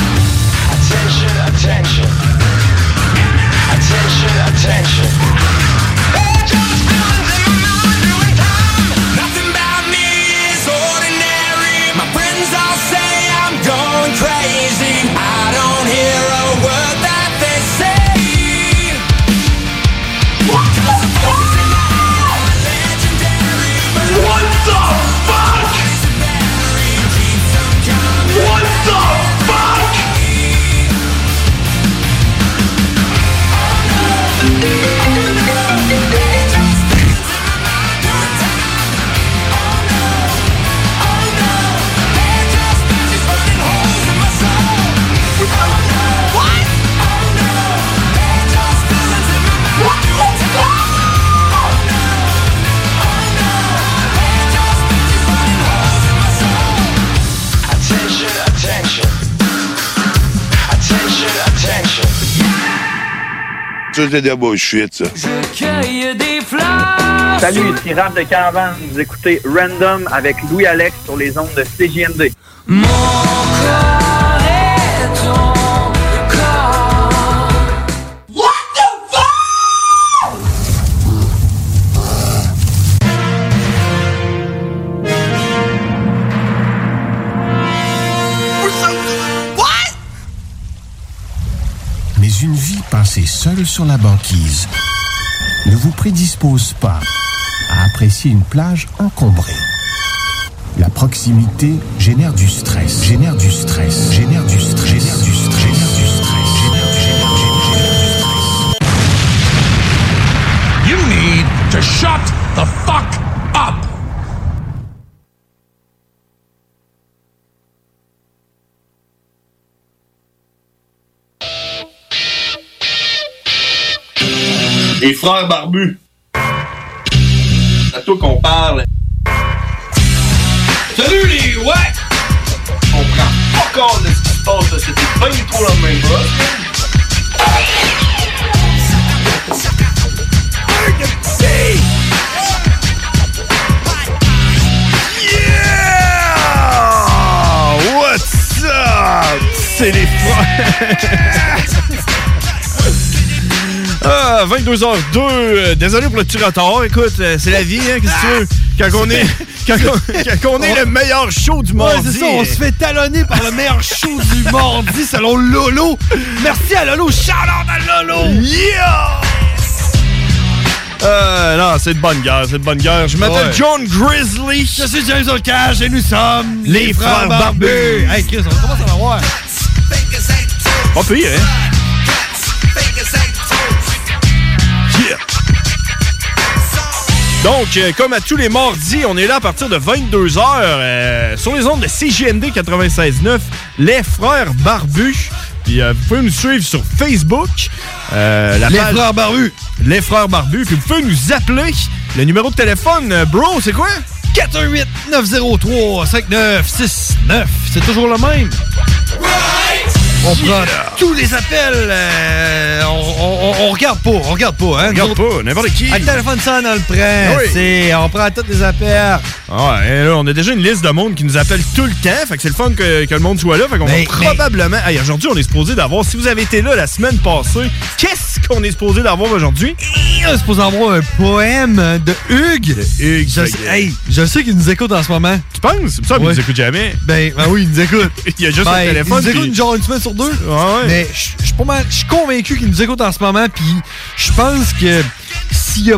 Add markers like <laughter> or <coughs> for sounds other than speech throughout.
Attention, attention. Attention, attention. Nothing about me is ordinary. My friends all say I'm going crazy. I don't hear a word that they say. What the fuck? Legendary, but What the fuck? What the fuck? Attention, attention. Attention, attention. Ça, c'est de la bullshit, ça. Salut, ici Raph de Caravane. Vous écoutez Random avec Louis Alex sur les ondes de CGMD. Mais une vie passée seule sur la banquise ne vous prédispose pas à apprécier une plage encombrée. La proximité génère du stress, génère du stress, génère du stress, génère du stress, génère du stress, génère du génère- génère- génère du stress. You need to shut the fuck up. Les frères barbus. C'est à toi qu'on parle. Salut les ouais! Oh, On prend pas compte de ce qui se passe, là. c'était pas du tout la même Yeah! What's up? C'est les frères. Ah, 22h02. euh, Désolé pour le petit retard. Écoute, euh, c'est la vie, hein, qu'est-ce que tu veux? Quand on est, quand on- quand on est le meilleur show du Ouais, mardi. c'est ça, on se fait talonner par le meilleur show du mardi selon Lolo. Merci à Lolo, shout out à Lolo! Yeah! Euh, non, c'est de bonne guerre, c'est de bonne guerre. Je m'appelle Ouais. John Grizzly. Je suis James O'Cage et nous sommes les, frères, barbus. Hey Chris, on commence à l'avoir. Pas pire, hein? Yeah. Donc, euh, comme à tous les mardis, on est là à partir de 22h sur les ondes de CGND 96.9, les frères barbus. Puis euh, vous pouvez nous suivre sur Facebook. euh, la Les page- Frères Barbus. Les frères barbus. Puis vous pouvez nous appeler. Le numéro de téléphone, euh, bro, c'est quoi? 418 903 5969. C'est toujours le même. On prend tous les appels. euh, on, on- on regarde pas, on regarde pas. Hein, regarde pas, n'importe qui. Un téléphone sonne, on le prend. Oui. C'est- On prend tous les appels. Ah, et là, on a déjà une liste de monde qui nous appelle tout le temps. Fait que c'est le fun que, que le monde soit là. Fait qu'on va probablement. Hey, aujourd'hui, on est supposé d'avoir. Si vous avez été là la semaine passée, qu'est-ce qu'on est supposé d'avoir aujourd'hui? On est supposé avoir un poème de Hugues. je, sais, hey, je sais qu'il nous écoute en ce moment. Tu penses? C'est ça, mais il nous écoute jamais. Ben, ben oui, il nous écoute. <laughs> Il y a juste Ben, un téléphone. Il nous écoute puis- genre une semaine sur deux. Mais je- je suis pas mal- je suis convaincu qu'il nous écoute en ce moment. Puis je pense que s'il a,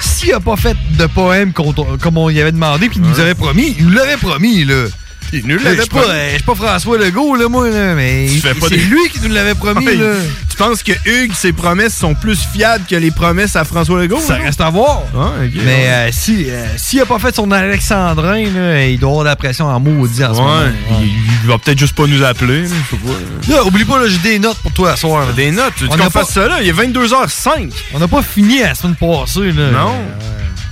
s'il a pas fait de poème contre- comme on y avait demandé, puis il nous avait promis, il nous l'avait promis, là. Il nous Je l'avait suis pas, promis. euh, je suis pas François Legault, là, moi, là, mais Tu fais pas c'est des- lui qui nous l'avait promis, Ouais. là. Tu penses que Hugues, ses promesses sont plus fiables que les promesses à François Legault? Ça là? reste à voir. Ah, ok. Mais euh, si, euh, s'il a pas fait son Alexandrin, là, il doit avoir de la pression en maudit en ce Ouais, moment. Il, il va peut-être juste pas nous appeler. là, je sais pas. Là, oublie pas, là, j'ai des notes pour toi à soir. là. Des notes. Tu veux On qu'on a pas- fasse ça là? Il est 22h05. On n'a pas fini la semaine passée. Là. Non.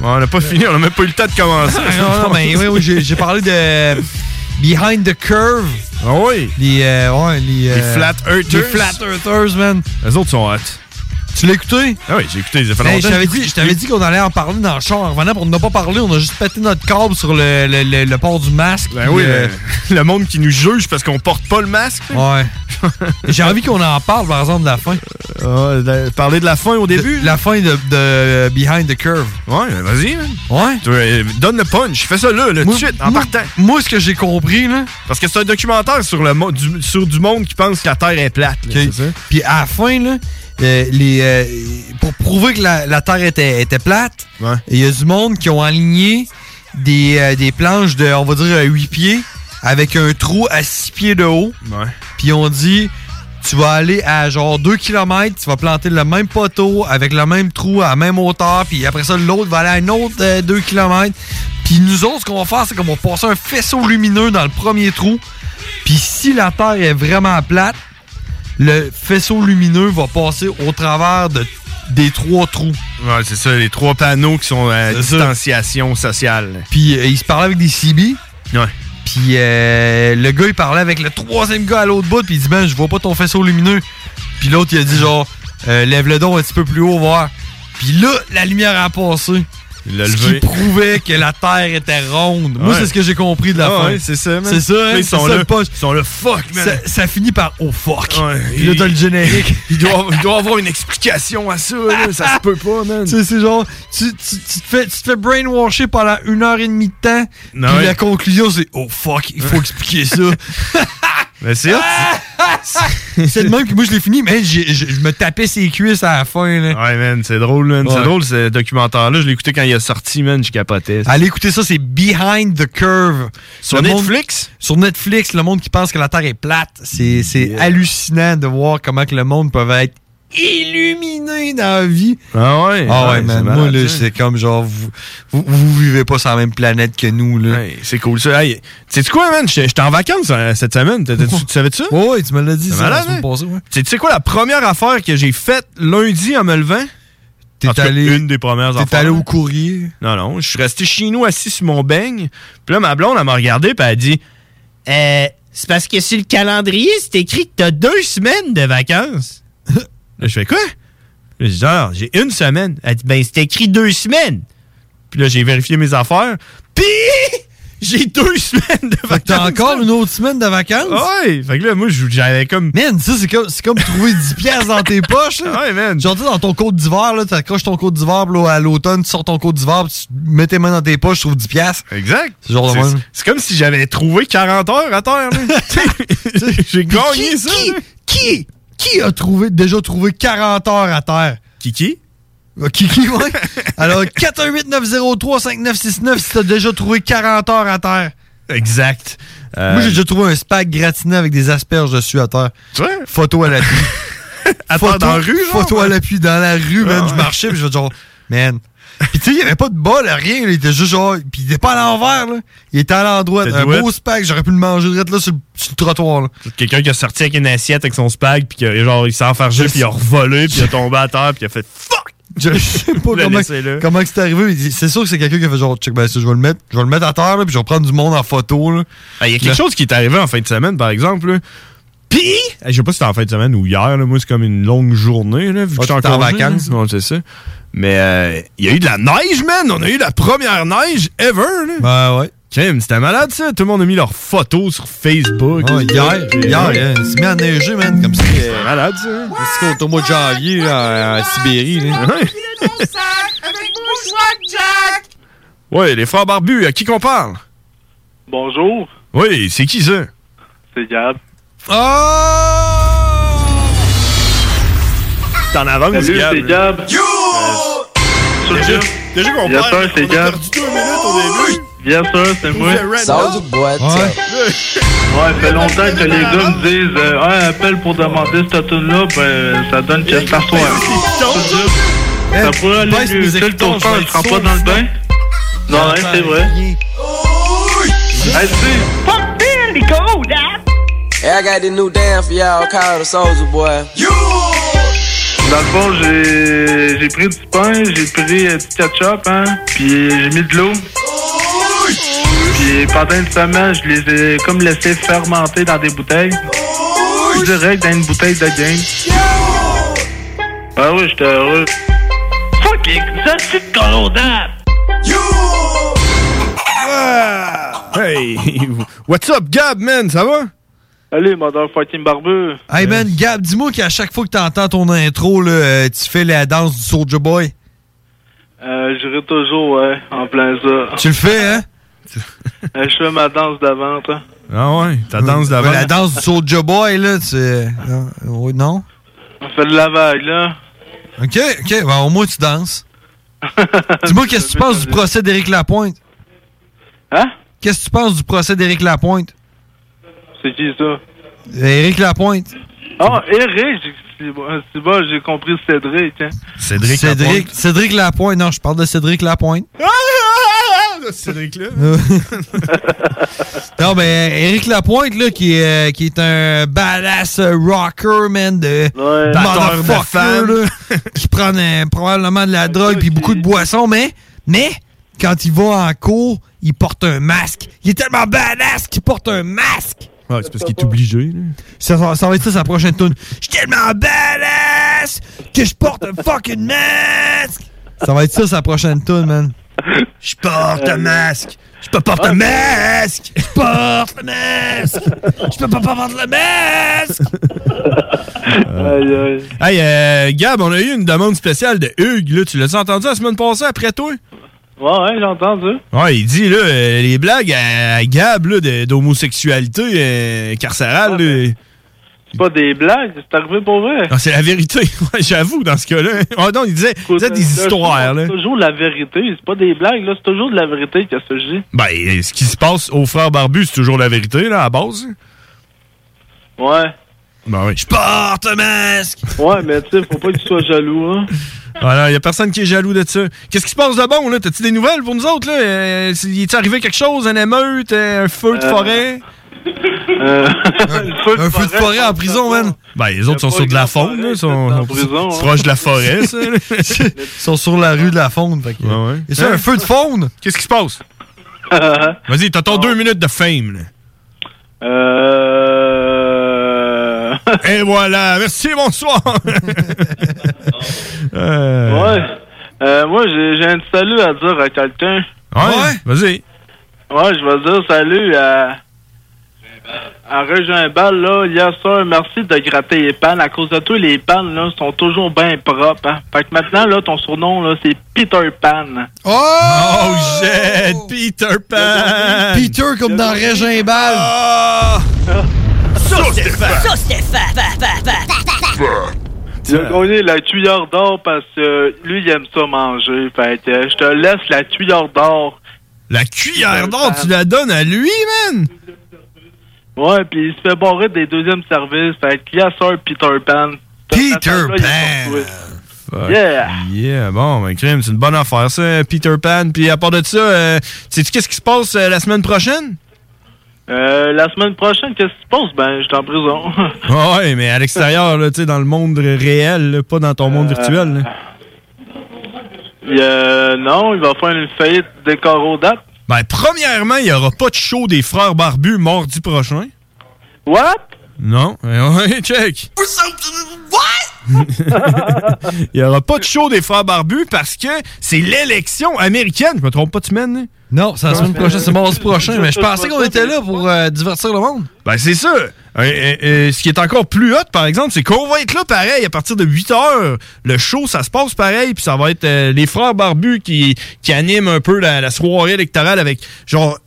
On n'a pas fini. On n'a même pas eu le temps de commencer. Ah, <laughs> non, non, mais oui, oui, j'ai j'ai parlé de Behind the Curve. Ah oui. Les, euh, ouais, les, Les euh, Flat Earthers. Les Flat Earthers, man. Les autres sont hot. Tu l'as écouté? Ben, Ah oui, j'ai écouté. Ça fait Hey, je longtemps. t'avais dit, je t'avais dit qu'on allait en parler dans le char. En revenant, on n'a pas parlé, on a juste pété notre câble sur le, le- le- le port du masque. Ben puis, oui, euh, <laughs> le, le monde qui nous juge parce qu'on porte pas le masque. Ouais. <laughs> J'ai envie qu'on en parle, par exemple, de la fin. Ah, de- parler de la fin au début. La fin de, de Behind the Curve. Ouais, ben vas-y. man. Ouais. Tu veux, euh, Donne le punch. Fais ça là, là, tout de suite, en moi- partant. Moi, ce que j'ai compris, là, Parce que c'est un documentaire sur le mo- du, sur du monde qui pense que la Terre est plate. là, Ok. c'est ça? Puis à la fin, là, euh, les, euh, pour prouver que la, la Terre était, était plate, il Ouais. y a du monde qui ont aligné des, euh, des planches de, on va dire, 8 pieds avec un trou à 6 pieds de haut. Ouais. Puis on dit, tu vas aller à genre 2 km, tu vas planter le même poteau avec le même trou à la même hauteur. Puis après ça, l'autre va aller à un autre 2 km. Puis nous autres, ce qu'on va faire, c'est qu'on va passer un faisceau lumineux dans le premier trou. Puis si la Terre est vraiment plate, le faisceau lumineux va passer au travers de, des trois trous. Ouais, c'est ça, les trois panneaux qui sont C'est à ça. distanciation sociale. Puis euh, il se parlait avec des CB. Ouais. Puis euh, le gars, il parlait avec le troisième gars à l'autre bout. Puis il dit Ben, je vois pas ton faisceau lumineux. Puis l'autre, il a dit genre, Euh, lève le don un petit peu plus haut, voir. Puis là, la lumière a passé. Il l'a Ce qui levé. prouvait que la Terre était ronde. Moi, Ouais. c'est ce que j'ai compris de la Ah fin. ouais, c'est ça, man. c'est ça, hein? Ils C'est sont ça, là. le punch. Ils sont là, fuck, man. Ça, ça finit par oh fuck. Ouais, Puis là, il- t'as le générique. Il doit, il doit avoir une explication à ça, là. ça se peut pas, man. Tu sais, c'est genre, tu, tu- tu te fais, tu te fais brainwasher pendant une heure et demie de temps, Non, puis ouais. la conclusion, c'est « Oh, fuck, il faut expliquer <laughs> ça. Mais Ben, c'est hot. » Ah! C'est le même que moi, je l'ai fini, mais j'ai- je je me tapais ses cuisses à la fin. Là. Ouais, man, c'est drôle, man. C'est Ouais. drôle, ce documentaire-là. Je l'ai écouté quand il est sorti, man. Je capotais. Allez écouter ça, c'est « Behind the Curve ». Sur Le monde- Netflix? sur Netflix, le monde qui pense que la Terre est plate. C'est c'est hallucinant de voir comment que le monde peut être illuminé dans la vie. Ah ouais. Ah ouais, man, c'est moi, malade, là, ça. c'est comme genre, vous, <laughs> vous, vous vivez pas sur la même planète que nous, là. Ouais, c'est cool, ça. Hey, sais-tu quoi, man? J'étais j'étais en vacances euh, cette semaine. T'étais- Tu, tu savais ça? Ouais, ouais, tu me l'as dit, C'est ça, la malade, semaine hein? passée, ouais. Tu sais quoi, la première affaire que j'ai faite lundi en me levant? En T'es tout cas, allé, Une des premières t'es affaires. allé au courrier. Non, non. Je suis resté chez nous assis sur mon beigne. Puis là, ma blonde, elle m'a regardé, puis elle a dit Euh, c'est parce que sur le calendrier, c'est écrit que t'as deux semaines de <laughs> vacances. là, je fais quoi Je dis Genre, j'ai une semaine. Elle dit Ben, c'est écrit deux semaines. Puis là, j'ai vérifié mes affaires. Puis, <laughs> j'ai deux <laughs> semaines de Fait que vacances. t'as encore une autre semaine de vacances? Ah Ouais. Fait que là, moi, j'avais comme. Ah Man, ça, c'est comme, c'est comme trouver 10 piastres dans tes poches, là. Ouais, man. Genre, tu sais, dans ton côte d'hiver, là, t'accroches ton côte d'hiver, puis là, à l'automne, tu sors ton côte d'hiver, puis tu mets tes mains dans tes poches, tu trouves 10 piastres. Exact. C'est genre de C'est- même. C'est comme si j'avais trouvé 40 heures <laughs> à terre. là. j'ai gagné qui, ça. qui, là. qui, qui a trouvé, déjà trouvé 40 heures à terre? Kiki Euh, Kiki, <laughs> ouais. Alors, 418-903-5969 si t'as déjà trouvé 40 heures à terre. Exact. Euh, Moi, j'ai déjà trouvé un spag gratiné avec des asperges dessus à terre. Tu vois? Photo à la <laughs> pluie. Attends, dans la rue, genre? Photo à l'appui dans la rue, man. Ah, Je ouais. marchais, puis je genre, man. Puis tu sais, il n'y avait pas de bol, rien. là. Il était juste genre. Puis il était pas à l'envers, là. Il était à l'endroit. T'as Un douette. beau spag, j'aurais pu le manger direct là sur le, sur le trottoir, là. Quelqu'un qui a sorti avec une assiette avec son spag, puis qui a- genre, il s'est enfargé, puis il a revolé, puis il a tombé à terre, puis il a fait fuck! Je sais pas Le comment, laissez-le. comment que c'est arrivé. mais il- C'est sûr que c'est quelqu'un qui a fait genre, check, ben ça, je vais le mettre, je vais le mettre à terre, là, puis je vais prendre du monde en photo, là. Ah, Il y a quelque Là. chose qui est arrivé en fin de semaine, par exemple. là. Puis, je sais pas si c'était en fin de semaine ou hier, là, moi c'est comme une longue journée, là, vu que Ouais, j'étais en t'es en congé, vacances. là. Non, c'est ça. Mais euh, il y a eu de la neige, man! On a eu la première neige ever, là! Ben ouais. c'était malade, ça! Tout le monde a mis leurs photos sur Facebook. Ouais, Ah, hier, hier, Ouais. il s'est mis à neiger, man, comme si. C'est malade, ça. C'est qu'au mois de janvier, là, en Sibérie, là. Ouais, les frères barbus, à qui qu'on parle? Bonjour, Oui, c'est qui ça? c'est Gab. Oh. T'es en avance, Salut, c'est Gab. Yo! Déjà, déjà qu'on Bien parle, sûr, c'est on a Gab. perdu deux minutes au début. Bien sûr, c'est moi. C'est Red Sors Dog. du boîte. Ouais, Ouais, fait longtemps que les gars me disent euh, Ouais, appelle pour demander cette tune là ben ça donne que ça soir. Ça pourrait aller baisse mieux. mes C'est le écouteurs, tourpin, je vais on être prend pas sourd, dans le sinon. bain. Non, ouais, c'est vrai. Hey, c'est- Fuck Billy, go now. Hey, I got this new dance for y'all called the Soldier Boy. You. Dans le fond, j'ai j'ai pris du pain, j'ai pris euh, du ketchup, hein, puis j'ai mis de l'eau. Puis pendant une semaine, je les ai comme laissés fermenter dans des bouteilles. Direct dans une bouteille de game. Ah oui, j'étais heureux. Fucking, ça c'est colonel. Ah! Hey, what's up, Gab, man? Ça va? Allez, motherfucking barbu. Hey, man, Gab, dis-moi qu'à chaque fois que t'entends ton intro, là, euh, tu fais la danse du Soulja Boy. Euh, j'irai toujours, ouais, en plein ça. Tu le fais, hein? <laughs> Euh, Je fais ma danse hein. d'avant, toi. Ah ouais, ta danse d'avant. Ouais, La danse du Soulja Boy, là, c'est. Non? oui, non? On fait de la vague, là. Ok, ok, ben, au moins tu <laughs> danses. dis-moi, qu'est-ce que tu penses du procès d'Éric Lapointe? Hein? Qu'est-ce que tu penses du procès d'Éric Lapointe? Euh, C'est qui ça? Éric Lapointe. Ah, Eric, j'ai- c'est bon, c'est bon, j'ai compris Cédric. Hein. Cédric Cédric, Cédric Lapointe. Non, je parle de Cédric Lapointe. Ah, Cédric Ah, là. non, mais Eric Lapointe, là, qui est, euh, qui est un badass euh, rocker, man, de Batteur de motherfucker, femme. là, <laughs> qui prend euh, probablement de la drogue puis beaucoup de boissons, mais, mais, quand il va en cours, il porte un masque. Il est tellement badass qu'il porte un masque. Ouais, Ah, c'est parce qu'il est obligé. Ça, va- ça va être ça, sa prochaine tune. Je suis tellement badass que je porte un fucking masque. Ça va être ça, sa prochaine tune, man. Je porte un masque. Je peux porter un masque. Je porte le masque. Je peux pas porter le masque. <laughs> Aïe, Hey, euh, Gab, on a eu une demande spéciale de Hugues, là. Tu l'as entendu la semaine passée après toi? Ouais, ouais, j'entends ça. Ouais, il dit, là, euh, les blagues à, à Gab, là, de- d'homosexualité euh, carcérale, là. Ah, C'est pas des blagues, c'est arrivé pour vrai. Non, Ah, c'est la vérité. <laughs> Ouais, J'avoue, dans ce cas-là. Ah non, il disait, vous êtes des histoires, là. euh, C'est toujours la vérité, c'est pas des blagues, là, c'est toujours de la vérité que ça je dis. Ben, euh, ce qui se passe aux frères barbus, c'est toujours la vérité, là, à base. Ouais. Ben oui. Je porte un masque! Ouais, mais tu sais, faut pas que tu sois jaloux, hein. Voilà, il y a personne qui est jaloux de ça. Qu'est-ce qui se passe de bon, là? T'as-tu des nouvelles pour nous autres, là? Euh, c'est- y est arrivé quelque chose, une émeute, euh, un feu de Euh, forêt? un, feu de forêt en prison, man! Ben, les autres sont sur de la faune, là. Ils sont, sont prison, hein. proches de la forêt, ça. <laughs> là. Ils sont sur la rue de la faune. Fait que... Et ça, un feu de faune? Hein? Qu'est-ce qui <laughs> se passe? Vas-y, t'as Ah. ton deux minutes de fame, là. Euh... Et voilà, merci, <laughs> bonsoir! Euh, Ouais. Euh, moi, j'ai j'ai un petit salut à dire à quelqu'un. ouais. Vas-y. Ouais, je vais dire salut à. À Regimbal, là, hier soir, merci de gratter les pannes. À cause de toi, les pannes, là, sont toujours bien propres, hein. Fait que maintenant, là, ton surnom, là, c'est Peter Pan. Oh! jet! Peter Pan! Peter comme dans Régimbal. Ça, c'est fat. Ça, c'était fat. Fat, fat, fat, fat, fat. Il a gagné la cuillère d'or parce que lui, il aime ça manger. Fait que euh, je te laisse la cuillère d'or. La cuillère d'or, tu la donnes à lui, man! Ouais, puis il se fait barrer des deuxièmes services. Fait que hier soir, Peter Pan. Peter Pan! Fuck. Yeah. Yeah, bon, ben, crime, c'est une bonne affaire, ça, Peter Pan. Puis à part de ça, euh, sais-tu qu'est-ce qui se passe euh, la <laughs> semaine prochaine? Euh, la semaine prochaine, qu'est-ce qui se passe? Ben, je suis en prison. Ah ouais, mais à l'extérieur, là, tu sais, dans le monde réel, là, pas dans ton monde Euh, virtuel. là. Il, euh, non, il va faire une faillite de Corodate. Ben, premièrement, il n'y aura pas de show des frères barbus mardi prochain. What? Non? <laughs> Ouais, check. Or something. What? <laughs> Il n'y aura pas de show des frères barbus parce que c'est l'élection américaine. Je me trompe pas de semaine, hein? Non, c'est la semaine prochaine, c'est mardi prochain, mais je pensais qu'on était là pour euh, divertir le monde. Ben, c'est ça. Euh, euh, euh, ce qui est encore plus hot, par exemple, c'est qu'on va être là pareil à partir de 8 heures. Le show, ça se passe pareil, puis ça va être euh, les frères barbus qui, qui animent un peu la, la soirée électorale avec genre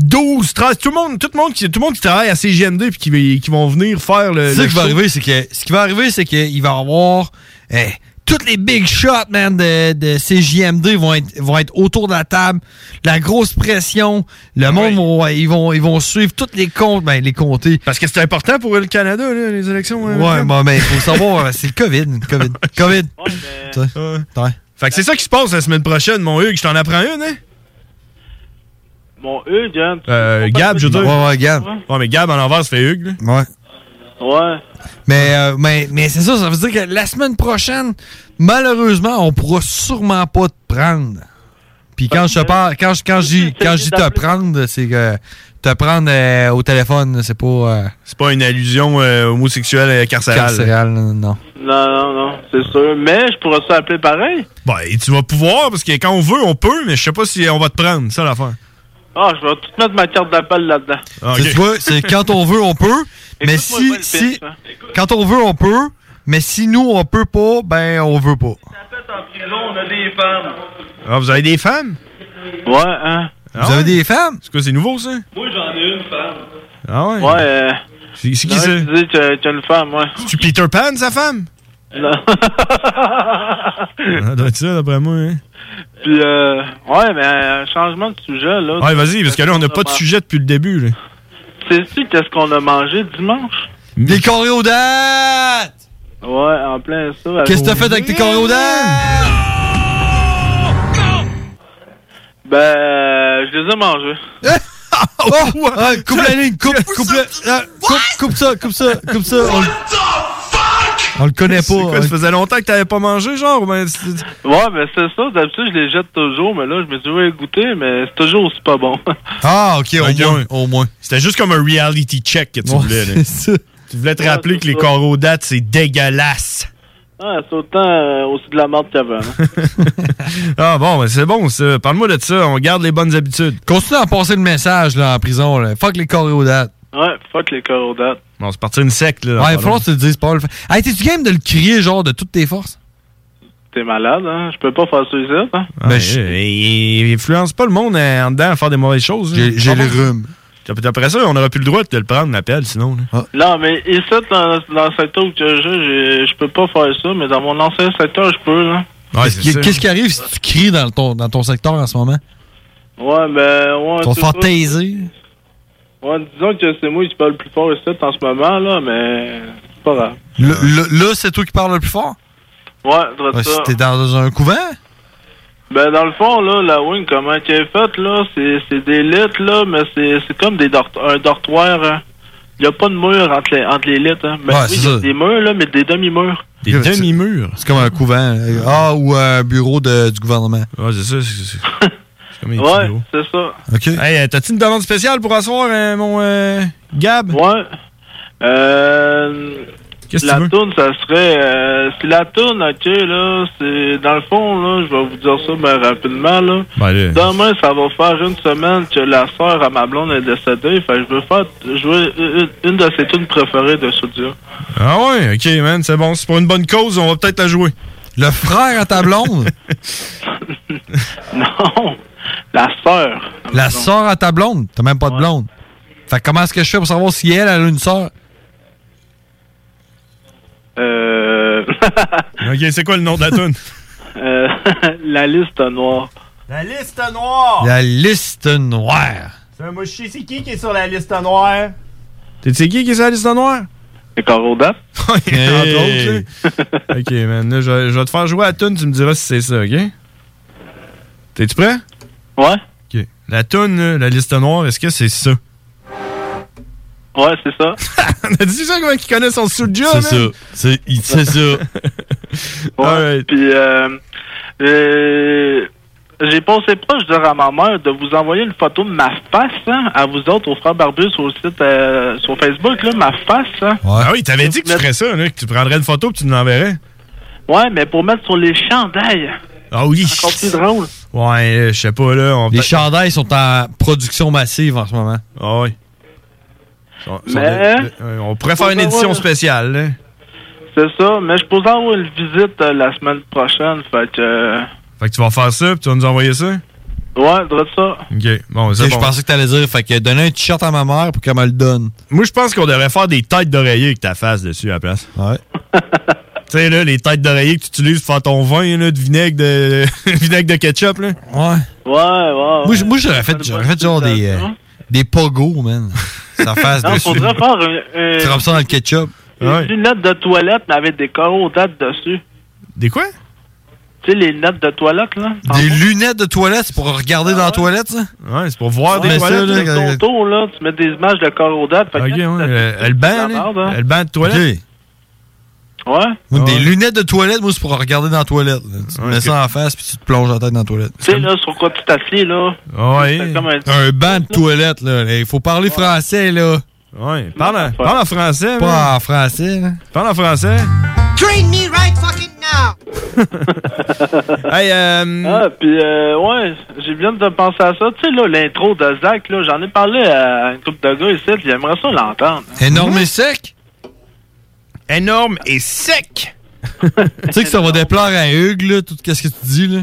12, 13, tout le monde, tout le monde qui, tout le monde qui travaille à CGMD puis qui, qui vont venir faire le. Tu sais ce le qui va show. arriver, c'est que ce qui va arriver, c'est qu'il va y avoir eh, toutes les big shots, man, de, de CJMD vont être, vont être autour de la table, la grosse pression, le monde vont- ils vont ils vont suivre tous les comptes, ben les compter. Parce que c'est important pour le Canada là, les élections. hein, ouais, maintenant. mais ben, faut savoir, c'est le Covid, le <laughs> Covid, Covid. Toi, toi. Fait que c'est ça qui se passe la semaine prochaine, mon Hugues. Je t'en apprends une, hein? Mon Hugues, hein, tu- Euh, Gab, je veux dire. Ouais, ouais, Gab. Ouais, mais Gab, en envers, ça fait Hugues, là. Ouais. Ouais. Mais, euh, mais, mais c'est ça, ça veut dire que la semaine prochaine, malheureusement, on pourra sûrement pas te prendre. Puis quand je te parle, quand je quand je dis- quand je dis te prendre, c'est que te prendre euh, au téléphone, c'est pas euh, C'est pas une allusion euh, homosexuelle euh, carcérale. carcéral, non. Non, non, non, c'est sûr. Mais je pourrais ça appeler pareil. Ben, tu vas pouvoir, parce que quand on veut, on peut, mais je sais pas si on va te prendre, ça l'affaire. Ah, je vais tout mettre ma carte d'appel là-dedans. Tu vois, c'est quand on veut, on peut. mais si, si quand on veut, on peut. Mais si nous, on peut pas, ben on veut <laughs> pas. on a des femmes. Ah, vous avez des femmes? Ouais, hein. Vous avez des femmes? C'est quoi, c'est nouveau, ça? Moi, j'en ai une femme. Ah ouais? Ouais, euh. C'est qui ça? Tu dis que tu as une femme, ouais. Tu Peter Pan, sa femme? Non. <laughs> Ça doit être ça, d'après moi, hein? Puis, euh. Ouais, mais euh, changement de sujet, là. Ouais, vas-y, parce que là, on n'a pas de sujet depuis le début, là. Sais-tu qu'est-ce qu'on a mangé dimanche? Des choréodates! Ouais, en plein ça. avec- Qu'est-ce que t'as fait avec tes choréodates? Ben, euh, je les ai mangés. Oh, ah, coupe la ligne, coupe, coupe, la- ah, coupe, coupe ça, coupe ça, coupe ça. On, on le connaît pas. hein. Quoi, ça faisait longtemps que t'avais pas mangé, genre? ou Ben, c'est- Ouais, mais c'est ça. D'habitude, je les jette toujours, mais là, je me suis ouais, goûté, mais c'est toujours aussi pas bon. Ah, ok, au moins. C'était juste comme un reality check que tu Ouais, <laughs> voulais, là. c'est Tu voulais te Ouais, rappeler c'est que les ça. chorodates, c'est dégueulasse. Ah, c'est autant euh, aussi de la merde qu'avant. <laughs> hein. Ah bon, ben c'est bon, ça. Parle-moi de ça, on garde les bonnes habitudes. Continue à passer le message là, en prison. Là. Fuck les choréodates. ouais, fuck les corodates. Bon, c'est parti une secte, là. Ouais, il va falloir que tu le dises, Paul. Hey, t'es-tu game de le crier, genre, de toutes tes forces? T'es malade, hein? Je peux pas faire ça ici, hein? Ben, Ouais, euh, Il il influence pas le monde euh, en dedans à faire des mauvaises choses. hein. Ah J'ai le rhume. Ah. Après ça, on n'aura plus le droit de te le prendre, l'appel, sinon. là. Non, mais ici, dans, dans le secteur où que je j'ai- je peux pas faire ça, mais dans mon ancien secteur, je peux, là. Qu'est-ce qui- Qu'est-ce qui arrive si tu cries dans ton, dans ton secteur en ce moment? Ouais, ben, ouais. Tu vas te c'est faire ça. taiser. Ouais, disons que c'est moi qui parle le plus fort ici en ce moment, là, mais c'est pas grave. Le- le- Là, c'est toi qui parles le plus fort? Ouais, je dirais Ouais, ça. si t'es dans un couvent? Ben, dans le fond, là, la wing, comment qu'elle est faite, là, c'est c'est des litres, là, mais c'est c'est comme des dort un dortoir. hein. Il n'y a pas de mur entre les, entre les litres. Hein. Ben, Ouais, oui, c'est il y a ça. des murs, là, mais des demi-murs. Des demi-murs. C'est comme un couvent. euh, Ah, ou un bureau de- du gouvernement. Ouais, c'est ça. C'est <laughs> comme des petits Ouais, bureaux. c'est ça. OK. Hey, euh, t'as-tu une demande spéciale pour asseoir, euh, mon euh, Gab? Ouais. Euh, Qu'est-ce que la tu veux? tourne, ça serait. Euh, si la tourne, ok, là, c'est. Dans le fond, là, je vais vous dire ça ben, rapidement, là. Ben, là, Demain, ça va faire une semaine que la sœur à ma blonde est décédée. Fait que je veux faire jouer une, une de ses tunes préférées de Sodia. Ah ouais, ok, man, c'est bon. C'est pour une bonne cause, on va peut-être la jouer. Le frère à ta blonde? non, la sœur. La sœur à ta blonde? T'as même pas de blonde. Fait que comment est-ce que je fais pour savoir si elle, elle a une sœur? Euh... <laughs> ok, c'est quoi le nom de la toune? euh, <laughs> la liste noire. <laughs> La liste noire! Ah. La liste noire. C'est moi, je sais c'est qui qui est sur la liste noire? T'es c'est qui qui est sur la liste noire? C'est <laughs> Corodat. Entre autres, là. ok, man, là, je, vais- je vais te faire jouer à la toune, tu me diras si c'est ça, ok? T'es-tu prêt? Ouais. Ok. La toune, là, la liste noire, est-ce que c'est ça? Ouais, c'est ça. <laughs> On a dit ça, comment qu'il connaît son soudja, C'est man? C'est ça. C'est ça. Ouais. Puis, euh, euh, J'ai pensé proche de dire à ma mère de vous envoyer une photo de ma face, hein, à vous autres, aux frères Barbus, sur le site, euh, sur Facebook, là, ma face. Hein. Ah oui, t'avais dit que tu ferais ça, là, que tu prendrais une photo puis tu nous l'enverrais. Ouais, mais pour mettre sur les chandails. Ah oui. Encore plus drôle. Ouais, euh, je sais pas, là. On Les chandails sont en production massive en ce moment. Ah oui. Sont- sont Mais- de- de- ouais, euh, on pourrait faire une édition spéciale. là. C'est ça, mais je pose avoir une visite euh, la semaine prochaine, fait que... euh, Fait que tu vas faire ça puis tu vas nous envoyer ça. ouais, droit de ça. OK. Bon, Ok, je pensais que t'allais dire, fait que donner un t-shirt à ma mère pour qu'elle me le donne. Moi, je pense qu'on devrait faire des têtes d'oreiller avec ta face dessus à la place. Ouais. <laughs> tu sais, là, les têtes d'oreiller que tu utilises pour faire ton vin, là, de vinaigre de, <laughs> vinaigre de ketchup, là. Ouais. Ouais, ouais. Moi, je- moi, j'aurais fait, j'aurais fait genre des, euh, des pogos, <laughs> man. Ça fasse hein? Non, dessus. faudrait faire une, une- Tu rampes ça dans le ketchup. une lunette de toilette, mais avec des dates dessus. Des quoi? Tu sais, les lunettes de toilette, là. Des lunettes de toilette, c'est pour regarder dans la toilette, ça? Ouais, c'est pour voir des toilettes. Avec ton tour, là, tu mets des images de dates. Fait que quand tu t'as- le c'est banc, de la merde, hein. Euh, Le banc de toilette. Ouais. Des lunettes de toilette, moi, c'est pour regarder dans la toilette. là. Tu te mets ça en face, puis tu te plonges la tête dans la toilette. Tu sais, là, sur quoi tu t'assieds, là. C'est comme un- Un banc de toilette, là. Il faut <laughs> parler français, là. Ouais, parle, en- parle en français. Pas en français, là. Parle en français. <laughs> Train me right fucking now. <laughs> Hey, Ah, puis, euh, ouais, j'ai bien de penser à ça. Tu sais, là, l'intro de Zach, là, j'en ai parlé à une couple de gars ici, puis j'aimerais ça l'entendre. Énorme et sec. Énorme et sec. tu sais que ça va déplaire à Hugues, là, tout ce que tu dis, là.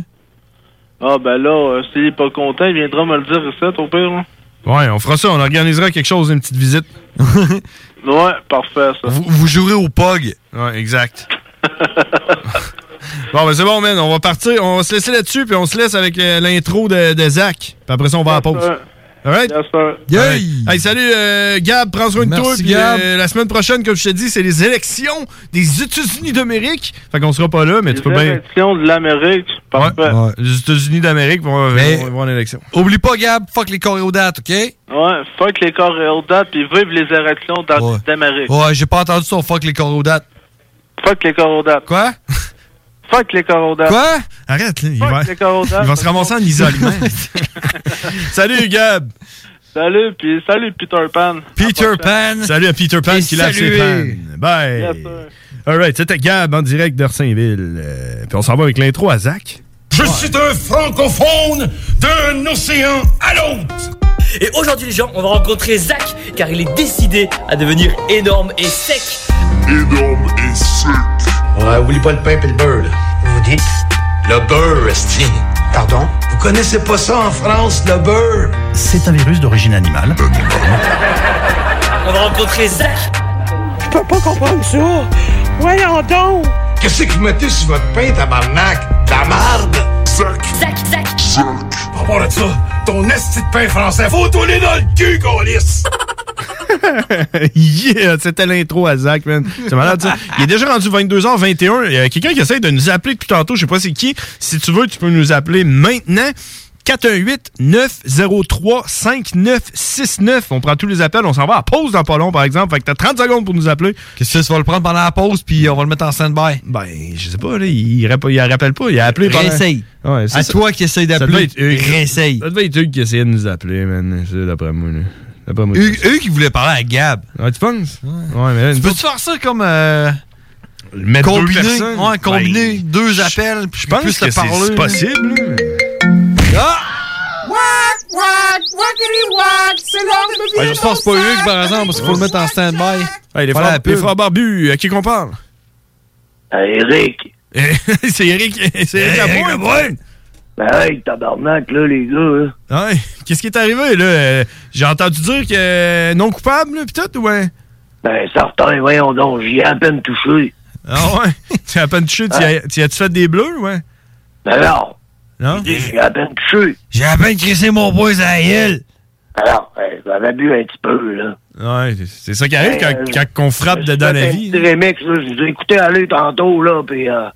Ah, ben là, euh, s'il est pas content, il viendra me le dire ici, au pire, là. Ouais, on fera ça, on organisera quelque chose, une petite visite. <laughs> Ouais, parfait, ça. Vous, vous jouerez au POG. Ouais, exact. <laughs> bon, ben c'est bon, man, on va partir, on va se laisser là-dessus, puis on se laisse avec euh, l'intro de, de Zach. Puis après ça, on va à la pause. Alright? Yeah. Hey, salut, euh, Gab, prends soin de Merci, toi. puis, Gab. euh, la semaine prochaine, comme je te dis, c'est les élections des États-Unis d'Amérique. Fait qu'on sera pas là, mais tu peux bien. Élections de l'Amérique, parfait. Ouais, les États-Unis d'Amérique vont, euh, Mais- vont, vont à l'élection. Oublie pas, Gab, fuck les choréodates, OK? Ouais, fuck les corps puis vive les érections d'a- d'Amérique. Ouais, j'ai pas entendu son fuck les choréodates. Fuck les corps Quoi? <laughs> Fuck les corps Quoi? Arrête, là, il Fuck va, les corps il va se ramasser en <laughs> isolement. salut, Gab. Salut, puis salut, Peter Pan. Peter Pan. Salut à Peter Pan Et qui lave saluez. ses fans. Bye. All right, c'était Gab en direct d'Hersainville. Euh, puis on s'en va avec l'intro à Zach. <laughs> Je suis un francophone d'un océan à l'autre. Et aujourd'hui les gens, on va rencontrer Zach car il est décidé à devenir énorme et sec. Énorme et sec. Ouais, oublie pas le pain et le beurre, là. Vous dites? Le beurre, esti. Pardon? Vous connaissez pas ça en France, le beurre? C'est un virus d'origine animale. On va rencontrer Zach. Je peux pas comprendre ça. Voyons donc. Qu'est-ce que vous mettez sur votre pain, tabarnak? De La marde? Sac. Zach, Zach. Pas part de ça. Ton esti de pain français, faut tourner dans le cul, lisse. yeah, c'était l'intro à Zach, man. C'est malade, ça. Il est déjà rendu 22h21. Il y a quelqu'un qui essaie de nous appeler depuis tantôt. Je sais pas c'est qui. Si tu veux, tu peux nous appeler maintenant. 418-903-5969. On prend tous les appels. On s'en va à pause dans pas long, par exemple. Fait que t'as 30 secondes pour nous appeler. Qu'est-ce que tu vas le prendre pendant la pause, puis on va le mettre en stand-by? Ben, je sais pas, là, il, rapp- il rappelle pas. Il a appelé pendant... Réessaye. Ouais, c'est À ça. toi qui essaye Ça d'appeler, devait être Hugues. réessaye. Ça devait être Hugues qui essayait de nous appeler, man. C'est d'après moi, là. D'après moi. Eux, eux qui voulaient parler à Gab. Ouais, tu penses? Ouais, mais là, Tu nous peux-tu autres- faire ça comme. euh, Mettre deux combiné, personnes? ouais, combiné Ben, deux appels, puis Je pense que plus te c'est parler. c'est possible. là. What, what, what, what? C'est l'homme Ben, de Ouais, J'espère que c'est pas Hugues, par exemple, parce qu'il faut le mettre en stand-by. Hey, les, Voilà frères, la pub. les frères barbus, à qui qu'on parle? Eric. <laughs> c'est Eric, c'est Eric Lapointe. Ben hey, tabarnak, là, les gars, hein. là. Ouais. Qu'est-ce qui est arrivé, là? Euh, J'ai entendu dire que euh, non coupable, là, pis tout, hein? ouais. Ben, certain, voyons donc, j'y ai à peine touché. Ah ouais? <laughs> tu as à peine touché, tu y as- tu y as-tu fait des bleus, ouais? Ben non. Non? J'y ai à peine touché. J'ai à peine crissé mon bois à gueule. Alors, ben, j'avais bu un petit peu, là. Ouais, c'est- c'est ça qui arrive quand, Euh, quand on frappe dedans la Fait un vie. petit remix, là, je vous ai écouté aller tantôt, là, puis euh,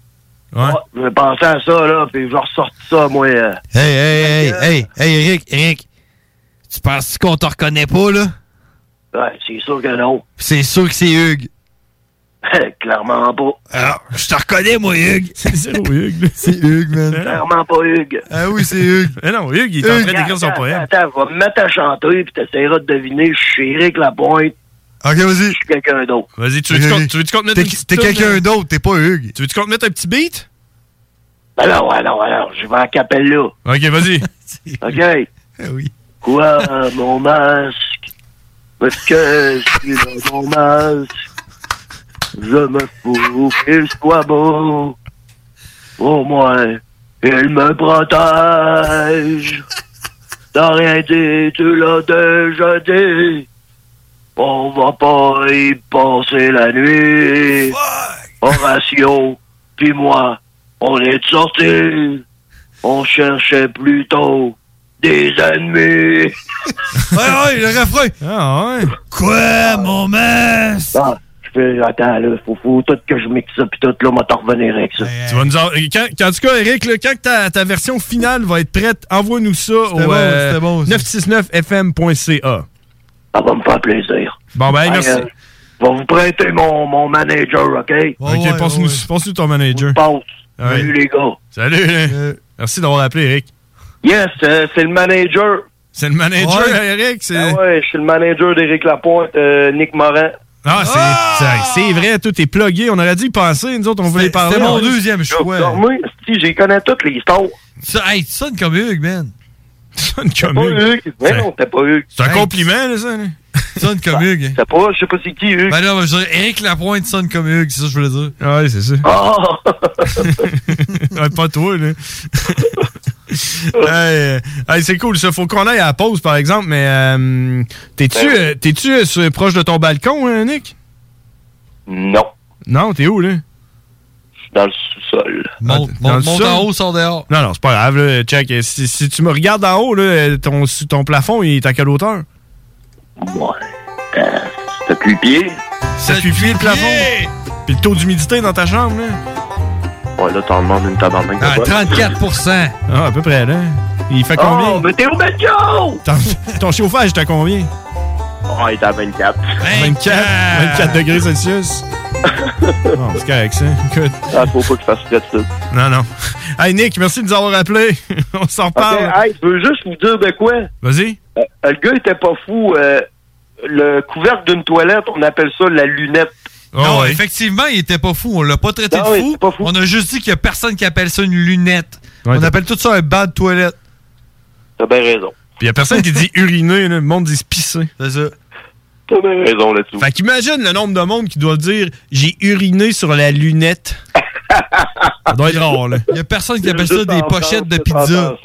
Ouais. j'ai pensé à ça, là, puis j'ai ressorti ça, moi. euh. Hey, hey, hey, hey, hey, Eric, Eric. Tu penses qu'on te reconnaît pas, là? Ouais, c'est sûr que non. <laughs> C'est sûr que c'est Hugues. Clairement pas. Alors, je te reconnais, moi, <laughs> Hugues. C'est <laughs> zéro Hugues. <laughs> C'est Hugues, man. Clairement pas Hugues. Ah oui, c'est Hugues. Mais <laughs> non, Hugues, il est en Hugues, train d'écrire son attends, poème. Attends, attends, va me mettre à chanter, puis t'essaieras de deviner, je suis Éric Lapointe. Ok, vas-y. Je suis quelqu'un d'autre. Vas-y, tu veux-tu Ok, qu'on- ok. tu veux-tu qu'on te mette T'es- une petite T'es toune, quelqu'un euh? d'autre, t'es pas Hugues. Tu veux-tu qu'on te mette un petit beat? Ben non, alors, alors, je vais à Capella. Ok, vas-y. <laughs> Eh OK. oui. Quoi, mon masque? Parce que je suis dans mon masque. Je me fous qu'il soit beau. Au moins, il me protège. T'as rien dit, tu l'as déjà dit. On va pas y passer la nuit. Horatio, puis moi, on est sortis. On cherchait plutôt des ennemis. <laughs> Ouais, ouais, le refrain. Ah, ouais. Quoi, mon masque? Ah, je peux, attends, là, faut, faut tout que je mixe ça, puis tout, là, on va t'en revenir avec ça. Tu vas nous en... quand, quand- en tout cas, Eric, là, quand ta, ta version finale va être prête, envoie-nous ça au bon, euh, c'était 969fm.ca. Ça va me faire plaisir. Bon, ben, hey, Hey, merci. euh, je vais vous prêter mon, mon manager, OK? ok, passe-nous passe-nous ton manager. Passe. Ouais. Salut, les gars. Salut. Euh. Merci d'avoir appelé, Eric. Yes, euh, c'est le manager. C'est le manager, Ouais. Eric. c'est- Ah ouais, je suis le manager d'Éric Lapointe, euh, Nick Morin. Ah, c'est exact. C'est vrai, tout est plugué. On aurait dû y penser. Nous autres, on voulait y parler. C'était mon deuxième choix. Dormez, Ah, si, j'y connais toutes les histoires. Ça, hey, tu sonnes comme Hugues, man. Tu sonnes comme Pas Hugues. Mais non, t'as pas Hugues. C'est un compliment, là, ça. Tu sonnes <laughs> comme Hugues. hein. T'as pas, je sais pas c'est qui, Hugues. Ben non, je dirais Eric Lapointe sonne comme Hugues, c'est ça que je voulais dire. Ouais, c'est ça. Ah! <laughs> <laughs> Ouais, pas toi, là. Hey, euh, hey, c'est cool, ça. Faut qu'on aille à la pause, par exemple, mais euh, Ben t'es-tu euh, t'es-tu, euh, sur- proche de ton balcon, hein, Nick? Non. Non, t'es où, là? Dans le sous-sol. Monte, monte- monte en haut, sors dehors. Non, non, c'est pas grave, là. Check, euh, si, si tu me regardes d'en haut, là, euh, ton, ton plafond, il est à quelle hauteur? Ouais. T'as plus pied? Ça suffit, le plafond? Puis le taux d'humidité dans ta chambre, là? Ouais, là, t'en demandes une tabarnak. de Ah, quoi. 34 Ah, à peu près, là. Il fait combien? Oh, mais t'es où, Benjo? Ton, ton chauffage, t'as combien? Oh, Ah, il est à 24. 24, 24 <laughs> degrés Celsius. Bon, c'est correct, ça. Écoute. Ah, faut pas que je fasse fret, ça. Non, non. Hey, Nick, merci de nous avoir appelés. <laughs> On s'en reparle. Ok, hey, je veux juste vous dire de quoi. Vas-y. Euh, le gars était pas fou. euh, le couvercle d'une toilette, on appelle ça la lunette. Oh, non, effectivement, il était pas fou. On l'a pas traité de fou. On a juste dit qu'il y a personne qui appelle ça une lunette. on appelle tout ça un bas de toilette. T'as bien raison. Puis y a personne <laughs> qui <laughs> dit uriner, là. le monde dit se pisser. C'est ça. T'as bien raison là-dessus. Fait qu'imagine le nombre de monde qui doit dire j'ai uriné sur la <laughs> lunette. ça doit être rare, là. Il y a personne qui appelle ça des pochettes de pizza.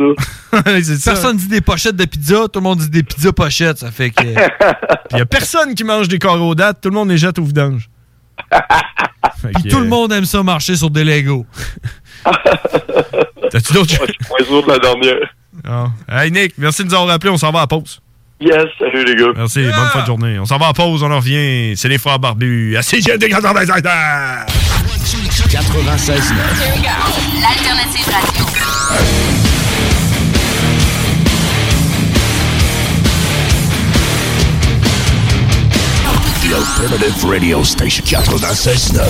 Personne dit des pochettes de pizza, tout le monde dit des pizzas pochettes. <laughs> Ça fait que. Puis y a personne qui mange des coraux dates, tout le monde les jette au vidange. Puis tout le monde aime ça marcher sur des Legos. T'as-tu d'autres Ah, Moins sûr de la dernière. Ah. Hey Nick, merci de nous avoir appelés. On s'en va à la pause. Yes, salut les gars. Merci, bonne fin de journée. On s'en va à la pause, on en revient. C'est les frères barbus. À CGD 96 heures. 96 L'alternative radio. The Alternative Radio Station 96.9.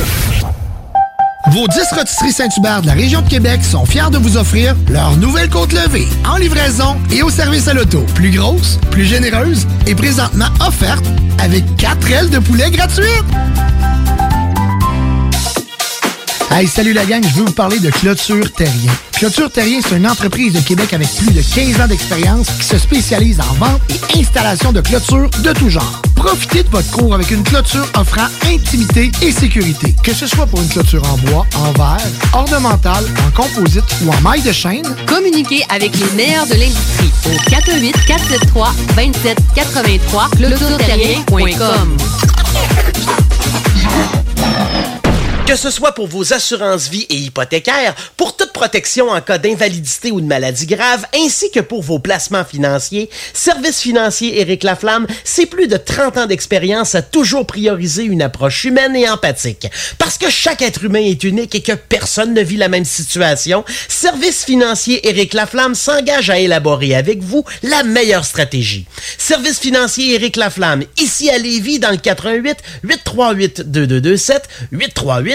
Vos 10 rotisseries Saint-Hubert de la région de Québec sont fiers de vous offrir leur nouvelle côte levée en livraison et au service à l'auto. Plus grosse, plus généreuse et présentement offerte avec 4 ailes de poulet gratuites. Hey, salut la gang, je veux vous parler de Clôture Terrien. Clôture Terrien, c'est une entreprise de Québec avec plus de 15 ans d'expérience qui se spécialise en vente et installation de clôtures de tout genre. Profitez de votre cours avec une clôture offrant intimité et sécurité. Que ce soit pour une clôture en bois, en verre, ornementale, en composite ou en maille de chaîne, Communiquez avec les meilleurs de l'industrie au 418 473 2783 clôtureterrien.com. Que ce soit pour vos assurances vie et hypothécaires, pour toute protection en cas d'invalidité ou de maladie grave, ainsi que pour vos placements financiers. Service financier Éric Laflamme, c'est plus de 30 ans d'expérience à toujours prioriser une approche humaine et empathique. Parce que chaque être humain est unique et que personne ne vit la même situation, Service financier Éric Laflamme s'engage à élaborer avec vous la meilleure stratégie. Service financier Éric Laflamme, ici à Lévis dans le 88 838 2227 838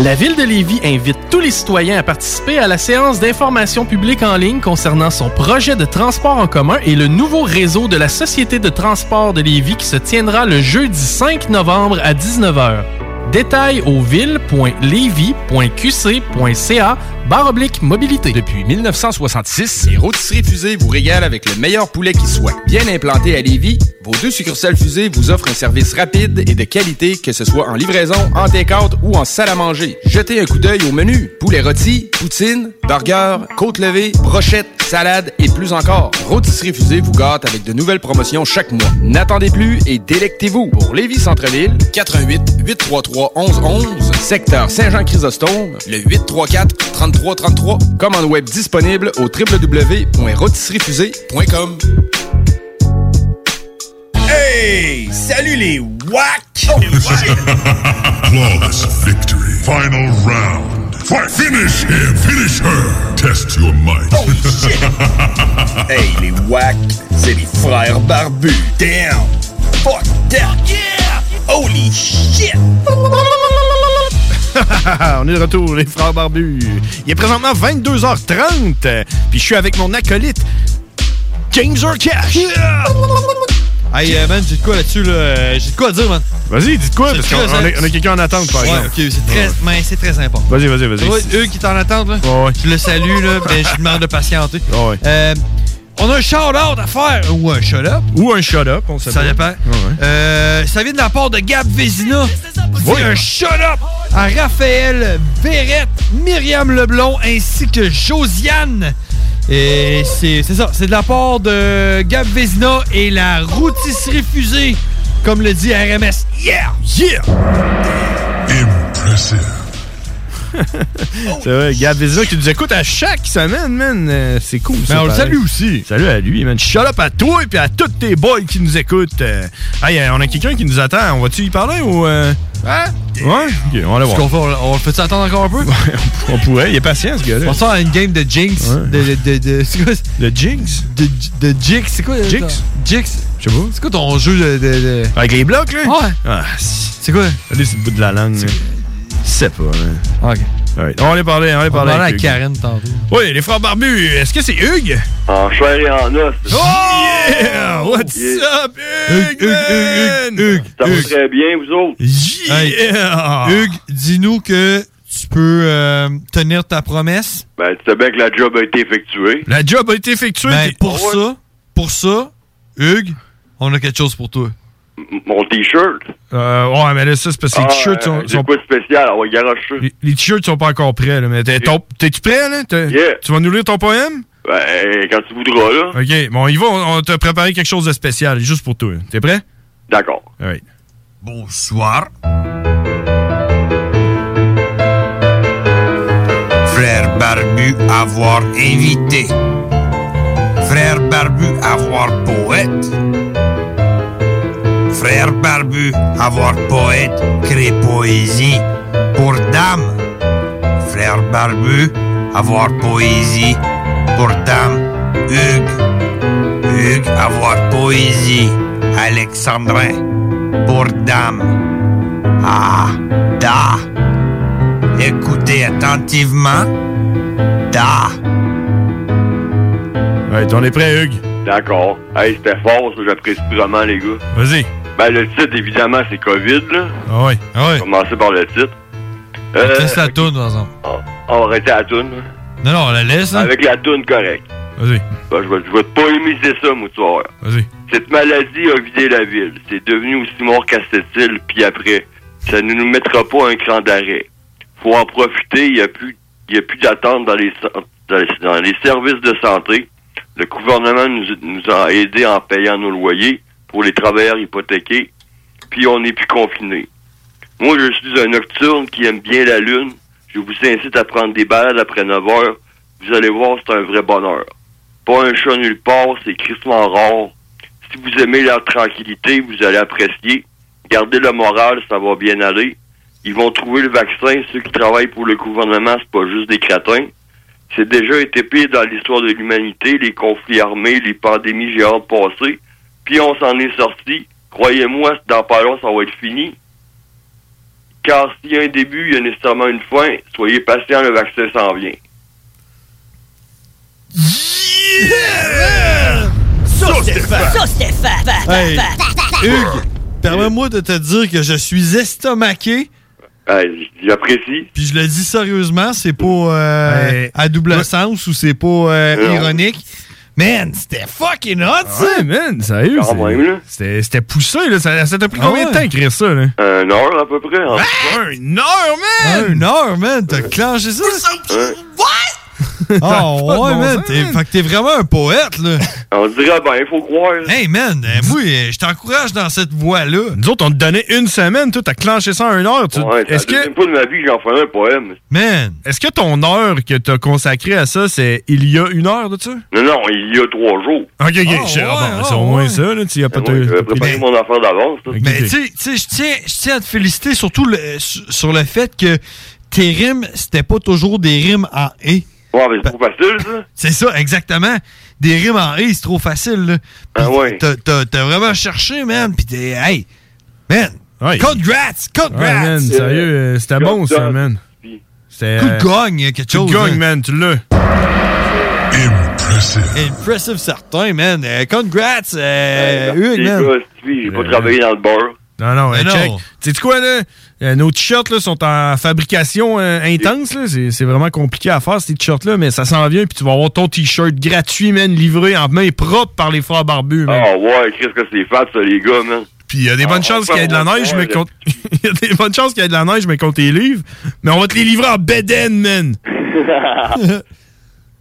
La Ville de Lévis invite tous les citoyens à participer à la séance d'information publique en ligne concernant son projet de transport en commun et le nouveau réseau de la Société de transport de Lévis qui se tiendra le jeudi 5 novembre à 19h. Détails au ville.levy.qc.ca barre oblique mobilité. Depuis 1966, les rôtisseries fusées vous régalent avec le meilleur poulet qui soit. Bien implanté à Lévis, vos deux succursales fusées vous offrent un service rapide et de qualité, que ce soit en livraison, en take-out ou en salle à manger. Jetez un coup d'œil au menu. Poulet rôti, poutine, burger, côte levée, brochette, salade et plus encore. Rôtisserie fusée vous gâte avec de nouvelles promotions chaque mois. N'attendez plus et délectez-vous. Pour Lévis Centre-Ville, 88 833 1111, secteur Saint-Jean-Chrysostome, le 834 3333. Commande web disponible au www.rôtisseriefusée.com. Hey! Salut les WAC! Flawless victory. Final round. Fight. Finish him. Finish her. Test your might. Oh, hey les WAC, c'est les frères barbus. Damn! Fuck that! Yeah! Holy shit! <laughs> On est de retour, les frères barbus. Il est présentement 22h30, euh, puis je suis avec mon acolyte, James Urcash. Hey, euh, man, j'ai de quoi là-dessus, là. Euh, J'ai de quoi à dire, man. Vas-y, dites quoi, C'est parce qu'on très- on a, on a quelqu'un en attente, par Ouais, exemple. ok, c'est très, Ouais. mais c'est très important. Vas-y, vas-y, vas-y. Ouais, Eux qui t'en attendent, là. Je le salue, <laughs> là. Ben, je demande de patienter. ouais. Euh, on a un shout-out à faire. Ou un shut-up. Ou un shut-up, on sait Ça dépend. pas. Euh, ça vient de la part de Gab Vézina. Oui. un shut-up à Raphaël Verrette, Myriam Leblon ainsi que Josiane. Et c'est c'est ça, c'est de la part de Gab Vézina et la routisserie fusée, comme le dit RMS. Yeah! Yeah! C'est vrai, Gab Vizina qui nous écoute à chaque semaine, man. Euh, C'est cool. Mais ça, Ben, on le pareil. salue aussi. Salut à lui, man. Shut up à toi et puis à tous tes boys qui nous écoutent. Euh, hey, euh, on a quelqu'un qui nous attend. On va-tu y parler ou. euh, Hein? Ouais? Ok, on va le Est-ce voir. qu'on fait- on, on le fait attendre encore un peu? on pourrait, il est patient ce gars-là. On sort à une game de Jinx. De, de, de, c'est quoi? De Jinx? De, de Jinx, c'est quoi? Jinx? Jinx? Je sais pas. C'est quoi ton jeu de. de- de- Avec les blocs, là? Ouais. Ah, c'est quoi? Allez, c'est le bout de la langue. là. Je sais pas, man. Ah, Ok. Alright, On va aller parler, on va aller On parler. parlait à avec Hugues. Karen tantôt. Oui, les frères barbus, est-ce que c'est Hugues? En chair et en os. Oh! Yeah! What's Yeah. up, Hugues? man? Ça va très bien, vous autres? Yeah! Hugues, dis-nous que tu peux euh, tenir ta promesse. Ben, tu sais bien que la job a été effectuée. La job a été effectuée. Ah Ben, t'es- pour ça, pour ça, Hugues, on a quelque chose pour toi. M- Mon t-shirt. Euh, ouais, mais là, ça, c'est parce que les Ah, t-shirts euh, sont, C'est sont- quoi de spécial? On va garocher. les- les t-shirts sont pas encore prêts, là. Mais t'es, ton- t'es-tu prêt, là? T'es- Tu vas nous lire ton poème? Ben, quand tu voudras, là. OK, bon, il va, on, on t'a préparé quelque chose de spécial, juste pour toi. T'es prêt? D'accord. Alright. Bonsoir. Frère Barbu avoir invité. Frère Barbu avoir poète. Frère Barbu avoir poète crée poésie pour dame. Frère Barbu avoir poésie pour dame. Hugues. Hugues avoir poésie. Alexandrin pour dame. Ah, da. Écoutez attentivement. Da. Alright, on est prêt, Hugues. D'accord. Hey, c'était fort, ça, j'apprécie vraiment, les gars. Vas-y. Ben, le titre, évidemment, c'est COVID, là. Ah ouais. Commencer par le titre. Euh, On laisse la toune, par exemple. Ah, On va arrêter la toune. Non, non, on la laisse, là. Avec la toune correcte. Vas-y. Ben, je, vais, je vais pas émiser ça, moutoir. Vas-y. Cette maladie a vidé la ville. C'est devenu aussi mort qu'à cette île, puis après. Ça ne nous mettra pas un cran d'arrêt. Faut en profiter. Il n'y a plus, il y a plus d'attente dans les, cen- dans les- dans les services de santé. Le gouvernement nous, nous a aidés en payant nos loyers pour les travailleurs hypothéqués, puis on n'est plus confinés. Moi, je suis un nocturne qui aime bien la lune. Je vous incite à prendre des balades après 9 heures. Vous allez voir, c'est un vrai bonheur. Pas un chat nulle part, c'est crissement rare. Si vous aimez la tranquillité, vous allez apprécier. Gardez le moral, ça va bien aller. Ils vont trouver le vaccin. Ceux qui travaillent pour le gouvernement, c'est pas juste des crétins. C'est déjà été pire dans l'histoire de l'humanité, les conflits armés, les pandémies géantes passées. Puis on s'en est sorti. Croyez-moi, dans pas long, ça va être fini. Car s'il y a un début, il y a nécessairement une fin. Soyez patient, le vaccin s'en vient. Ça, c'était fat. Fat, Hey, fat, fat, fat. Hugues, permets-moi de te dire que je suis estomaqué. J'apprécie. Puis je le dis sérieusement, c'est pas euh, à double sens ou c'est pas euh, Non. ironique. Man, c'était fucking hot, ça! Ouais, man, sérieux. Quand c'est- même, là. C'était c'était poussé, là. Ça ça t'a pris Ah combien de temps ouais. Ah! à écrire ça, là? Un heure à peu près. hein. en tout cas. Une heure, man! Une heure, man! T'as clenché ça? Pas de Oh, ouais, bon man! sens, t'es- man. Fait que t'es vraiment un poète, là! On dirait, ben, il faut croire. Hey, man! euh, Moi, euh, je t'encourage dans cette voie-là. Nous autres, on te donnait une semaine, toi, t'as clenché ça en une heure. Tu... Ouais, Est-ce Est-ce que, pas de ma vie, j'en ferai un poème. man, est-ce que ton heure que t'as consacrée à ça, c'est il y a une heure de ça? Ok, Non, non, il y a trois jours. ok, je- ah, bon, c'est au moins ça, là. Tu y as pas Moi, te- je vais préparer mon affaire d'avance. là. Mais tu sais- tu sais, je tiens, je tiens à te féliciter surtout le- sur sur le fait que tes rimes, c'était pas toujours des rimes en « et ». Ouais, mais c'est trop facile, ça. <laughs> C'est ça, exactement. Des rimes en « et », c'est trop facile, là. Ben Ah ouais. T'as t'as vraiment cherché, man, pis t'es... Hey, man, congrats, congrats! Ouais, Ah, man, sérieux, euh, c'était bon, ça, man. C'était, Coup euh, de gagne, quelque coup de chose. hein. gagne, man, tu l'as. Impressive. Impressive, certain, man. Euh, congrats, euh, Hugues, Les man. gars, si, j'ai pas travaillé dans le bar. Non, non, Mais euh, non. check. Tu sais quoi, là? Euh, nos t-shirts là, sont en fabrication euh, intense. là. C'est c'est vraiment compliqué à faire, ces t-shirts-là, mais ça s'en vient. Puis tu vas avoir ton t-shirt gratuit, man, livré en main propre par les frères barbus. Man. Ah ouais, qu'est-ce que c'est fat, ça, les gars, man. Puis il y a des bonnes chances qu'il y ait de la neige, mais contre... <laughs> il y a des bonnes chances qu'il y ait de la neige, mais qu'on te les livre. Mais on va te les livrer en beden, man.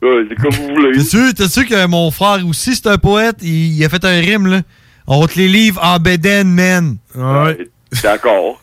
c'est comme vous voulez. T'es sûr, t'es sûr que mon frère aussi, c'est un poète, il, il a fait un rime, là. On te les livre en bédaine, man. <laughs> D'accord.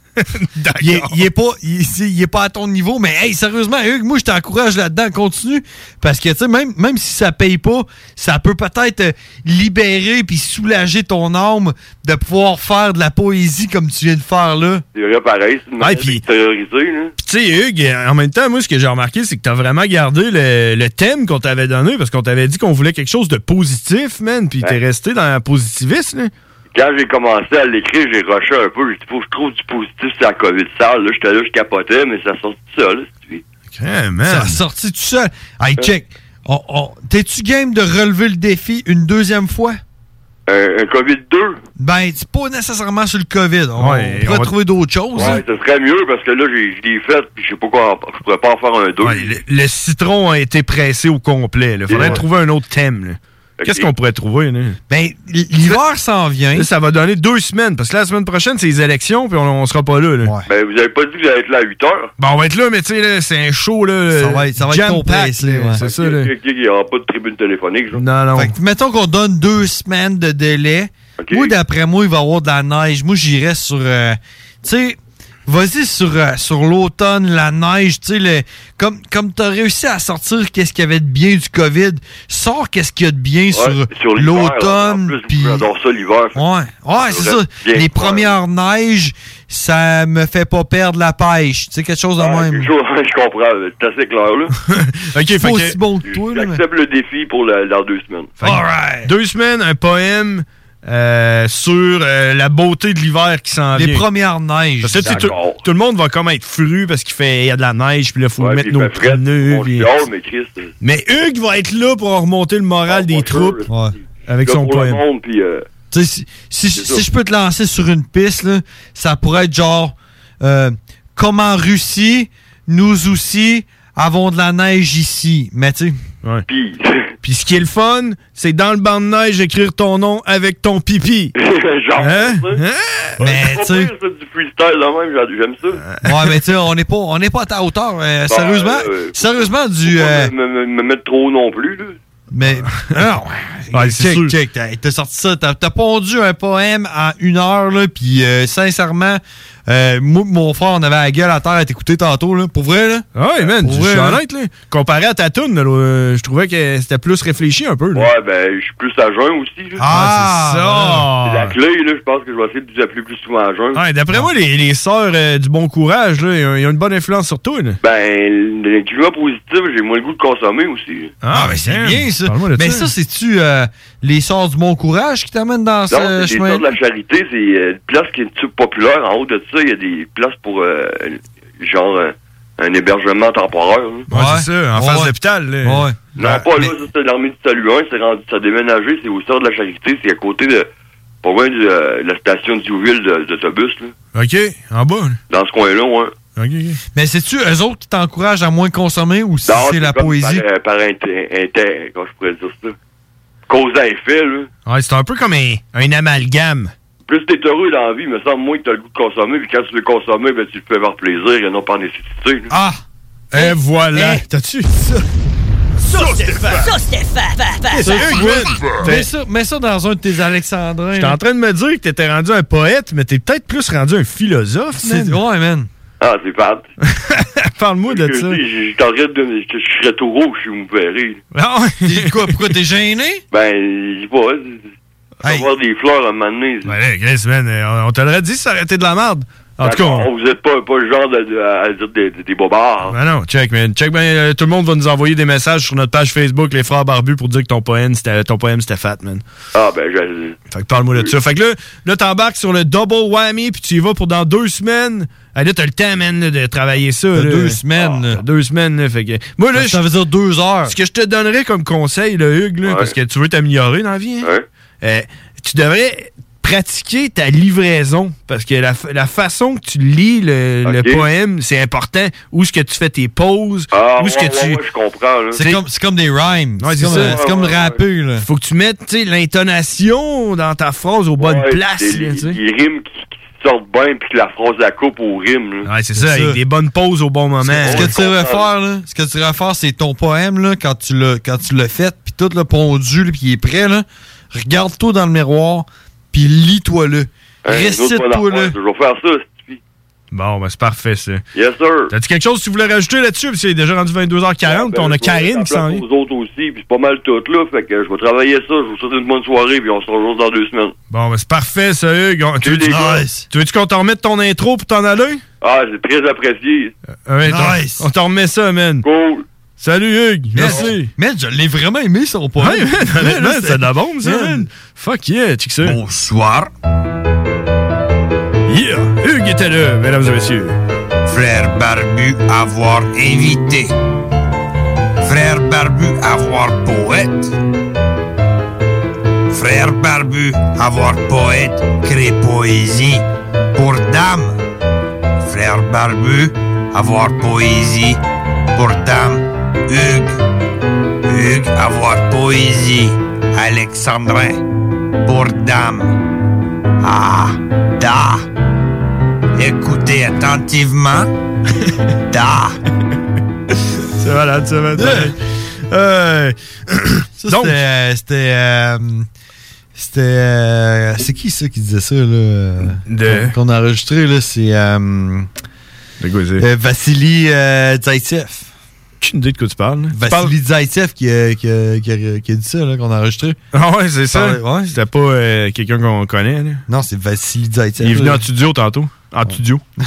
Il est, il est pas, il, c'est- il est pas à ton niveau, mais hey, sérieusement, Hugues, moi, je t'encourage là-dedans, continue. Parce que, tu sais, même, même si ça paye pas, ça peut peut-être euh, libérer puis soulager ton âme de pouvoir faire de la poésie comme tu viens de faire, là. C'est vrai, pareil, c'est une manière de terroriser, là. Puis tu sais, Hugues, en même temps, moi, ce que j'ai remarqué, c'est que t'as vraiment gardé le, le thème qu'on t'avait donné parce qu'on t'avait dit qu'on voulait quelque chose de positif, man. Puis t'es resté dans la positiviste, là. Quand j'ai commencé à l'écrire, j'ai rushé un peu. J'ai dit, faut que je trouve du positif sur la COVID sale. Là, j'étais là, je capotais, mais ça sort tout seul. Ça a sorti tout seul. Hey, Euh. check. On- on- T'es-tu game de relever le défi une deuxième fois? Euh, Un, un COVID-2. Ben, c'est pas nécessairement sur le COVID. On, Ouais, on pourrait on va- trouver d'autres choses. Ouais, ce serait mieux parce que là, j'ai- je l'ai fait, puis je sais pas quoi, en- je pourrais pas en faire un 2. Le citron a été pressé au complet. Il faudrait Ouais. trouver un autre thème. là. Qu'est-ce qu'on pourrait trouver? Là? Ben, l'hiver s'en vient. ça va donner deux semaines, parce que la semaine prochaine, c'est les élections, puis on, on sera pas là. là. Ben, vous avez pas dit que vous allez être là à 8 heures. Ben, on va être là, mais tu sais, là, c'est un show. Là, euh, Ça va être- ça va être jam-pack, compressé, là. ouais. C'est ça. Euh, Ok, Là. ok, Il n'y aura pas de tribune téléphonique, genre. Non, non. hein. Fait que, mettons qu'on donne deux semaines de délai. Moi, d'après moi, il va y avoir de la neige. Moi, j'irais sur. euh, tu sais, vas-y sur, euh, sur l'automne, la neige. Tu sais, le- comme, comme tu as réussi à sortir qu'est-ce qu'il y avait de bien du COVID, sors qu'est-ce qu'il y a de bien Ouais, sur, sur l'hiver, l'automne. là, en plus, J'adore ça l'hiver. Ouais, ouais c'est ça. Bien froid. Les premières neiges, ça me fait pas perdre la pêche. Tu sais, quelque chose de Je, même. <laughs> je comprends, c'est assez clair, <laughs> là. Ok, fait que- aussi bon J'accepte le défi pour la- dans deux semaines. Deux semaines, un poème euh, sur euh, la beauté de l'hiver qui s'en Les vient. premières neiges. Parce que, tu sais, tout, D'accord. tout le monde va comme être fru parce qu'il fait il y a de la neige, puis là, faut Ouais, mettre puis il nos fait fret, pneus. on puis- chiale, mais Ah, Chris, euh, Mais Hugues va être là pour remonter le moral des troupes avec là, son pour le poème. monde, puis, euh, Tu sais, si, si- C'est ça. si je peux te lancer sur une piste, là, ça pourrait être genre euh, comment Russie nous aussi avons de la neige ici. Mais tu sais. Puis. <laughs> ce qui est le fun, c'est dans le banc de neige écrire ton nom avec ton pipi. <laughs> Genre, Hein? Hein? Mais tu sais- du freestyle là même, j'a- j'aime ça. Ouais, mais tu sais, on n'est pas, on n'est pas à ta hauteur. euh, Bah, sérieusement, euh, sérieusement, du. Faut euh, pas me, me- me mettre trop non plus, là. mais. Ah. <laughs> Non, check, check, t'as- t'as sorti ça. T'as t'as pondu un poème en une heure, là. Puis, euh, sincèrement, euh, moi, pis mon frère, on avait la gueule à terre à t'écouter tantôt, là. Pour vrai, là. Ah ouais, man, Pour je vrai, suis là. honnête, là. Comparé à ta toune, là, euh, je trouvais que c'était plus réfléchi un peu, là. Ouais, ben, je suis plus à jeun aussi. là. Ah, c'est c'est ça! la clé, là. Je pense que je vais essayer de vous appeler plus souvent à jeun. Ouais, D'après moi, les, les sœurs euh, du bon courage, là, ils ont- ils ont une bonne influence sur toi, là. Ben, le climat positif, j'ai moins le goût de consommer aussi. Ah, mais c'est bien, ça. Parle-moi de Mais ça. ça, c'est-tu euh, les sorts du bon courage qui t'amènent dans Non, ce c'est des sortes chemin? de la charité, c'est euh, une place qui est un petit peu populaire. En haut de ça, il y a des places pour, euh, genre, un, un hébergement temporaire. là. Ouais, c'est ça, en face de l'hôpital, là. Ouais. Non, pas là, ça, c'est l'armée du salut 1, c'est rendu, ça a déménagé, c'est au sort de la charité, c'est à côté de, pas loin de euh, la station d'Youville de- d'autobus, là. OK, en bas, là. Dans ce coin-là, ouais. Mais c'est-tu eux autres qui t'encouragent à moins consommer ou si Non, c'est la comme poésie? Par, euh, par inter, inter- comment je pourrais dire ça? Cause à effet, là. Ouais, c'est un peu comme un, un amalgame. Plus t'es heureux dans la vie, il me semble moins que t'as le goût de consommer, puis quand tu veux consommer, ben tu le fais par plaisir et non par nécessité, là. Ah! Et Eh, voilà! T'as-tu ça? Sauce de fat. Sauce de fat. fat, fat. C'est un Mets ça, mets ça dans un de tes alexandrins. J'étais en train de me dire que t'étais rendu un poète, mais t'es peut-être plus rendu un philosophe, C'est- Ouais, man. Ah, c'est pas. <laughs> Parle-moi de ça. Je t'arrête de. Je je serais tout rouge si vous me verrez. Non, quoi, pourquoi t'es gêné? Ben, je sais pas. je vais Avoir des fleurs à un moment donné. Ben là, <laughs> Chris, man, euh, on on te l'aurait dit si ça aurait été de la merde. En tout cas, on- Ben, Vous êtes pas, pas le genre de, de- à dire des, des, des bobards. Ah non, check, man. Check, ben, euh, tout le monde va nous envoyer des messages sur notre page Facebook, les frères barbus, pour dire que ton poème, c'était, ton poème, c'était fat, man. Ah, ben, je. Fait que parle-moi de ça. Fait que là, là t'embarques sur le double whammy, puis tu y vas pour dans deux semaines. Ah, là, t'as le temps, man, là, de travailler ça. là. deux semaines, Ah, t'as deux semaines, là. Fait que. Moi, là, Ça veut dire deux heures. Ce que je te donnerais comme conseil, là, Hugues, là, parce que tu veux t'améliorer dans la vie, hein, euh, tu devrais pratiquer ta livraison parce que la, fa- la façon que tu lis le, le Ok. poème, c'est important. Où est-ce que tu fais tes pauses, Ah, où est-ce que ouais, tu... ouais, ouais, je comprends, là. C'est comme, c'est comme des rhymes. Ouais, c'est c'est comme, euh, ça. c'est comme Ouais, ouais, rapper, là. Faut que tu mettes tu sais, l'intonation dans ta phrase aux bonnes Ouais, places. des- là, tu sais. des- des rimes qui, qui sortent bien, puis que la phrase la coupe aux rimes, là. Ouais, c'est ça, avec des bonnes pauses au bon moment. Ce que tu devrais faire, là, ce que tu devrais faire, c'est ton poème, là, quand tu l'as, quand tu l'as fait, puis tout le pondu, là, puis il est prêt, là. Regarde-toi dans le miroir, puis lis-toi-le. Hein, une autre bonne Récite-toi, affaire, là. Je vais faire ça. Bon, ben c'est parfait, ça. Yes, sir. T'as-tu quelque chose que tu voulais rajouter là-dessus? Parce qu'il est déjà rendu 22h40, puis on ben, a Karine qui s'en vient. vient. aux autres aussi, puis c'est pas mal tout, là. Fait que je vais travailler ça. Je vous souhaite une bonne soirée, puis on se rejoint dans deux semaines. Bon, ben c'est parfait, ça, Hugues. On- Tu les veux-tu gars. tu veux-tu qu'on t'en remette ton intro pour t'en aller? Ah, c'est très apprécié. Ah ouais, t'en- On t'en remet ça, man. Cool. Salut, Hugues. Merci. Man, je l'ai vraiment aimé, son poème. <laughs> Ouais, man, honnêtement, Là, c'est de la bombe, ça, man. man. Fuck yeah, check ça. Bonsoir. Yeah, Hugues était là, mesdames et messieurs. Frère Barbu avoir invité. Frère Barbu avoir poète. Frère Barbu avoir poète crée poésie pour dame. Frère Barbu avoir poésie pour dame. Hugues. Hugues avoir poésie. Alexandrin pour dame. Ah, da. Écoutez <laughs> attentivement. da. C'est malade, ça, man. Euh, <clears throat> Ça, c'était. euh, C'était. euh, C'était. euh, c'est qui ça qui disait ça, là? De- Qu'on a enregistré, là, c'est. Euh, euh, Vassili euh, Zaitsev. Aucune idée de quoi tu parles. Vassili Zaitsev qui, a- qui a- qui a- qui a dit ça, là, qu'on a enregistré. Ah ouais, c'est Il ça. parlait- ouais. C'était pas euh, quelqu'un qu'on connaît. Là. Non, c'est Vassili Zaitsev. Il est venu là. en studio tantôt. En studio. <laughs>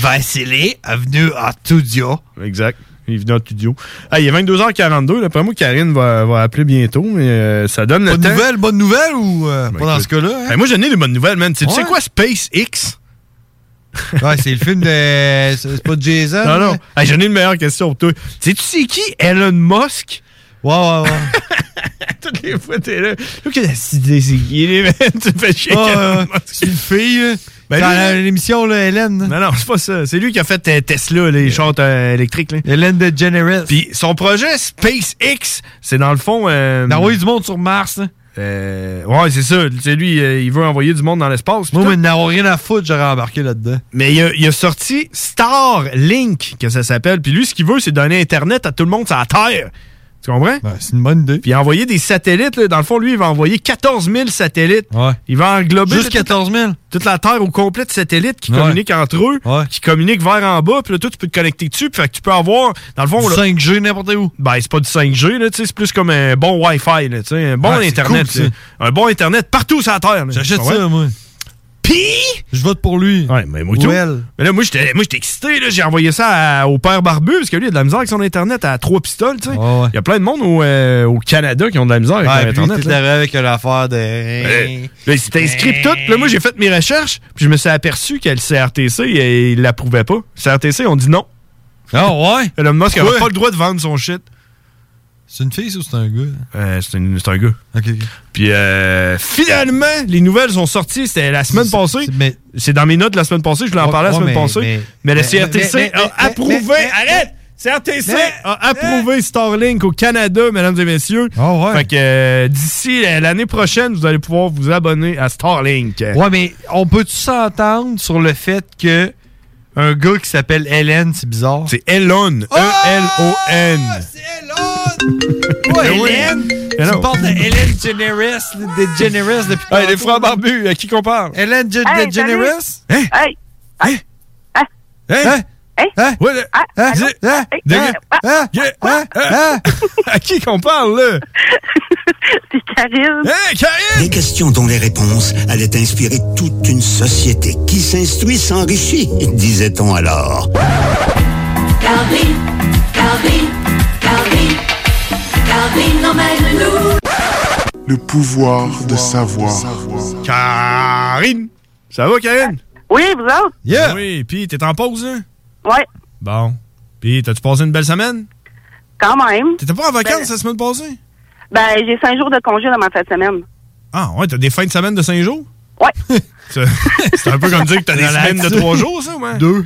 Vassili est venu en studio. Exact. Il est venu en studio. Ah, il est 22h42. D'après moi, Karine va, va appeler bientôt, mais euh, ça donne le Bonne temps. nouvelle, bonne nouvelle ou euh, Ben, pas dans écoute. ce cas-là? Eh, moi, j'ai donné des bonnes nouvelles, man. Tu sais- tu sais Ouais. quoi, SpaceX? Ouais, c'est le film de. C'est c'est pas de Jason? Non, non. mais- Hey, J'en ai une meilleure question pour toi. Sais-tu c'est qui Elon Musk? Ouais, ouais, <laughs> ouais. Toutes les <laughs> fois, t'es là. Look at that idée, c'est qui, man? Tu me fais chier. Ah, Elon ouais, ouais. Musk. C'est une fille. là. Dans l'émission, là, Hélène. hein. Non, non, c'est pas ça. C'est lui qui a fait euh, Tesla, les chars euh, électriques. Hélène DeGeneres. Puis son projet SpaceX, c'est dans le fond... Euh, D'envoyer du monde sur Mars. là. euh, ouais, c'est ça. C'est lui, euh, il veut envoyer du monde dans l'espace. Moi, pis mais tout. n'avoir rien à foutre, j'aurais embarqué là-dedans. Mais il a, il a sorti Starlink, que ça s'appelle. Puis lui, ce qu'il veut, c'est donner Internet à tout le monde sur la Terre. Tu comprends? Ben, c'est une bonne idée. Puis envoyer des satellites. là. Dans le fond, lui, il va envoyer 14 000 satellites. Il va englober... Juste là, toute la- 14 000. Toute la Terre au complet de satellites qui Ouais. communiquent entre eux, qui communiquent vers en bas. Puis là, toi, tu peux te connecter dessus. Fait que tu peux avoir, dans le fond... Du 5G n'importe où. Ben, c'est pas du 5G, là. tu sais, C'est plus comme un bon Wi-Fi, là, tu sais, un bon Ah, c'est Internet. cool, là. Un bon Internet partout sur la Terre. là. J'achète Tu comprends? ça, moi. Pis... Je vote pour lui. Ah Ouais, mais moi, tout. Ou elle. Mais là, moi, j'étais moi, j'étais excité. là. J'ai envoyé ça à- au père Barbu, parce que lui, il a de la misère avec son Internet à trois pistoles. tu sais. Il y a plein de monde au, euh, au Canada qui ont de la misère avec Ah, leur puis Internet. t'es là. arrivé avec l'affaire de... Euh, là, il s'était inscrit pis tout. Puis là, moi, j'ai fait mes recherches, puis je me suis aperçu que le CRTC, il- il l'approuvait pas. Le CRTC, on dit non. Ah ouais? <laughs> Elon Musk Pourquoi? n'avait pas le droit de vendre son shit. C'est une fille ou c'est un gars? Euh, c'est une- c'est un gars. Puis euh, finalement, les nouvelles sont sorties. C'était la semaine passée. C'est dans mes notes de la semaine passée. Je voulais en Ouais, parler la ouais, semaine mais- passée. Mais, mais- le mais- CRTC mais- mais- a mais- approuvé. mais- mais- arrête! CRTC mais- a Hein? approuvé Starlink au Canada, mesdames et messieurs. Ah Fait que euh, d'ici euh, l'année prochaine, vous allez pouvoir vous abonner à Starlink. Ouais, mais on peut-tu s'entendre sur le fait que <laughs> un gars qui s'appelle Hélène, c'est bizarre? Ah! C'est Elon. E E-L-O-N. Ouais, Eh oui. Hélène! Tu Eh non. Ah, parles de Hélène Generous, des Generous depuis Hey, les frères barbus, à qui qu'on parle? Hélène Ge- Hey, de Generous? Hein? Hey! Hein? Hein? Hein? Ouais, le- Hein? Hein? De- Hein? Hein? <laughs> Hein? À qui qu'on parle, là? C'est Karine. Des questions dont les réponses allaient inspirer toute une société qui s'instruit s'enrichit, <laughs> disait-on alors. Calvin, Calvin, Calvin, Calvin emmène-nous. Le pouvoir de savoir. Karine! Ça va, Karine? Oui, vous autres? Yeah! Oui, pis t'es en pause, hein? Ouais, Bon. Pis t'as-tu passé une belle semaine? quand même. T'étais pas en vacances la semaine passée? Ben, j'ai cinq jours de congé dans ma fin de semaine. <laughs> Ah, ouais, t'as des fins de semaine de 5 jours? <laughs> Ouais. C'est c'est un peu comme dire que t'as des Relax. semaines de 3 jours, ça, ouais? Deux.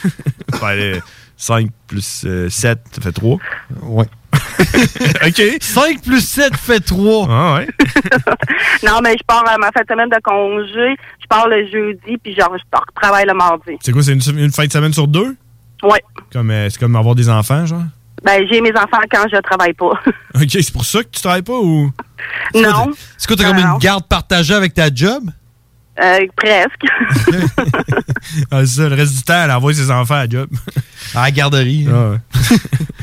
<laughs> ben, 5 plus 7, ça fait 3. Ouais. <laughs> OK. 5 plus 7 fait 3. Ah ouais. non, mais je pars à ma fin de semaine de congé. Je pars le jeudi, puis genre, je pars travailler le mardi. C'est quoi, c'est une, une fin de semaine sur deux? Ouais. Comme, euh, c'est comme avoir des enfants, genre? Ben, j'ai mes enfants quand je travaille pas. OK, c'est pour ça que tu travailles pas ou... non. C'est quoi, t'as comme une garde partagée avec ta job? Euh, presque. <laughs> Ah, c'est ça, le reste du temps, elle envoie ses enfants à la job. Ah, À la garderie. <laughs>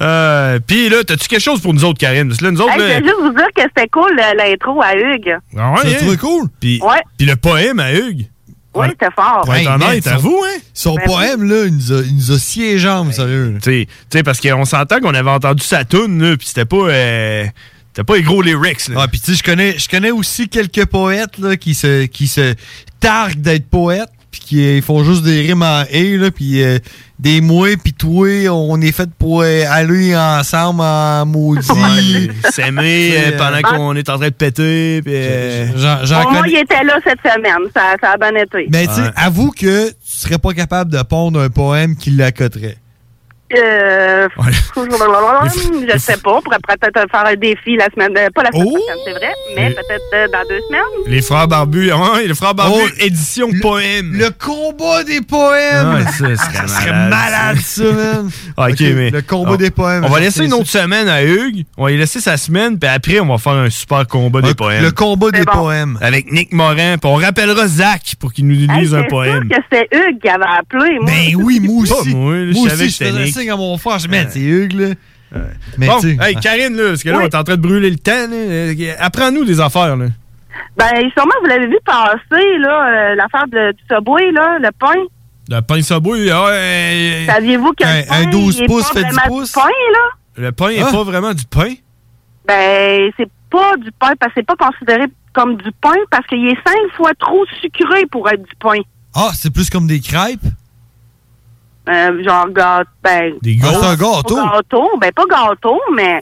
euh, Puis là, t'as-tu quelque chose pour nous autres, Karine? Parce que là, <laughs> nous autres, Hey, je là- veux juste vous dire que c'était cool le- l'intro à Hugues. Ah ouais, hein? cool? Puis Ouais. puis le poème à Hugues. Oui, c'était fort. Pour être honnête, à vous, hein? Son Ah, Ben poème, là, il nous a, il nous a scié jambes, sérieux. là. Tu sais- tu sais, parce qu'on s'entend qu'on avait entendu sa toune, là, puis c'était pas... euh, c'était pas les gros lyrics, là. Ah, puis tu sais, je connais, je connais aussi quelques poètes là, qui, se, qui se targuent d'être poètes, puis qui euh, font juste des rimes en « et », là, puis euh, des « moi », puis « toi », on est fait pour euh, aller ensemble en <laughs> maudit. <laughs> <laughs> S'aimer C'est, euh, euh, pendant qu'on est en train de péter, puis... euh, J'en Au moins, connais- il était là cette semaine. Ça, ça a bien été. Mais tu sais, avoue que tu serais pas capable de pondre un poème qui l'accoterait. Euh, <laughs> je sais pas. On pourrait peut-être faire un défi la semaine, de- pas la semaine Oh! prochaine, c'est vrai, mais Oui. peut-être euh, dans deux semaines. Les frères barbus, <laughs> hein, les frères barbus, Oh, édition poème. Le combat des poèmes! Ouais, <laughs> ça serait malade, malade, ça, man! Ah, Ok, Le combat on- des poèmes. On va ça, laisser c'est une ça. autre semaine à Hugues. On va lui laisser sa semaine, puis après, on va faire un super combat des poèmes. le combat des C'est bon. poèmes. Avec Nick Morin, puis on rappellera Zach pour qu'il nous Hey, lise c'est un sûr poème. que c'est Hugues qui avait appelé. Moi. Ben oui, <laughs> moi Pas aussi. moi, là, je moi savais aussi, que je c'était faisais Nick. signe à mon frère. Je dis, man, c'est Hugues, là. Mais bon, tu sais, hey, ah. Karine, là, parce que là, Oui. on est en train de brûler le temps. là. Euh, Apprends-nous des affaires. Là. Ben, sûrement, vous l'avez vu passer, là, euh, l'affaire de- du Subway, là, le pain. Le pain sabouille, Eh, ouais. euh, Saviez-vous qu'un Un- pain, un 12 il est pouces pas fait du vraiment pouce? pain, là? Le pain n'est Ah. pas vraiment du pain. Ben, c'est pas du pain, parce que c'est pas considéré comme du pain, parce qu'il est cinq fois trop sucré pour être du pain. Ah, c'est plus comme des crêpes. Euh, genre, gâteau, ben... Des gâteaux. Ah, c'est un gâteau. Gâteau, ben pas gâteau, mais...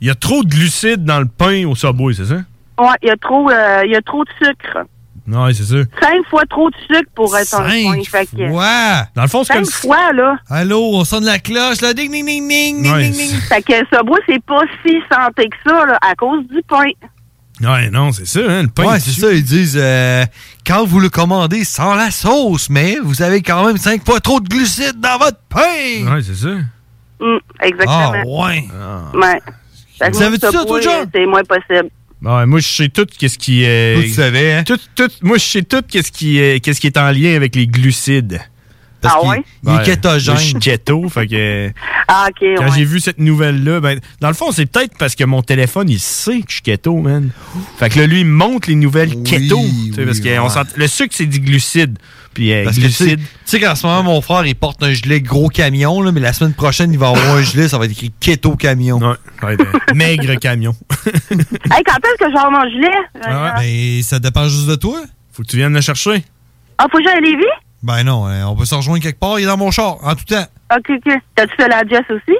Il y a trop de glucides dans le pain au sabouille, c'est ça? Ouais, il y a trop, euh, il y a trop de sucre. Non, c'est sûr. Cinq fois trop de sucre pour être en Cinq point. Fait que- Ouais! Dans le fond, c'est Cinq comme. fois, là. Allô, on sonne la cloche, là. Ding, ding, ding, ding, ding, ding, ding. Fait que ça, moi, c'est pas si santé que ça, là, à cause du pain. Ouais, non, c'est ça, hein, le pain. Ouais, c'est ça, ils disent euh, quand vous le commandez sans la sauce, mais vous avez quand même 5 fois trop de glucides dans votre pain. Ouais, c'est ça. Mm, exactement. Ah, ouais. Ouais. Fait que Vous moi, avez dit ça, toi, oui, Jean? C'est moins <laughs> possible. Ouais, moi, je sais tout qu'est-ce qui est. Tout tu savais, hein? Tout, tout, moi, je sais tout qu'est-ce qui est, qu'est-ce qui est en lien avec les glucides. Parce Ah qu'il- ouais? il est kétogène. moi, Je suis keto, fait que. <laughs> Ah, OK, Quand ouais. j'ai vu cette nouvelle-là, ben, dans le fond, c'est peut-être parce que mon téléphone, il sait que je suis keto, man. Fait que là, lui, il me montre les nouvelles keto. tu sais, parce que on s'entend- le sucre, c'est du glucide. Puis, euh, Parce que tu sais- glucide. tu sais qu'en ce moment, mon frère, il porte un gilet gros camion, là, mais la semaine prochaine, il va avoir un gilet, ça va être écrit keto camion. <laughs> maigre camion. hey, quand est-ce que j'en mange lait? Mais ça dépend juste de toi. Faut que tu viennes le chercher. Ah, faut que j'aille à Lévis? Ben non, hein, on peut se rejoindre quelque part, il est dans mon char, en tout temps. Ah, OK, OK. T'as-tu fait la Jess aussi?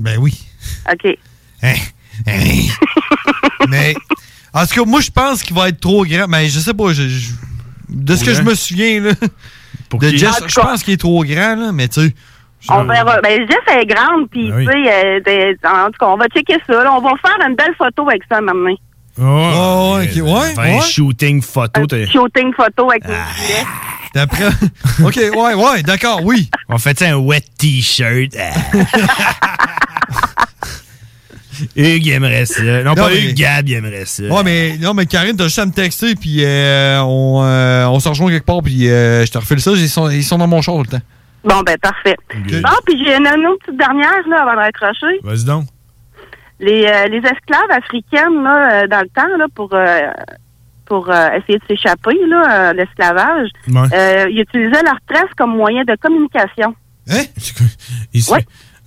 Ben oui. hein, OK. <laughs> Mais, en tout cas, moi, je pense qu'il va être trop grand. Mais je sais pas, je- je- de ce que je me souviens, là, de qui? Jess, En tout je pense qu'il est trop grand, là, mais tu sais. je- On verra. Ben, Jess elle est grande, puis, Ah Ben oui. tu sais, euh, t'es- en tout cas, on va checker ça. là. On va faire une belle photo avec ça, maintenant. Oh, Ah, ok, ouais, Faire un ouais. shooting photo. Eh. t'es- Shooting photo avec Ah. mes filets. D'après. <laughs> OK, ouais, ouais, d'accord, oui. On fait un wet t-shirt. <laughs> Hugues aimerait ça. Non, Non, pas mais- Hugues, Gab, il aimerait ça. Ouais, mais, non, mais Karine, t'as juste à me texter, puis euh, on, euh, on se rejoint quelque part, puis euh, je te refile ça. Ils sont, ils sont dans mon char tout le temps. Bon, ben, parfait. Bon, puis j'ai une, une autre petite dernière, là, avant de raccrocher. Vas-y donc. Les, euh, les esclaves africaines, là, euh, dans le temps, là, pour, euh, pour euh, essayer de s'échapper, là, euh, de l'esclavage, Ouais. euh, ils utilisaient leur tresse comme moyen de communication. Il se-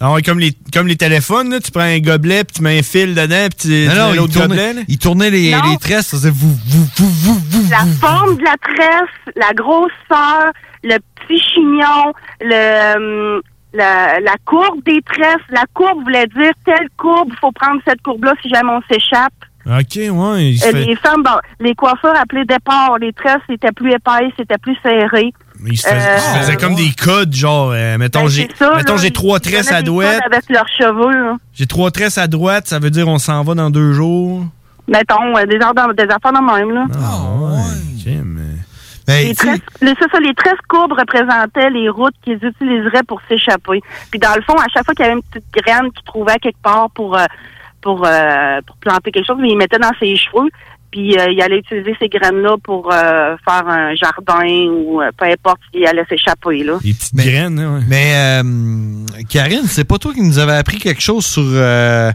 Ah ouais, comme les, comme les téléphones, là, tu prends un gobelet, puis tu mets un fil dedans, puis tu, tu Non, non, mets il l'autre gobelet. tournait, là. il tournait les, Non. les tresses, ça faisait vous, vous, vous, vous, vous. La forme de la tresse, la grosseur, le petit chignon, le, hum, la, la courbe des tresses. La courbe voulait dire telle courbe, il faut prendre cette courbe-là si jamais on s'échappe. Ok, ouais. il se Euh, fait- Les femmes, bon, les coiffeurs appelaient départ, les tresses étaient plus épaisses, c'était plus serré. Il se faisait, il se euh, faisait comme des codes, genre, euh, mettons, Ben, j'ai, mettons, j'ai trois tresses à droite. Avec leurs cheveux, hein. là. J'ai trois tresses à droite, ça veut dire on s'en va dans deux jours. mettons, euh, des, affaires dans- des affaires de même, là. Ah, ouais. Ok, mais. les, tresses, les, ça, ça, les tresses courbes représentaient les routes qu'ils utiliseraient pour s'échapper. Puis dans le fond, à chaque fois qu'il y avait une petite graine qu'ils trouvaient quelque part pour euh, pour, euh, pour planter quelque chose, mais ils mettaient dans ses cheveux. Puis euh, ils allaient utiliser ces graines-là pour euh, faire un jardin ou euh, peu importe, ils allaient s'échapper, là. mais, graines, Mais euh, Karine, c'est pas toi qui nous avais appris quelque chose sur euh,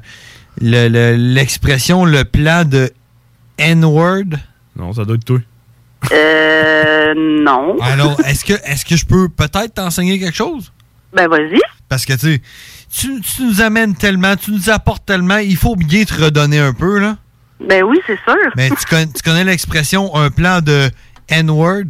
le- le- l'expression, le, plan de N-word? Non, ça doit être toi. Euh, non. Alors, est-ce que, est que je peux peut-être t'enseigner quelque chose? Ben, vas-y. Parce que, tu sais, tu, tu nous amènes tellement, tu nous apportes tellement, il faut bien te redonner un peu, là. Ben oui, c'est sûr. Mais tu connais, tu connais l'expression un plan de N-word?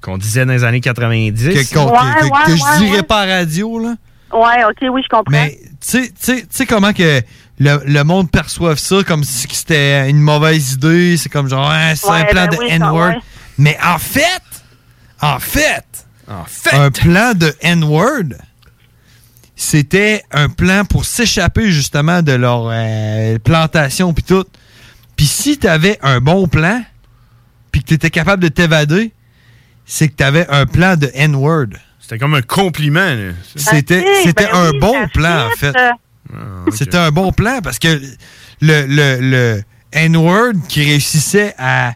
Qu'on disait dans les années 90. Que, qu'on- que- Ouais, que- que ouais, ouais, je dirais ouais. pas à la radio, là. Ouais, ok, oui, je comprends. Mais tu sais- tu sais tu sais comment que le, le monde perçoit ça comme si que c'était une mauvaise idée, c'est comme genre Ah, c'est un Ouais, plan de ben oui, ça, N-word. ouais. Mais en fait, en fait, En un plan de N-word, c'était un plan pour s'échapper justement de leur euh, plantation puis tout. Puis si t'avais un bon plan, puis que t'étais capable de t'évader, c'est que t'avais un plan de N-word. C'était comme un compliment. là. C'était Ok, c'était ben un oui, Ah, bon la plan, en suite. fait. Euh, C'était un bon plan parce que le, le, le N-word qui réussissait à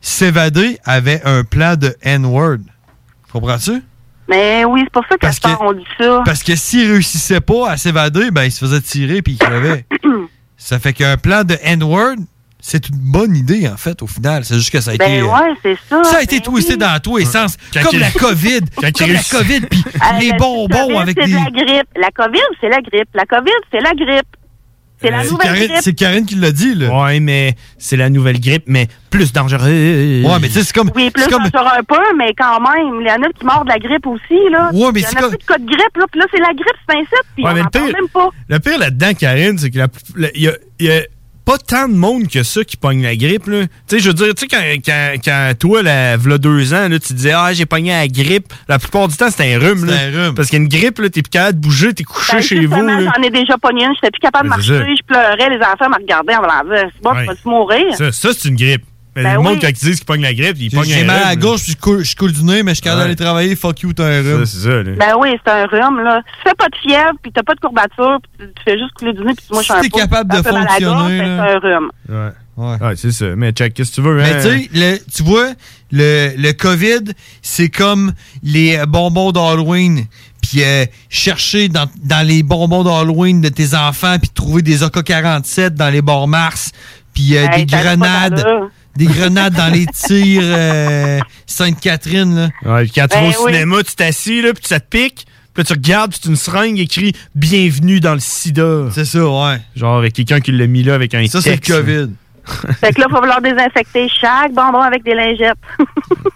s'évader avait un plan de N-word. Comprends-tu? Mais oui, c'est pour ça que les stars ont dit ça. Parce que s'il réussissait pas à s'évader, ben il se faisait tirer puis il crevait. ça fait qu'un plan de N-word, c'est une bonne idée, en fait, au final. C'est juste que ça a été. Ben euh, ouais, c'est ça. ça a été Ben twisté oui. dans tous les sens. Comme la <laughs> COVID. comme la COVID, puis <laughs> Ah, les le bonbons COVID, avec c'est des. de la grippe. La COVID, c'est la grippe. La COVID, c'est la grippe. C'est la nouvelle grippe. qui l'a dit, là. Euh, Ouais, mais c'est la nouvelle grippe, mais plus dangereuse. Ouais, mais tu sais, c'est comme. Oui, plus comme... un peu, mais quand même. Il y en a qui meurent de la grippe aussi, là. Ouais, mais Il y en c'est a comme- plus de cas de grippe, là. Puis là, c'est la grippe, c'est un puis Ouais, on mais n'en le parle pire- même pas. Le pire là-dedans, Karine, c'est que la- la- il y a, il y a pas tant de monde que ça qui pogne la grippe. là. Tu sais, je veux dire, tu sais, quand, quand, quand toi, là, v'là deux ans, là, tu disais, ah, j'ai pogné la grippe, la plupart du temps, c'était un rhume. là. Parce qu'une grippe, là, t'es plus capable de bouger, t'es couché Ben, chez vous. justement, là. J'en ai déjà pogné une, j'étais plus capable de Ben, c'est marcher, ça. je pleurais, les enfants me regardaient en me disant, c'est bon, Ouais. je vais mourir. Ça, ça, c'est une grippe. Mais Ben le monde, oui. quand ils disent qu'ils pognent la grippe, ils pognent un J'ai mal à la rhume, gauche, puis je coule, je coule du nez, mais je suis capable Ouais. d'aller travailler, fuck you, t'as un rhume. C'est ça, là. Ben oui, c'est un rhume, là. Si tu fais pas de fièvre, puis t'as pas de courbature, puis tu, tu fais juste couler du nez, puis moi, je suis un t'es peu, capable un de peu mal à la gorge, fonctionner, ben, là. c'est un rhume. Ouais. Ouais. c'est ça. Mais check, qu'est-ce que tu veux, hein? Mais tu sais, le- tu vois, le, le COVID, c'est comme les euh, bonbons d'Halloween. Puis euh, chercher dans, dans les bonbons d'Halloween de tes enfants, puis trouver des AK-47 dans les bords Mars, puis euh, Hey, des t'allais pas dans grenades. là. Des grenades dans <laughs> les tirs euh, Sainte-Catherine. Là. Ouais, puis quand tu Ben vas au oui. cinéma, tu t'assis, là, puis ça te pique. Puis là, tu regardes, puis c'est une seringue écrit Bienvenue dans le sida. C'est ça, ouais. Genre, avec quelqu'un qui l'a mis là avec un Ça, c'est le texte. <laughs> COVID. Fait que là, faut vouloir désinfecter chaque bonbon avec des lingettes. <laughs>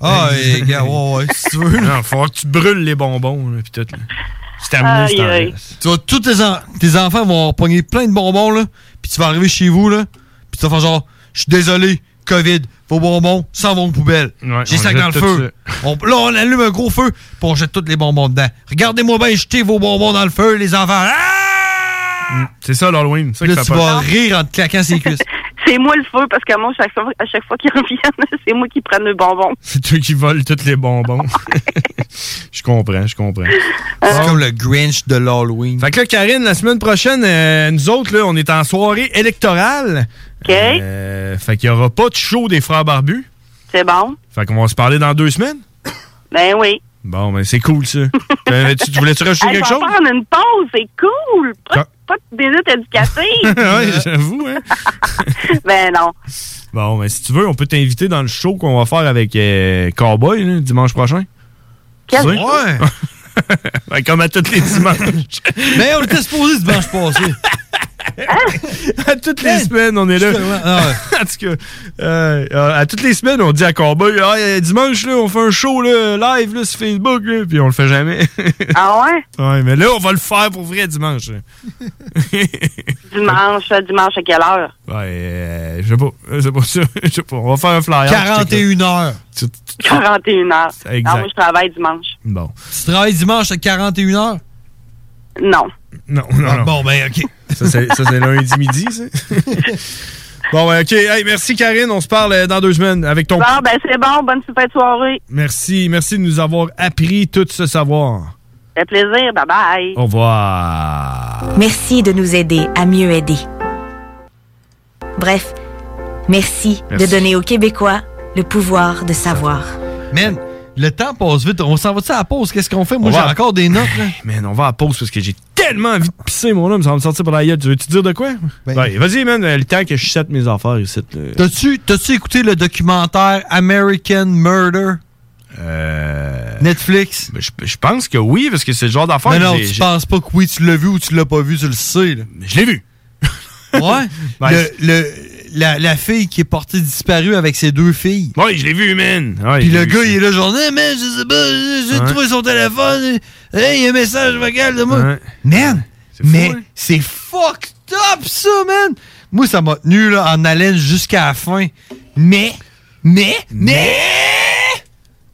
Ah, et, gars, ouais, ouais, si tu veux. Non, faut que tu brûles les bonbons, là, puis tout. là. C'est terminé, Aïe, c'est en aïe. reste. Tu vois, tous tes, en- tes enfants vont avoir pogné plein de bonbons, là. Puis tu vas arriver chez vous, là. Puis tu vas faire genre, je suis désolé, COVID, vos bonbons s'en vont aux poubelles. J'ai on ça jette dans le tout feu. On- là, on allume un gros feu, puis on jette tous les bonbons dedans. Regardez-moi bien jeter vos bonbons dans le feu, les enfants. Ah! C'est ça, l'Halloween. C'est ça Là, que ça tu passe. vas rire en te claquant ses cuisses. c'est moi le feu, parce que moi, chaque fois, à chaque fois qu'ils <laughs> reviennent, c'est moi qui prenne le bonbon. <laughs> C'est toi qui voles tous les bonbons. <laughs> je comprends, je comprends. C'est comme le Grinch de l'Halloween. Fait que là, Karine, la semaine prochaine, euh, nous autres, là, on est en soirée électorale. OK? Euh, fait qu'il n'y aura pas de show des frères barbus. C'est bon? Fait qu'on va se parler dans deux semaines. Ben oui. Bon, ben c'est cool, <laughs> ça. Euh, tu tu voulais-tu rajouter Hey, quelque je vais chose? Ah. prendre une pause, c'est cool! Pas, pas de visite éducative! <laughs> Ouais, j'avoue, hein? <laughs> ben non. Bon, ben si tu veux, on peut t'inviter dans le show qu'on va faire avec euh, Cowboy là, dimanche prochain. Quel Tu sais? show? <laughs> Ben, Comme à tous les dimanches. <laughs> Hein? Mais on était supposé dimanche passé. <laughs> à toutes les semaines, on est là. ah <laughs> en tout cas, euh, euh, à toutes les semaines, on dit à Cowboy, Ah, euh, dimanche, là, on fait un show là, live là, sur Facebook, là, puis on le fait jamais. ah ouais? <laughs> Ouais, mais là, on va le faire pour vrai dimanche. là. Dimanche, euh, dimanche à quelle heure? Ouais, euh, je sais pas, je sais pas, <laughs> je sais pas. On va faire un flyer. 41 heures. Tu- 41 heures. Exact. Ah, moi, je travaille dimanche. Bon. <laughs> Tu travailles dimanche à 41 heures? Non. Non, non, non. Bon, ben, OK. Ça, c'est ça, c'est lundi midi, ça. <laughs> bon, ouais, OK. Hey, merci, Karine. On se parle euh, dans deux semaines avec ton... Bon, ben c'est bon. Bonne super soirée. Merci, merci de nous avoir appris tout ce savoir. Fait plaisir. Bye-bye. Au revoir. Merci de nous aider à mieux aider. Bref, merci, Merci. de donner aux Québécois le pouvoir de savoir. Man, le temps passe vite. On s'en va-tu à la pause? Qu'est-ce qu'on fait? Moi, On j'ai va à- encore des notes, là. Man, on va à la pause parce que j'ai tellement envie de pisser, mon homme. Ça va me sortir par la gueule. Tu veux-tu dire de quoi? Ben. Ouais, Vas-y, man. euh, Le temps que je sette mes affaires ici. là. T'as-tu, t'as-tu écouté le documentaire American Murder? Netflix? Euh, ben, je, je pense que oui, parce que c'est le genre d'affaire Mais que non, j'ai- tu j'ai- penses pas que oui, tu l'as vu ou tu l'as pas vu, tu le sais. Là. Je l'ai vu. <laughs> ouais? Ben, Le- le- la, la fille qui est portée disparue avec ses deux filles. Ouais, je l'ai vu, man. Ouais, Puis je l'ai le vu. gars, il est là, genre, Eh, man, je sais pas, j'ai Ouais. trouvé son téléphone. Hey, il y a un message vocal de moi. Ouais. hein. Man, mais c'est fucked up, ça, man. Moi, ça m'a tenu là, en haleine jusqu'à la fin. Mais, mais, mais,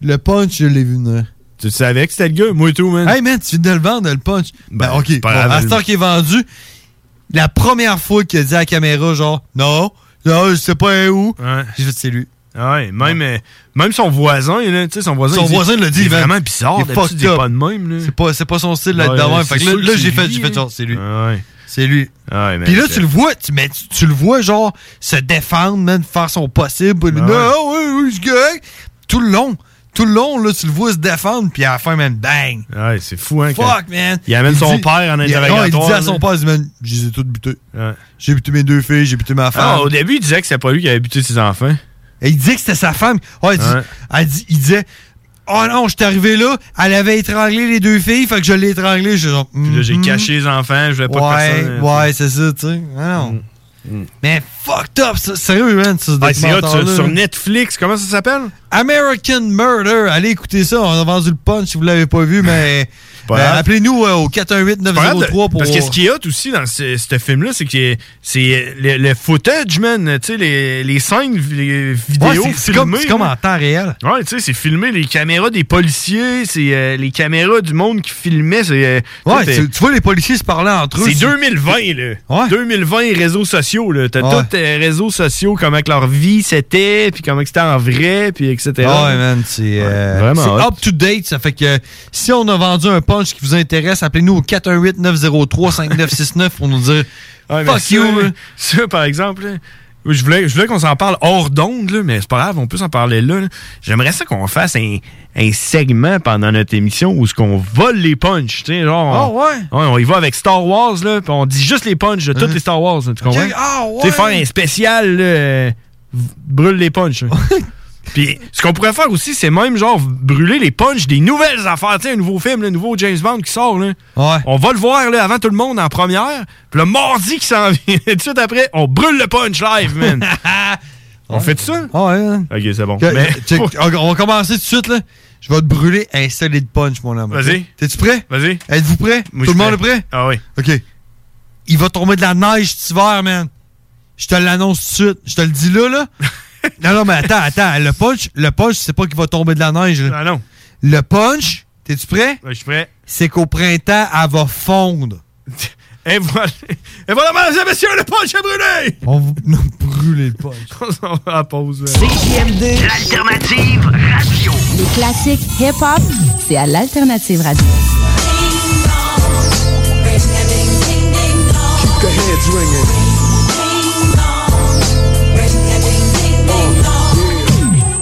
le punch, je l'ai vu venir. Tu savais que c'était le gars? Moi et tout, man. Hey, man, tu viens de le vendre, le punch. Ben, OK. Bon, pas grave, à elle- ce temps qu'il est vendu, la première fois qu'il a dit à la caméra, genre, non, non, je sais pas un où. J'ai fait, c'est lui. Ouais, même, euh, même son voisin, là, tu sais, son voisin. Son il dit- voisin l'a dit, Il est man. vraiment bizarre. Il est d'habitude, fucked il est up. pas de même, là. C'est pas, c'est pas son style là Ouais, dedans. c'est Fait que là, sûr que là, c'est j'ai fait, lui, j'ai fait hein. genre, c'est lui. Ouais. Ah C'est lui. Ouais, man, Puis là, c'est- tu le vois, tu, mais tu, tu le vois, genre, se défendre, man, faire son possible. Ben Puis, non, oui, oui, je gagne. Tout le long. Tout le long, là, tu le vois se défendre, puis à la fin, man, bang. Ouais, c'est fou, hein. quand- Fuck, man. Il amène son dit- père en il- interrogatoire. non, il dit à là. son père, il dit, man, je les ai tous butés. J'ai buté mes deux filles, j'ai buté ma femme. Ah, au début, il disait que c'était pas lui qui avait buté ses enfants. Et il disait que c'était sa femme. Ah, il, dit- Ouais. elle dit- il disait Oh non, je suis arrivé là, elle avait étranglé les deux filles, fait que je l'ai étranglé. Je genre, Puis là, j'ai Mhm. caché les enfants, je voulais pas que Ouais, personne. hein, ouais, c'est ça, tu sais. Ah non. Mais fucked up, ça, sérieux, man, ça, ce Ouais, Ah, c'est hot, documentaire-là, sur, sur là. Netflix, comment ça s'appelle? American Murder. Allez écouter ça. On a vendu le punch si vous l'avez pas vu, mais. pas mais grave. Appelez-nous euh, au C'est pas grave de- 418-903 pour. Parce que ce qu'il y a aussi dans ce, ce film-là, c'est que c'est le, le footage, man. Tu sais, les, les scènes, les vidéos Ouais, c'est- c'est filmées, comme- c'est comme là. en temps réel. Ouais, tu sais, c'est filmé, les caméras des policiers, c'est euh, les caméras du monde qui filmait. c'est, euh, Ouais, tout est- tu, tu vois les policiers se parler entre eux. c'est 2020, là. 2020, réseaux sociaux, là. T'as Ouais. tous tes réseaux sociaux, comment que leur vie c'était, puis comment que c'était en vrai, puis etc. Ouais, man, c'est euh, vraiment c'est hot. up to date. Ça fait que si on a vendu un punch qui vous intéresse, appelez-nous au 418-903-5969 pour nous dire Ouais, mais fuck ça, you. là, là. Ça, par exemple, là, je voulais, je voulais qu'on s'en parle hors d'onde, là, mais c'est pas grave, on peut s'en parler là. là. J'aimerais ça qu'on fasse un, un segment pendant notre émission où ce qu'on vole les punchs. tu sais, Ah, Genre, on, on y va avec Star Wars, là, puis on dit juste les punchs de toutes les Star Wars. là, tu comprends? Hein? ah, ouais. Tu sais, faire un spécial, là, euh, v- brûle les punchs. là. Puis ce qu'on pourrait faire aussi, c'est même genre brûler les punchs des nouvelles affaires. Tu sais, un nouveau film, le nouveau James Bond qui sort. Là. On va le voir là, avant tout le monde en première. Puis le mardi qui s'en vient, <laughs> tout de suite après, on brûle le punch live, man. <laughs> on fait ça? Ah Ouais. hein. Ok, c'est bon. ben, Que- euh, Mais- check, on, on va commencer tout de suite, là. Je vais te brûler un solide punch, mon homme. Vas-y. T'es-tu prêt? Vas-y. Êtes-vous prêt? Moi, Tout je le monde suis prêt. est prêt? Ah oui. OK. Il va tomber de la neige cet hiver, man. Je te l'annonce tout de suite. Je te le dis là, <laughs> là. non, non, mais attends, attends. Le punch, le punch, c'est pas qu'il va tomber de la neige, là. Ah non. Le punch, t'es-tu prêt? Ouais, Je suis prêt. <laughs> C'est qu'au printemps, elle va fondre. Et voilà, et voilà, mesdames et messieurs, le punch est brûlé! On <laughs> va brûler le punch. on s'en va à pause. là. CJMD, l'alternative radio. Les classiques hip-hop, c'est à l'Alternative Radio. Keep the heads ringing.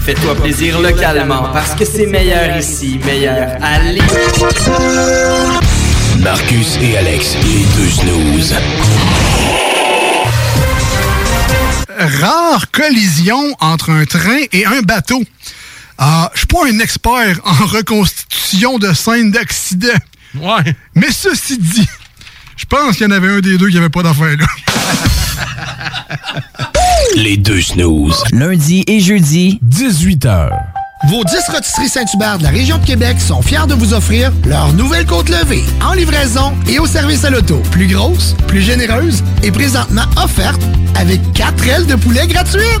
Fais-toi plaisir localement parce que c'est meilleur ici, meilleur à Lévis. Marcus et Alex, les deux snooze. Rare collision entre un train et un bateau. Ah, je suis pas un expert en reconstitution de scènes d'accident. Ouais. Mais ceci dit, je pense qu'il y en avait un des deux qui avait pas d'affaire là. Les deux snooze. Lundi et jeudi, 18h. Vos 10 rôtisseries Saint-Hubert de la région de Québec sont fiers de vous offrir leur nouvelle côte levée en livraison et au service à l'auto. Plus grosse, plus généreuse et présentement offerte avec 4 ailes de poulet gratuites.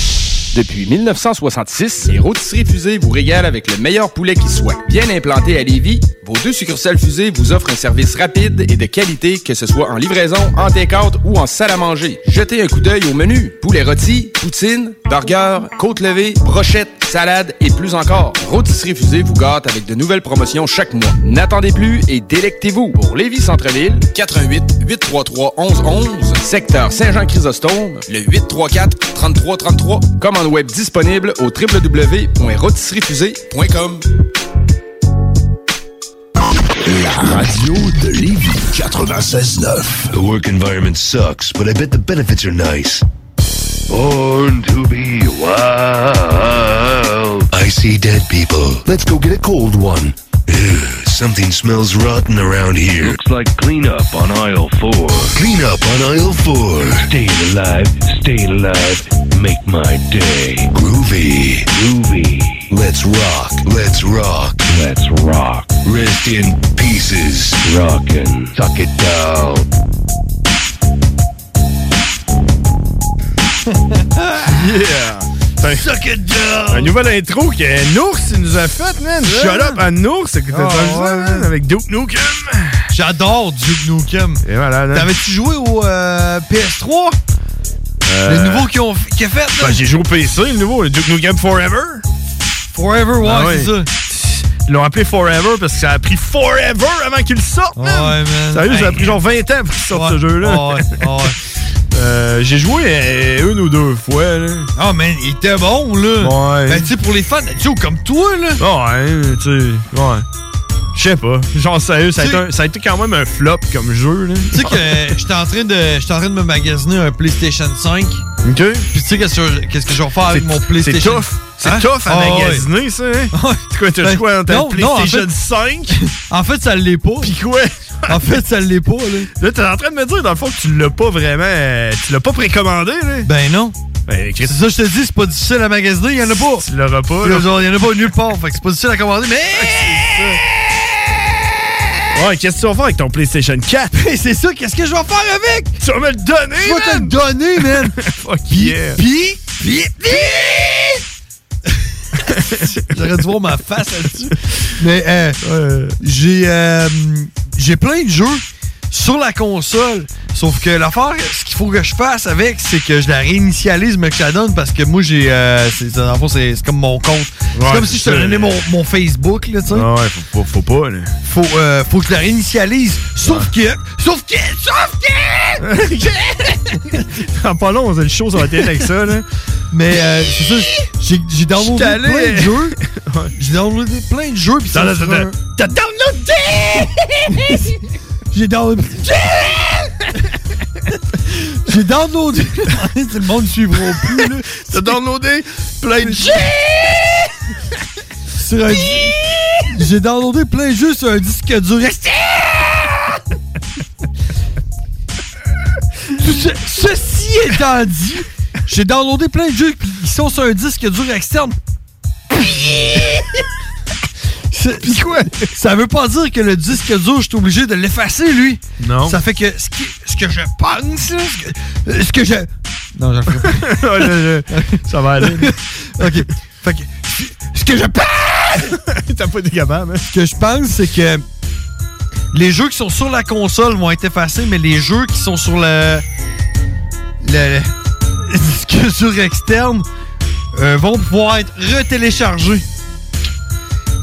Depuis 1966, les rôtisseries fusées vous régalent avec le meilleur poulet qui soit. Bien implanté à Lévis, vos deux succursales fusées vous offrent un service rapide et de qualité, que ce soit en livraison, en take-out ou en salle à manger. Jetez un coup d'œil au menu. Poulet rôti, poutine, burger, côte levée, brochette, salade et plus encore. Rôtisserie fusée vous gâte avec de nouvelles promotions chaque mois. N'attendez plus et délectez-vous. Pour Lévis Centre-Ville, 88 833 1111, secteur Saint-Jean-Chrysostome, le 834 3333. Commande web disponible au www.rotisseriefusée.com. La radio de Lévis 96.9. The work environment sucks, but I bet the benefits are nice. Born to be wild. I see dead people. Let's go get a cold one. Ugh, something smells rotten around here. Looks like cleanup on aisle four. Cleanup on aisle four. Stay alive, stay alive, make my day. Groovy. Groovy. Let's rock, let's rock, let's rock. Rest in pieces. Rockin'. Suck it down. Ah! Yeah! Suck it down! Un nouvel intro qu'un ours il nous a fait, man! Shut up, un ours! Écoutez Ah, ça, ouais, man, avec Duke Nukem! J'adore Duke Nukem! Et voilà, là. T'avais-tu joué au euh, PS3? Le Euh, nouveau qu'ils ont qui a fait, là? ben, j'ai joué au PC, le nouveau, le Duke Nukem Forever! Forever, ouais, Ah c'est ça. Ils l'ont appelé Forever parce que ça a pris Forever avant qu'il sorte, man! Sérieux, ça a Hey. pris genre 20 ans pour qu'il sorte Ouais. Ah ce jeu-là! Ouais, <laughs> Euh, j'ai joué euh, une ou deux fois, là. Ah, man, il était bon, là! Ouais. Ah Ben, tu sais, pour les fans de Joe comme toi, là! Ouais, tu sais, ouais. Je sais pas. Genre, sérieux, ça a, Tu été sais- un- ça a été quand même un flop comme jeu, là. Tu sais <laughs> que j'étais en train de j'étais en train de me magasiner un PlayStation 5. OK. Puis tu sais qu'est-ce que qu'est-ce que je vais faire avec C'est- mon c'est PlayStation Hein? Ah, tough. C'est tough à magasiner, ça, hein? C'est quoi, t'as Ben, quoi dans ta non, non, en fait- PlayStation 5? En fait, ça l'est pas. Puis quoi? en fait, ça l'est pas, là. Là, t'es en train de me dire, dans le fond, que tu l'as pas vraiment. euh, Tu l'as pas précommandé, là? Ben non. Ben, C'est ça, je te dis, c'est pas difficile à magasiner, il y en a pas. Tu l'auras pas, là. Il y en a pas nulle part, Ah, fait que c'est pas difficile à commander, Ah, mais. Ouais, qu'est-ce que tu vas faire avec ton PlayStation 4? Hey, <laughs> c'est ça, qu'est-ce que je vais faire avec? Tu vas me le donner! Je vais te le donner, man! <laughs> Fuck yeah! Pis, pis, pis! <laughs> J'aurais dû voir ma face là-dessus. Mais euh, j'ai euh, j'ai plein de jeux sur la console. Sauf que l'affaire, ce qu'il faut que je fasse avec, c'est que je la réinitialise, mais que je la donne parce que moi, j'ai. euh, c'est- dans le fond, c'est c'est comme mon compte. Ouais, c'est comme si je c'est te ça. donnais mon, mon Facebook, hein? là, tu sais. Ah ouais, faut, faut, faut pas, là. Faut, euh, faut que je la réinitialise. Sauf que. Sauf que. Sauf que! <laughs> En pas long, on a une chose en tête avec ça, là. Mais euh, c'est ça, j'ai- j'ai downloadé J'étais allé- plein de jeux. J'ai downloadé plein de jeux. pis ça, Attends, c'est attends, un- attends. T'as downloadé! J'ai downloadé. J'ai downloadé. <laughs> C'est le monde ne suivra plus, là. T'as downloadé plein de jeux. Sur un- <laughs> J'ai downloadé plein de jeux sur un disque dur. <laughs> Ce- Ceci étant dit, j'ai downloadé plein de jeux qui sont sur un disque dur <laughs> externe. Puis quoi? Ça veut pas dire que le disque dur, je suis obligé de l'effacer, lui. Non. Ça fait que ce, qui- ce que je pense, là, ce que, ce que je. Non, <laughs> j'en ferai pas. Ça va aller. <laughs> OK. Fait que ce que je pense... <laughs> T'as pas hein? été capable, Ce que je pense, c'est que les jeux qui sont sur la console vont être effacés, mais les jeux qui sont sur le... le, <laughs> le disque dur externe euh, vont pouvoir être retéléchargés.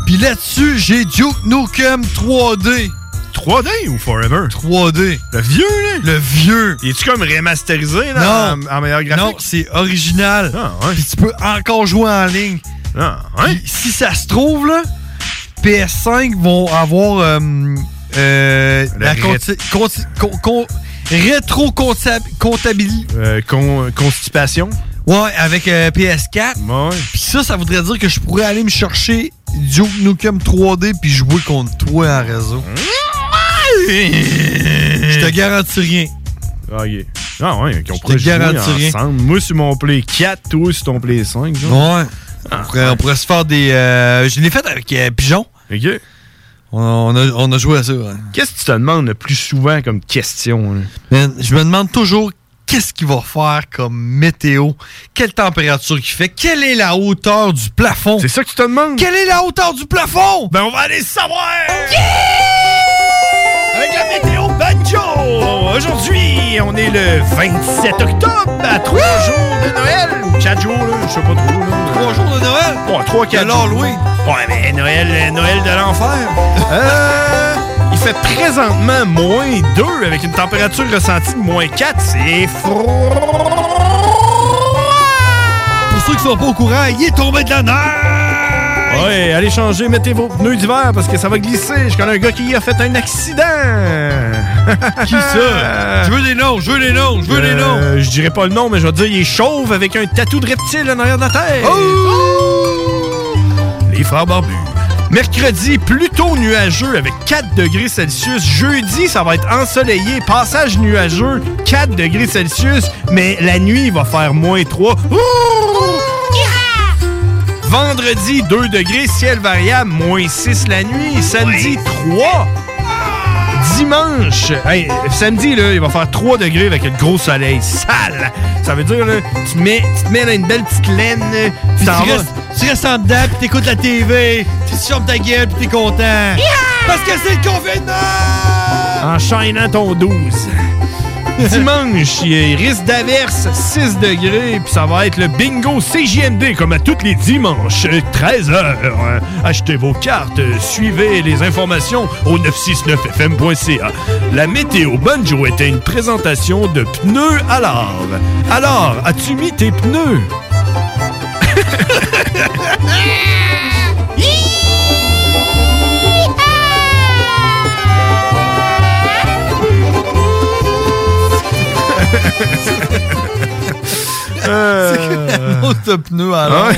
Puis là-dessus, j'ai Duke Nukem 3D. 3D ou Forever? 3D. Le vieux, là? Le vieux. Il est-tu comme remasterisé, là, Non. en, en meilleur graphique? Ah, Non, c'est original. Puis tu peux encore jouer en ligne. Puis Si ça se trouve, là, PS5 vont avoir euh, euh, la ré- conti- conti- con- con- rétro-comptabilité. Euh, con- <laughs> constipation? Ouais, avec euh, PS4. Puis ça, ça voudrait dire que je pourrais aller me chercher Duke Nukem 3D puis jouer contre toi en réseau. Je te garantis rien. Ah, ok. Ah ouais, qu'on te pourrait jouer garantis rien. ensemble. Moi sur mon Play 4, toi sur ton Play 5. Ouais. Ah. On pourrait, on pourrait se faire des. euh, je l'ai fait avec euh, Pigeon. OK. On, on a, on a joué à ça. ouais. Qu'est-ce que tu te demandes le plus souvent comme question? hein? là? Man, Ben, je me demande toujours qu'est-ce qu'il va faire comme météo, quelle température qu'il fait, quelle est la hauteur du plafond. C'est ça que tu te demandes? Quelle est la hauteur du plafond? Ben, on va aller savoir! Avec la météo banjo! Aujourd'hui, on est le 27 octobre, à 3 jours de Noël. 4 jours, là, je sais pas trop. 3 jours de Noël? Ouais, 3 4 De l'Halloween. Ouais, mais Noël, euh, Noël de l'enfer. Euh, <laughs> il fait présentement moins 2 avec une température ressentie de moins 4. C'est froid! Pour ceux qui sont pas au courant, il est tombé de la neige! Ouais, allez changer, mettez vos pneus d'hiver parce que ça va glisser. Je connais un gars qui a fait un accident. Qui <laughs> ça? Je veux des noms, je veux des noms, je veux des noms! Euh, je dirais pas Oh! le nom, mais je vais te dire, il est chauve avec un tatou de reptile en arrière de la tête. les frères barbus. Mercredi, plutôt nuageux avec 4 degrés Celsius. Jeudi, ça va être ensoleillé, passage nuageux, 4 degrés Celsius, mais la nuit, il va faire moins 3. Vendredi, 2 degrés, ciel variable, moins 6 la nuit. Samedi, 3. Dimanche, hey, samedi, là, il va faire 3 degrés avec le gros soleil. Sale! Ça veut dire, là, tu, te mets, tu te mets dans une belle petite laine. là, Puis t'en tu vas- restes, tu restes en dedans, puis t'écoutes la TV, puis tu chantes ta gueule, puis t'es content. Parce que c'est le confinement! Enchaînant ton 12. Dimanche, il risque d'averse 6 degrés, puis ça va être le bingo CJMD comme à tous les dimanches, 13h. Achetez vos cartes, suivez les informations au 969fm.ca. La météo banjo était une présentation de pneus à l'arbre. Alors, as-tu mis tes pneus? Euh. <laughs> C'est la mode de pneus <laughs> alors.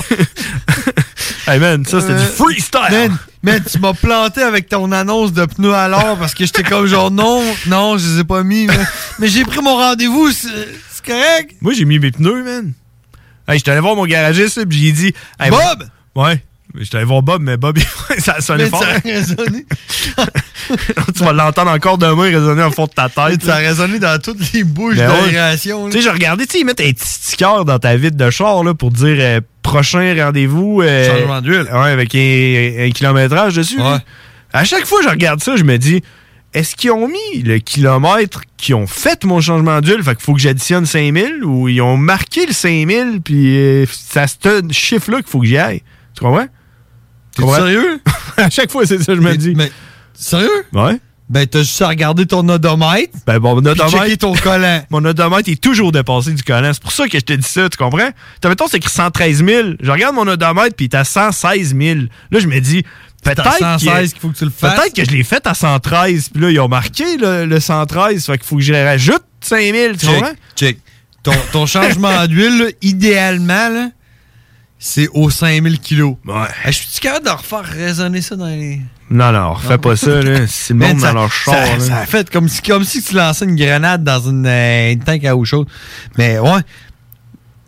hey man, ça c'était du freestyle! Euh, Man, man, tu m'as planté avec ton annonce de pneus à l'or parce que j'étais comme genre non, non, je les ai pas mis. man. Mais j'ai pris mon rendez-vous, c'est c'est correct. Moi, j'ai mis mes pneus, man. Hey, j'étais allé voir mon garagiste, là, puis j'ai dit. Hey, Bob! Ouais. Mais J'étais allé voir Bob, mais Bob, <laughs> il- ça sonnait Mais fort. ça a résonné. tu vas l'entendre encore demain résonner en fond de ta tête. Ça a résonné dans toutes les bouches Ben ouais. d'aération. là. Tu sais, j'ai regardé, tu sais, ils mettent un petit sticker dans ta vitre de char là, pour dire euh, prochain rendez-vous. euh, Changement d'huile. Ouais, avec un, un kilométrage dessus. là. À chaque fois que je regarde ça, je me dis est-ce qu'ils ont mis le kilomètre qui ont fait mon changement d'huile Fait qu'il faut que j'additionne 5000 ou ils ont marqué le 5000 puis euh, c'est à ce chiffre-là qu'il faut que j'y aille. Tu comprends T'es Comprends? sérieux? <laughs> à chaque fois, c'est ça je me dis. Mais, sérieux? Ouais. Ben, t'as juste à regarder ton odomètre. Ben, bon, mon Puis odomètre. checker ton collant. <laughs> mon odomètre est toujours dépassé du collant. C'est pour ça que je te dis ça, tu comprends? T'as, mettons, c'est écrit 113 000. Je regarde mon odomètre, puis il est à 116 000. Là, je me dis, peut-être. à 116 que- qu'il faut que tu le fasses. Peut-être que je l'ai fait à 113, puis là, ils ont marqué le, le 113. Fait qu'il faut que je les rajoute 5 000, tu Check, comprends? check. Ton, ton changement d'huile, là, idéalement, là, c'est aux 5000 kilos. Ouais. je suis capable de refaire résonner ça dans les. Non, non, refais pas <laughs> ça, là. C'est le Man, monde ça- dans leur char, Ça, là. ça a fait comme si, comme si tu lançais une grenade dans une, euh, une tank à eau chaude. Mais ouais.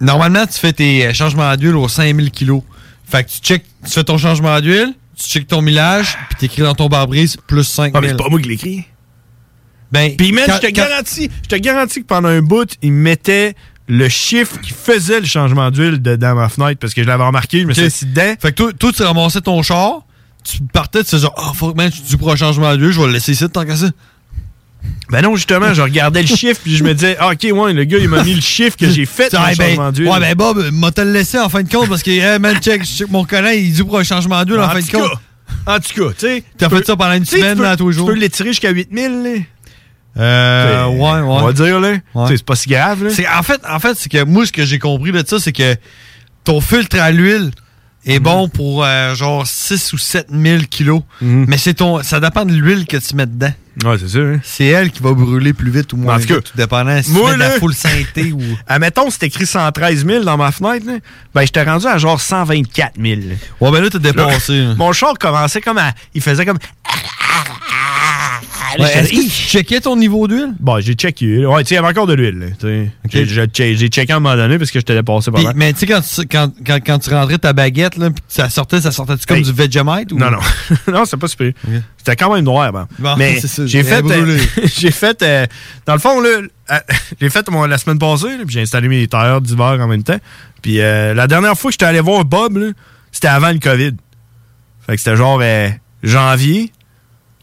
Normalement, tu fais tes euh, changements d'huile aux 5000 kilos. Fait que tu check, tu fais ton changement d'huile, tu checkes ton millage, puis t'écris dans ton pare-brise plus 5000. Ah, mais c'est pas moi qui l'écris. Ben, Puis, man, quand- je te quand- garantis, je te garantis que pendant un bout, ils mettaient le chiffre qui faisait le changement d'huile dedans ma fenêtre parce que je l'avais remarqué, je me suis Ok. assis dedans. Fait que toi, toi, tu ramassais ton char, tu partais, tu faisais genre, oh fuck man, je suis dû pour un changement d'huile, je vais le laisser ici tant qu'à ça. Ben non, justement, <laughs> je regardais le chiffre puis je me disais, Ah, ok, ouais, le gars, il m'a mis le chiffre que j'ai fait Tu dis, dans le Hey, ben, changement <laughs> d'huile. Ouais, ben Bob, m'a te le laissé en fin de compte parce que, hey, man, check, je check mon collant, il est dû pour un changement d'huile en, fin de tout cas, compte. En tout cas, tu sais. T'as tu fait peux- ça pendant une tu sais, tu semaine, peux- là, tous les jours. Tu peux l'étirer jusqu'à 8000, là. Euh, ouais, ouais. On va dire, là. Tu sais, C'est pas si grave, là. C'est- En fait, en fait c'est que moi, ce que j'ai compris de ça, c'est que ton filtre à l'huile est Mhm. bon pour euh, genre 6 ou 7 000 kilos. Mhm. Mais c'est ton, ça dépend de l'huile que tu mets dedans. Ouais, c'est sûr. hein. C'est elle qui va brûler plus vite ou moins En tout cas, vite, tout dépendant si moi, tu mets de là- la full <laughs> synthé ou... Admettons, c'était écrit 113 000 dans ma fenêtre, là, ben j'étais rendu à genre 124 000. Ouais, ben là, t'as dépassé, là. Mon char commençait comme à. Il faisait comme. Ah, ben, Ouais, est-ce que tu checkais ton niveau d'huile? Bon, j'ai checké. là. Ouais, tu sais, il y avait encore de l'huile. là, tu sais. J'ai- J'ai check- j'ai checké à un moment donné parce que j'étais dépassé par Puis, là. mais tu sais, quand, tu- quand, quand, quand tu rentrais ta baguette, là, puis ça sortait, ça sortait-tu comme Hey. du Vegemite? Ou... Non, non. <laughs> non, c'est pas super. C'était quand même noir, ben. Bon, <laughs> Mais c'est ça, j'ai elle fait. a brûlé. euh, <laughs> j'ai fait. euh, dans le fond, là, euh, <laughs> j'ai fait mon- la semaine passée, là, puis j'ai installé mes tailleurs d'hiver en même temps. Puis euh, la dernière fois que j'étais allé voir Bob, là, c'était avant le COVID. Fait que c'était genre euh, janvier.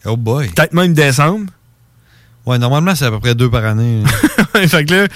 Oh boy. Peut-être même décembre. Ouais, normalement, c'est à peu près <laughs> deux par année. hein? fait que là,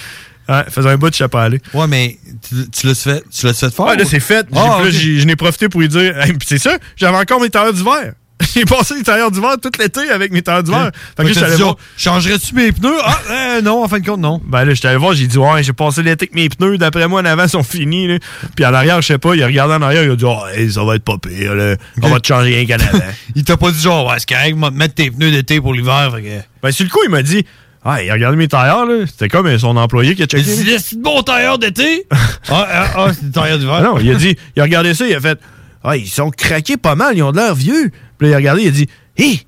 ouais, faisait un bout, je sais pas aller. Ouais, mais tu, tu l'as fait, tu l'as fait fort? Ouais, là, c'est fait. J'ai- Ah, là, ok. j'ai- Je n'ai profité pour lui dire. <laughs> Hey, puis c'est ça, j'avais encore mes tailleurs d'hiver. <laughs> J'ai passé les tailleurs d'hiver tout l'été avec mes tailleurs Hein? d'hiver. Fait que là, Fait que t'as j'allais dit, voir. oh, Changerais-tu mes pneus? <laughs> Ah, euh, non, en fin de compte, non. Ben là, j'étais allé voir, j'ai dit, ouais, j'ai passé l'été avec mes pneus, d'après moi, en avant, sont finis. Là. Puis à l'arrière, je sais pas, il a regardé en arrière, il a dit, oh, hey, ça va être pas pire, là. on va te changer hein. rien qu'en avant. <laughs> Il t'a pas dit genre, ouais, c'est correct, moi, de mettre tes pneus d'été pour l'hiver. Fait que. ben sur le coup, il m'a dit, ah, il a regardé mes tailleurs, là. C'était comme euh, son employé qui a checké. <laughs> C'est bon tailleur d'été? ah, ah, ah, c'est du tailleur d'hiver. Ah non, il a dit, il a regardé ça, il a fait Ah, ils sont craqués pas mal, ils ont de l'air vieux. Puis là, il a regardé, il a dit Hé,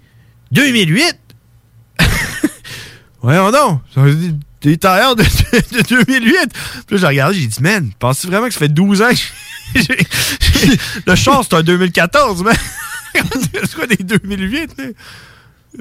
2008 <laughs> Voyons donc, ça veut dire des tailleurs de, de 2008. Puis là, j'ai regardé, j'ai dit Man, penses-tu vraiment que ça fait 12 ans que j'ai- <laughs> j'ai- Le char, c'est un 2014, man <laughs> C'est quoi des 2008, là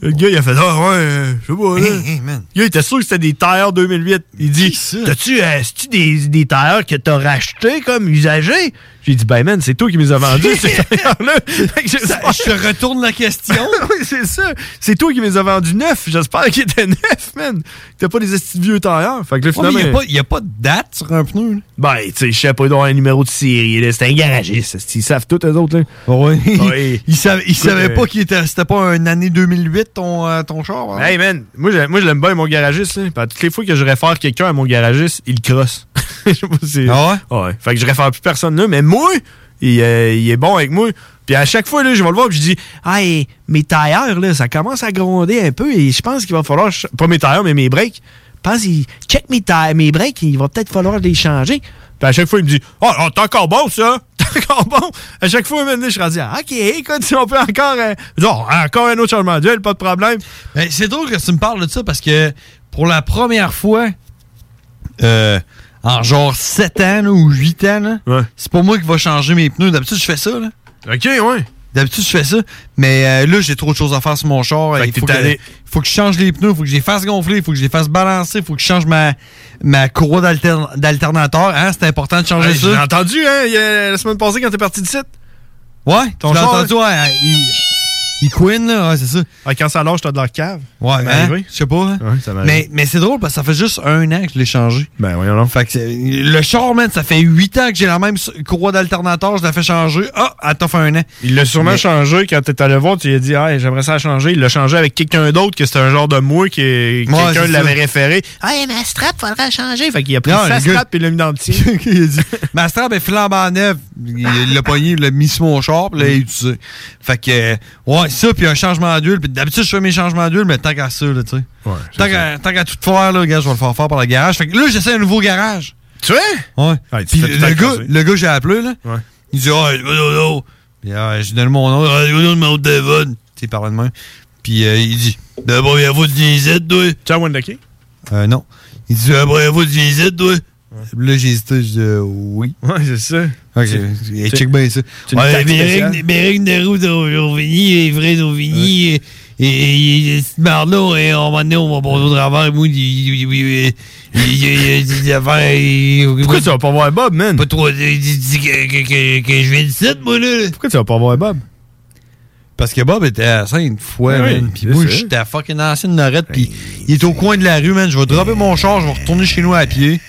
le gars, il a fait Ah, ouais, euh, je sais pas. Là. Le gars, il était sûr que c'était des tailleurs 2008. Il dit T'as-tu euh, c'est-tu des, des tailleurs que t'as rachetés comme usagers J'ai dit Ben, man, c'est toi qui me les as vendus, <laughs> ces tailleurs-là. Je te retourne la question. <laughs> oui, c'est ça. C'est toi qui me les as vendus neufs. J'espère qu'ils étaient neufs, man. T'as pas des estis de vieux tailleurs. Fait que là, Ouais, mais finalement. il y a pas- il n'y a, pas de date sur un pneu. Ben, tu sais, je sais pas, il doit avoir un numéro de série. là. C'est un garagiste. esti. Ils savent tout, eux autres. Là. Oui. <laughs> Il savait, il Écoute, savait euh, pas qu'il était. C'était pas une année 2008 ton, euh, ton char. hein? Hey man, moi je, moi, je l'aime bien mon garagiste. Là. Puis à toutes les fois que je réfère quelqu'un à mon garagiste, il crosse. <laughs> je sais pas si. Ah ouais? Ouais. Fait que je réfère plus personne là, mais moi, il, euh, il est bon avec moi. Puis à chaque fois, là, je vais le voir et je dis Hey, mes tailleurs, là, ça commence à gronder un peu et je pense qu'il va falloir. ch- Pas mes tailleurs, mais mes breaks. Je pense qu'il check mes, tailles, mes breaks, il va peut-être falloir les changer. Puis à chaque fois, il me dit Oh, oh, t'es encore bon ça! <laughs> T'es encore bon! À chaque fois, maintenant, je suis rendu Ah, OK, écoute, si on peut encore. euh, non, encore un autre changement d'huile, pas de problème. Ben, c'est drôle que tu me parles de ça parce que pour la première fois, euh, en genre 7 ans là, ou 8 ans, là, c'est pas moi qui va changer mes pneus. D'habitude, je fais ça. Là. OK, ouais. D'habitude, je fais ça. Mais euh, là, j'ai trop de choses à faire sur mon char. il faut t'es que, allé- faut que je change les pneus, il faut que je les fasse gonfler, il faut que je les fasse balancer, il faut que je change ma, ma courroie d'alter- d'alternateur. Hein, c'est important de changer Ouais, ça. J'ai entendu, hein, il y a- la semaine passée quand t'es parti de site. Ouais, Ton tu l'as char, entendu, ouais, hein, il, il couine, là, ouais, c'est ça. quand ça lâche, t'as de la cave. Ouais, m'est hein, arrivé. je sais pas. hein. Ouais, ça m'est mais arrivé. mais c'est drôle parce que ça fait juste un an que je l'ai changé. Ben voyons donc. Fait que c'est- le char, man, ça fait huit ans que j'ai la même s- courroie d'alternateur, je la fais changer. Ah, elle t'en fait un an. Il l'a sûrement Mais- changé quand t'es allé voir, tu lui as dit, hey, j'aimerais ça changer. Il l'a changé avec quelqu'un d'autre, que c'était un genre de moi, qui quelqu'un c'est l'avait ça. référé. Hey, ma strap, faudra changer. Fait qu'il a pris sa strap et il l'a mis dans le petit. <laughs> il a dit, ma strap est flambant neuve. Il l'a pogné, il l'a mis sur mon char, puis là, Mm-hmm. il a utilisé. Fait que, euh, ouais, ça, puis un changement d'huile. Puis d'habitude, je fais mes changements d'huile, mais tant qu'à ça, là, tu sais. Tant qu'à, tant qu'à tout faire, là, gars, je vais le faire faire par le garage. Fait que là, j'essaie un nouveau garage. Tu vois? Ouais. tu Puis fais le, tout à gars, creuser. le gars, j'ai appelé, là. Il dit, ah, oh, oh, oh. Puis, ah, je lui donne mon nom. Ah, je donne mon nom de téléphone. Tu sais, il parlait de moi. Puis, euh, il dit, la première fois, tu disais, toi. Tu as Wendake? Euh, non. Il dit, la première fois, tu disais, toi. Puis Là, j'ai hésité, je dis, euh, oui. Ouais, c'est ça. Ok, C'est- hey, c'est- check bien ça. c'est une taxe mes spéciale. règles- mes règles de route ont ont fini, les vrais ont fini. Et, et, et ce marlot, et on va on va passer au travers, et moi, il- il- il- il- il il- il- il- il- il- affaires, il- Pourquoi tu vas pas voir Bob, man? Pas trop. Il dit que, que, que, que je viens de site, moi, là. Pourquoi tu vas pas voir Bob? Parce que Bob était à saint une fois, Oui, man. Puis c'est moi, ça. j'étais à fucking ancienne Norette. Puis il est au coin de la rue, man. Je vais dropper mon char, je vais retourner chez nous à pied.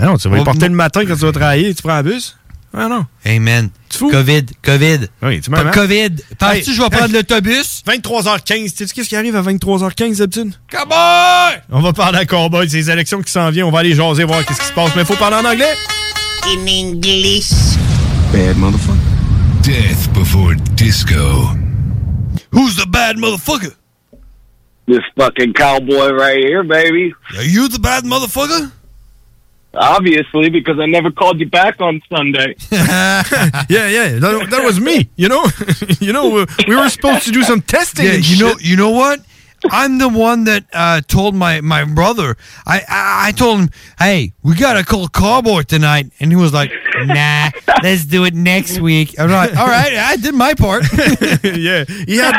Euh, non, tu vas y porter le matin quand tu vas travailler, tu prends un bus? Ah non. Hey, man. COVID, COVID. Oui, tu Pas de COVID. Penses-tu que je vais prendre l'autobus? 23h15. Tu sais qu'est-ce qui arrive à 23h15 d'habitude? Cowboy! On va parler à Cowboy, c'est les élections qui s'en viennent. On va aller jaser, voir qu'est-ce qui se passe. Mais faut parler en anglais. In English. Bad motherfucker. Death before disco. Who's the bad motherfucker? This fucking cowboy right here, baby. Are you the bad motherfucker? Obviously, because I never called you back on <laughs> Sunday. <laughs> yeah, yeah, that, that was me. You know, <laughs> you know, we were supposed to do some testing. Yeah, and you know, shit. you know what? I'm the one that uh, told my, my brother. I, I I told him, "Hey, we gotta call Cowboy tonight," and he was like, "Nah, let's do it next week." I'm like, "All right, I did my part." <laughs> yeah, he had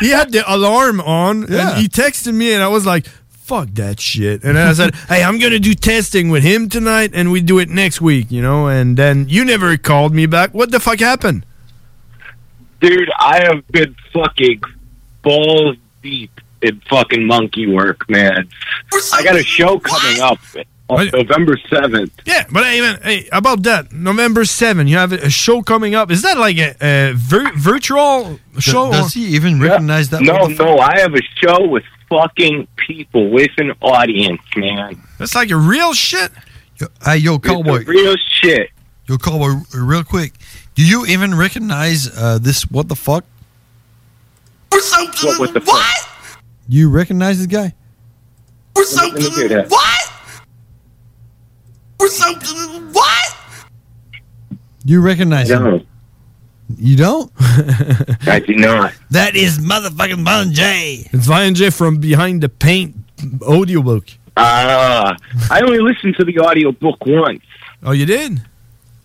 he had the alarm on, and he texted me, and I was like, "Fuck that shit!" And then I said, <laughs> "Hey, I'm gonna do testing with him tonight, and we do it next week," you know. And then you never called me back. What the fuck happened? Dude, I have been fucking balls deep in fucking monkey work, man. I got a show coming up on November 7th. Yeah, but hey, man, hey, about that November seven, you have a show coming up. Is that like a, a vir- virtual show? does he even recognize that? No, no, I have a show with fucking people, with an audience, man. That's like a real shit. Hey, yo, It's the Cowboy. real shit. Yo, Cowboy, r- real quick. Do you even recognize uh, this? What the fuck? Or something. What, what the what? Do you recognize this guy? Or something. What? Or something. What? <laughs> Do you recognize him? You don't? I do not. That is motherfucking Bon J. It's Von J from Behind the Paint audiobook. Ah, I only listened to the audiobook once. Oh, you did?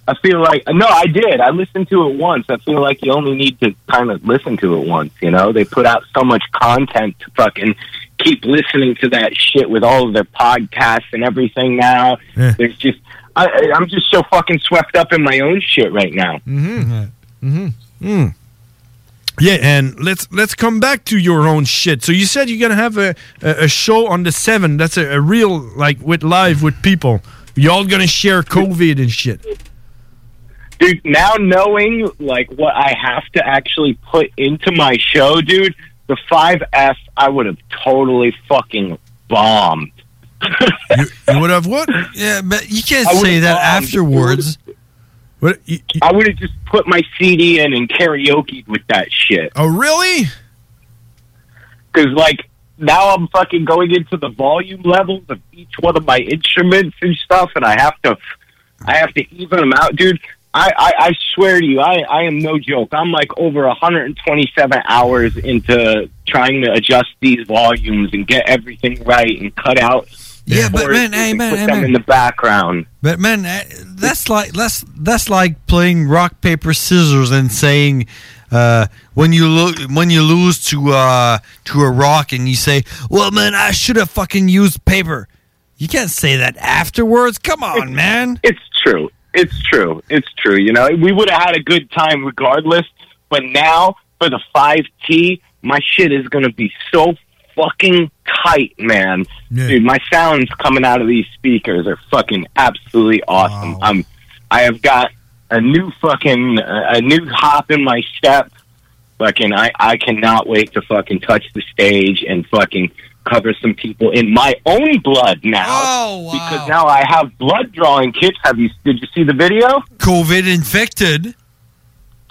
I feel like no, I did. I listened to it once. I feel like you only need to kind of listen to it once. You know, they put out so much content to fucking keep listening to that shit with all of their podcasts and everything. Now Yeah. there's just I, I- I'm just so fucking swept up in my own shit right now. Mm-hmm. Mm-hmm. Mm. Yeah, and let's let's come back to your own shit. So you said you're gonna have a, a, a show on the seven. That's a, a real like with live with people. Y'all gonna share COVID and shit. dude now knowing like what i have to actually put into my show dude the 5s i would have totally fucking bombed <laughs> you would have what yeah but you can't say that afterwards what, i would have just put my cd in and karaoke with that shit oh really because like now i'm fucking going into the volume levels of each one of my instruments and stuff and i have to i have to even them out dude I, I, I swear to you, I, I am no joke. I'm like over 127 hours into trying to adjust these volumes and get everything right and cut out. Yeah, but voices man, hey, and man, put hey, them man. in the background. But man, eh, that's like that's that's like playing rock paper scissors and saying uh, when you look when you lose to uh, to a rock and you say, "Well, man, I should have fucking used paper." You can't say that afterwards. Come on, man. It's true. It's true. It's true. You know, we would have had a good time regardless. But now for the five T, my shit is going to be so fucking tight, man. Dude, my sounds coming out of these speakers are fucking absolutely awesome. I'm, I have got a new fucking uh, a new hop in my step. Fucking, I I cannot wait to fucking touch the stage and fucking cover some people in my own blood now. Oh, wow. Because now I have blood drawing kits. Have you? Did you see the video? COVID infected.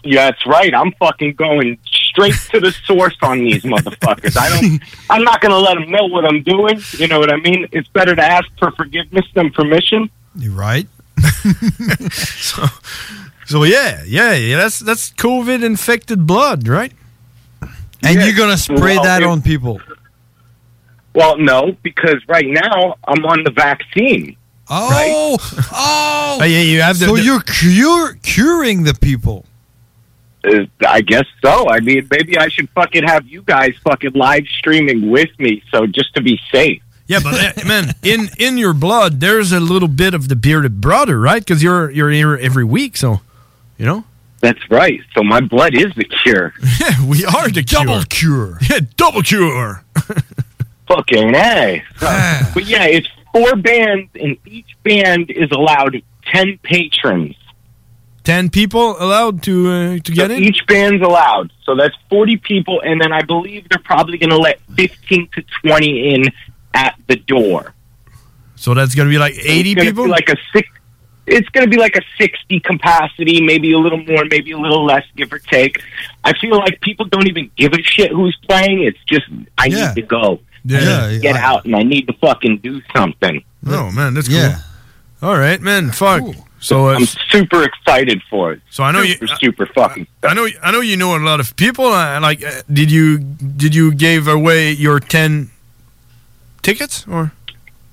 Yeah, that's right. I'm fucking going straight to the source on these motherfuckers. I <laughs> don't. I'm not going to let them know what I'm doing. You know what I mean? It's better to ask for forgiveness than permission. You're right. <laughs> so, so yeah, yeah, yeah. That's that's COVID infected blood, right? And you're gonna spray Well, that it- on people. Well, no, because right now I'm on the vaccine. Oh, <laughs> oh. Oh, yeah, you have the- so the- you're cure, curing the people. Uh, I guess so. I mean, maybe I should fucking have you guys fucking live streaming with me, so just to be safe. Yeah, but eh, man, in in your blood, there's a little bit of the bearded brother, right? Because you're you're here every week, so you know. That's right. So my blood is the <laughs> cure. Yeah, we are the double cure. <laughs> Yeah, double cure. <laughs> Ah. Fucking a. but yeah, it's four bands, and each band is allowed ten patrons. Ten people allowed to uh, to get in. Each band's allowed, so that's forty people, and then I believe they're probably going to let fifteen to twenty in at the door. So that's gonna be like eighty It's gonna people. be like a six. It's going to be like a sixty capacity, maybe a little more, maybe a little less, give or take. I feel like people don't even give a shit who's playing. It's just I need to go. I Yeah, need to get out, and I need to fucking do something. oh man, that's cool. All right, man. Fuck. So uh, I'm super excited for it. So I know super, you- uh, super fucking. I know I know you know a lot of people. Uh, like, uh, did you did you give away your ten tickets or? <laughs>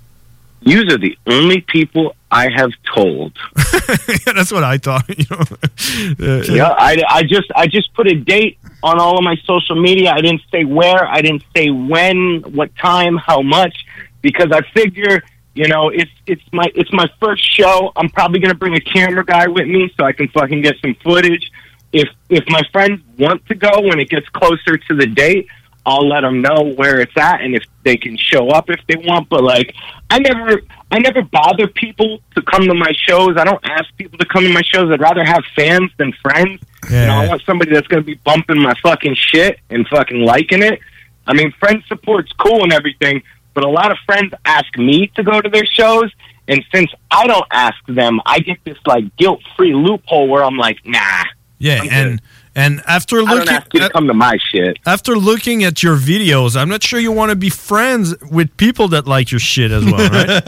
Yous are the only people I have told. yeah, that's what I thought. <laughs> You know. Uh, Yeah, I, I just I just put a date on all of my social media. I didn't say where, I didn't say when, what time, how much, because I figure you know it's it's my it's my first show. I'm probably gonna bring a camera guy with me so I can fucking get some footage. If if my friends want to go when it gets closer to the date. I'll let them know where it's at and if they can show up if they want. But like, I never, I never bother people to come to my shows. I don't ask people to come to my shows. I'd rather have fans than friends. You know, I want somebody that's going to be bumping my fucking shit and fucking liking it. I mean, friend support's cool and everything, but a lot of friends ask me to go to their shows. And since I don't ask them, I get this like guilt free loophole where I'm like, nah. Yeah, and and after I don't looking ask you to come to my shit. after looking at your videos, I'm not sure you want to be friends with people that <laughs> like <laughs> your shit as well, right?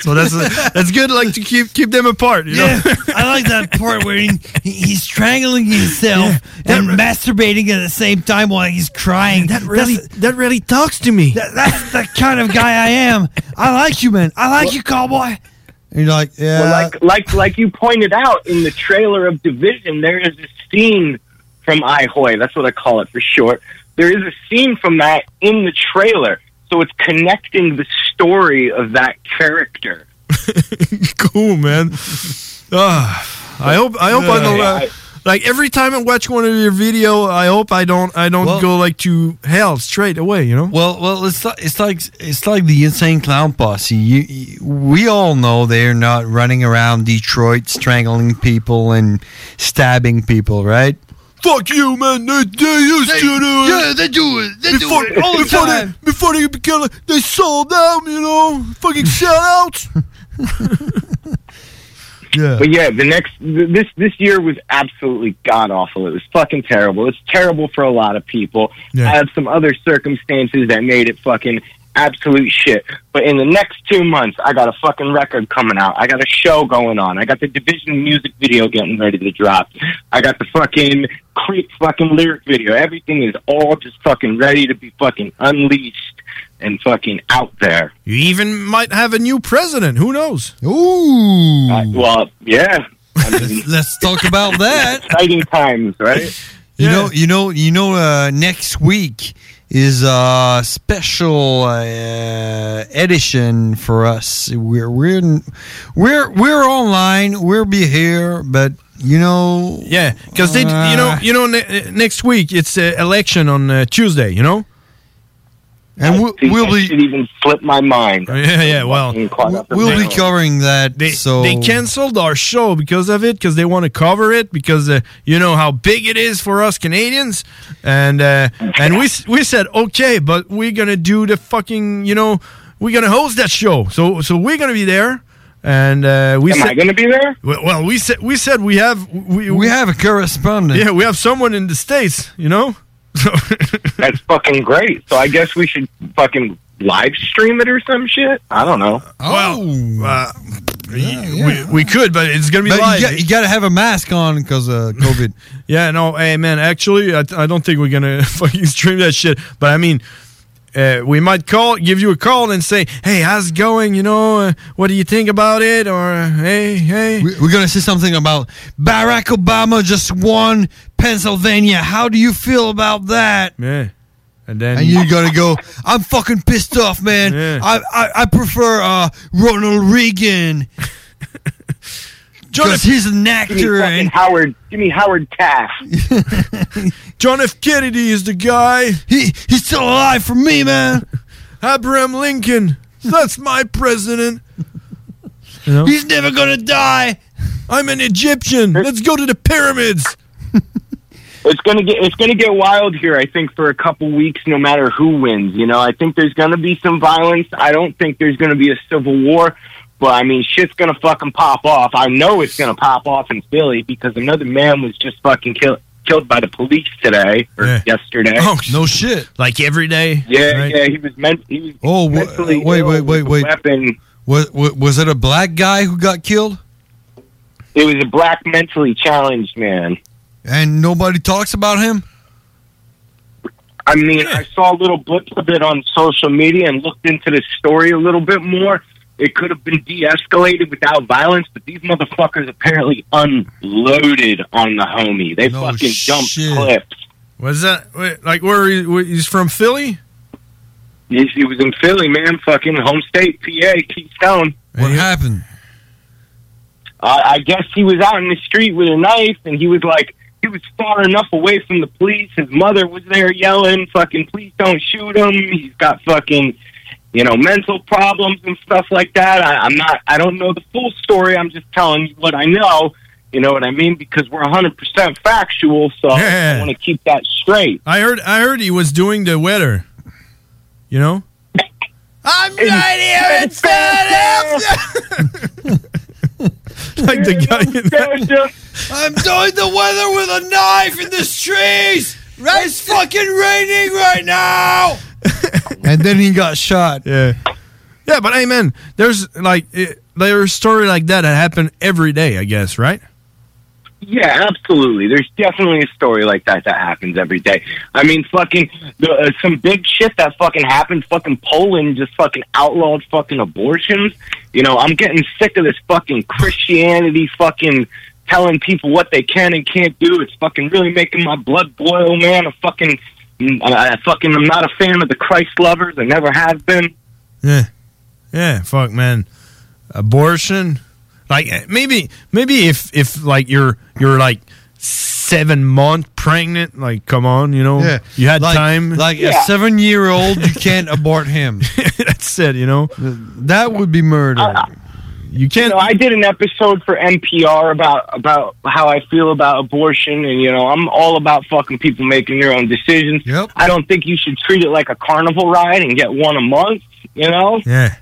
so that's that's good. Like to keep keep them apart. You Yeah, know? I like that part where he, he- he's strangling himself and masturbating at the same time while he's crying. That really, that really talks to me. that's the kind of guy I am. I like you, man. I like you, cowboy. You're like, yeah. Well, like like like you pointed out in the trailer of Division, there is a scene from Ihoy. That's what I call it for short. There is a scene from that in the trailer, so it's connecting the story of that character. cool, man. Ah, I hope I hope I don't. Yeah. uh, like every time I watch one of your video, I hope I don't I don't Well- go like to hell straight away. You know. Well, well, it's like, it's like it's like the insane clown posse. You, you- we all know they're not running around Detroit strangling people and stabbing people, right? Fuck you, man. They, they used to do it. Yeah, they do it. They before, do it all the before time. They, before they became, they sold out. You know, fucking sell out. Yeah. But yeah, the next th- this this year was absolutely god awful. It was fucking terrible. It's terrible for a lot of people. Yeah. I had some other circumstances that made it fucking absolute shit. But in the next two months, I got a fucking record coming out. I got a show going on. I got the division music video getting ready to drop. I got the fucking creep fucking lyric video. Everything is all just fucking ready to be fucking unleashed and fucking out there. You even might have a new president. Who knows? Ooh. Well, yeah. <laughs> Let's talk about that. Exciting times, right? You know, you know, you know. Uh, next week is a special uh, edition for us. We're we're we're we're online. We'll be here, but you know, yeah, because they, you Ah. know, you know, ne- next week it's uh, election on uh, Tuesday. You know. And we'll, we'll be even slip my mind. Yeah, yeah. Well, we'll be covering that. They, so they canceled our show because of it, because they want to cover it, because uh, you know how big it is for us Canadians, and uh, and we s- we said okay, but we're gonna do the fucking you know we're gonna host that show, so so we're gonna be there, and uh, we Am said, I gonna be there? Well, well, we said we said we have we, we have a correspondent. Yeah, we have someone in the states, you know. That's fucking great. So I guess we should fucking live stream it or some shit. I don't know. Oh. Well, uh, We, we could, but it's gonna be But you live. got- you gotta have a mask on because of COVID. <laughs> yeah, no, hey man, actually, I, I don't think we're gonna <laughs> fucking stream that shit. But I mean, uh, we might call, give you a call, and say, hey, how's it going? You know, uh, what do you think about it? Or uh, hey, hey, We- We're gonna say something about Barack Obama just won Pennsylvania. How do you feel about that? Yeah, and then and you're gonna go. I'm fucking pissed off, man. I, I I prefer uh, Ronald Reagan because he's an Give me actor fucking and Howard. Give me Howard Taft. John F. Kennedy is the guy. He he's still alive for me, man. <laughs> Abraham Lincoln. That's my president. He's never gonna die. I'm an Egyptian. Let's go to the pyramids. <laughs> It's gonna get it's gonna get wild here. I think for a couple weeks, no matter who wins. You know, I think there's gonna be some violence. I don't think there's gonna be a civil war, but I mean, shit's gonna fucking pop off. I know it's gonna pop off in Philly because another man was just fucking killed killed by the police today or yesterday. no shit. Oh, Like every day. Yeah, Right. yeah, he was meant. He was Oh, wa- mentally wait, ill wait, wait, with a wait. Weapon. Was, was was it a black guy who got killed? It was a black mentally challenged man. And nobody talks about him. I mean, I saw little blips of it on social media and looked into the story a little bit more. It could have been de-escalated without violence, but these motherfuckers apparently unloaded on the homie. They fucking dumped clips. Was that wait, like where, he, where he's from? Philly. He, he was in Philly, man. Fucking home state, PA, Keystone. What happened? I I guess he was out in the street with a knife, and he was like, he was far enough away from the police. His mother was there yelling, "Fucking please don't shoot him." He's got fucking, you know, mental problems and stuff like that. I, I'm not, I don't know the full story. I'm just telling you what I know. You know what I mean? Because we're 100 percent factual, so I want to keep that straight. I heard. I heard he was doing the weather. <laughs> You know. I'm right here in like the guy in I'm doing the weather with a knife in the trees. It's fucking raining right now. and then he got shot. Yeah. Yeah, but hey, man, there's like it, there's a story like that that happen every day, I guess, right? Yeah, absolutely. There's definitely a story like that that happens every day. I mean, fucking the, uh, some big shit that fucking happened. Fucking Poland just fucking outlawed fucking abortions. You know, I'm getting sick of this fucking Christianity fucking telling people what they can and can't do. It's fucking really making my blood boil, man. I fucking, I I fucking, I'm not a fan of the Christ lovers. I never have been. Yeah, yeah. Fuck, man. Abortion, like eh, maybe, maybe if if like you're you're like seven month pregnant, like come on, you know, Yeah. you had Like- time, like a Yeah. seven year old, you can't abort him. <laughs> That's it, you know. That would be murder. Uh, You can't. know, I did an episode for NPR about about how I feel about abortion, and you know, I'm all about fucking people making their own decisions. Yep. I don't think you should treat it like a carnival ride and get one a month. You know. Yeah.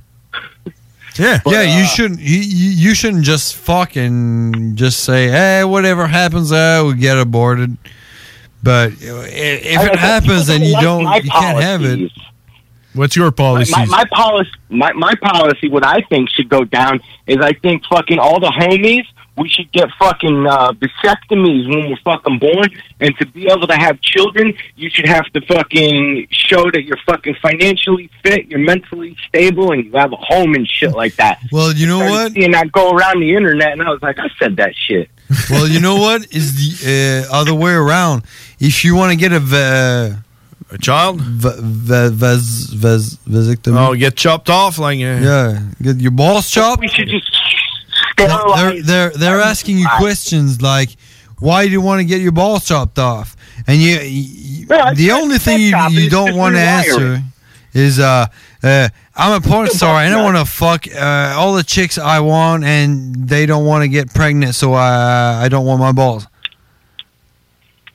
Yeah, <laughs> yeah. uh, you shouldn't. You, you you shouldn't just fucking just say, "Hey, whatever happens, uh, we get aborted." But you know, i- if I it don't- happens and you like don't, my you can't have it. What's your policy? My, my policy, my, my policy, what I think should go down is I think fucking all the homies, we should get fucking uh, vasectomies when we're fucking born, and to be able to have children, you should have to fucking show that you're fucking financially fit, you're mentally stable, and you have a home and shit like that. Well, you know what? And I go around the internet, and I was like, I said that shit. well, you know what is the uh, other way around. If you want to get a va- a child, va- va- vas- vas- vasectomy. Oh, get chopped off like yeah, get your balls chopped. We should just they're they're, they're asking you questions like, why do you want to get your balls chopped off? And you, you- the only thing you, you don't just want to rewiring. answer is uh, uh I'm <laughs> a porn star and I want to fuck uh, all the chicks I want and they don't want to get pregnant, so I I don't want my balls.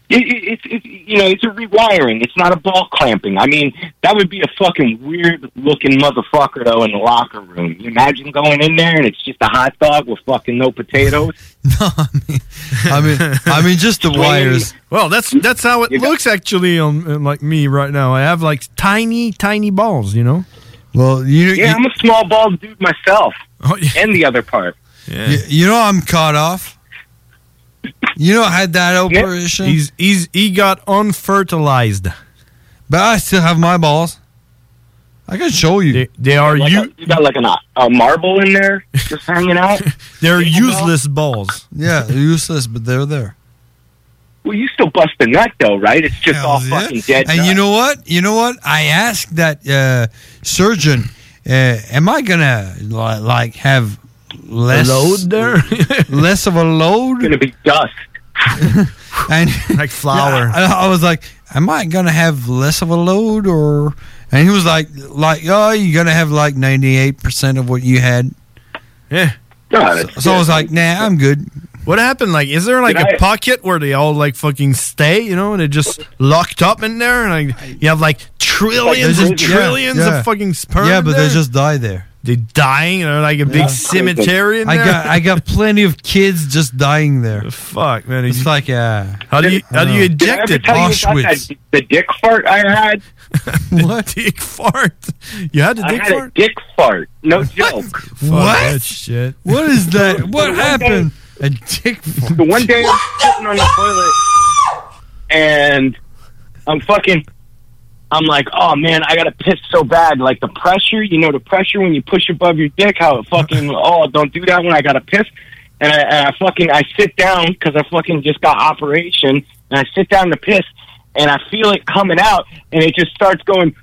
It, it, it's it, you know, it's a rewiring. It's not a ball clamping. I mean, that would be a fucking weird looking motherfucker though in the locker room. You imagine going in there and it's just a hot dog with fucking no potatoes. I mean, I mean, <laughs> just the wires. Well, that's that's how it looks actually on on, like me right now. I have like tiny, tiny balls, you know. Well, you Yeah, I'm a small bald dude myself, Oh, and the other part. You, you know I'm caught off. You know I had that operation. He's he's he got unfertilized. But I still have my balls. I can show you. They, they are Like you. a- you got like an, uh, a marble in there just hanging out. They're useless balls. Yeah, they're useless, but they're there. Well, you still bust the nut though, right? It's just all Yeah. fucking dead. And you know what? You know what? I asked that uh, surgeon, uh, "Am I gonna li- like have less load there? less of a load? Gonna be dust." <laughs> and <laughs> like flour. <laughs> I, I was like, "Am I gonna have less of a load?" Or and he was like, "Like, oh, you're gonna have like ninety eight percent of what you had." Yeah. So, so I was like, "Nah, I'm good." What happened? Like, is there like Did a I- pocket where they all like fucking stay, you know, and it just locked up in there, and like you have like trillions They're and just- trillions yeah, yeah. of fucking sperm. Yeah, in but there? they just die there. They dying. They're like a big cemetery. In I there? got I got plenty of kids just dying there. Fuck man, it's like uh, How do you I how do you don't know. eject it? that, the dick fart I <laughs> had? what dick fart? You had a I dick had fart? a dick fart. No joke. Fuck that shit. What is <laughs> that? What one day- happened? A dick fart. The one day I'm sitting on the toilet and I'm fucking. I'm like, oh man, I gotta piss so bad. Like the pressure, you know, the pressure when you push above your dick, how it <laughs> fucking, oh, don't do that when I gotta piss. And I, and I fucking, I sit down because I fucking just got operation and I sit down to piss and I feel it coming out and it just starts going,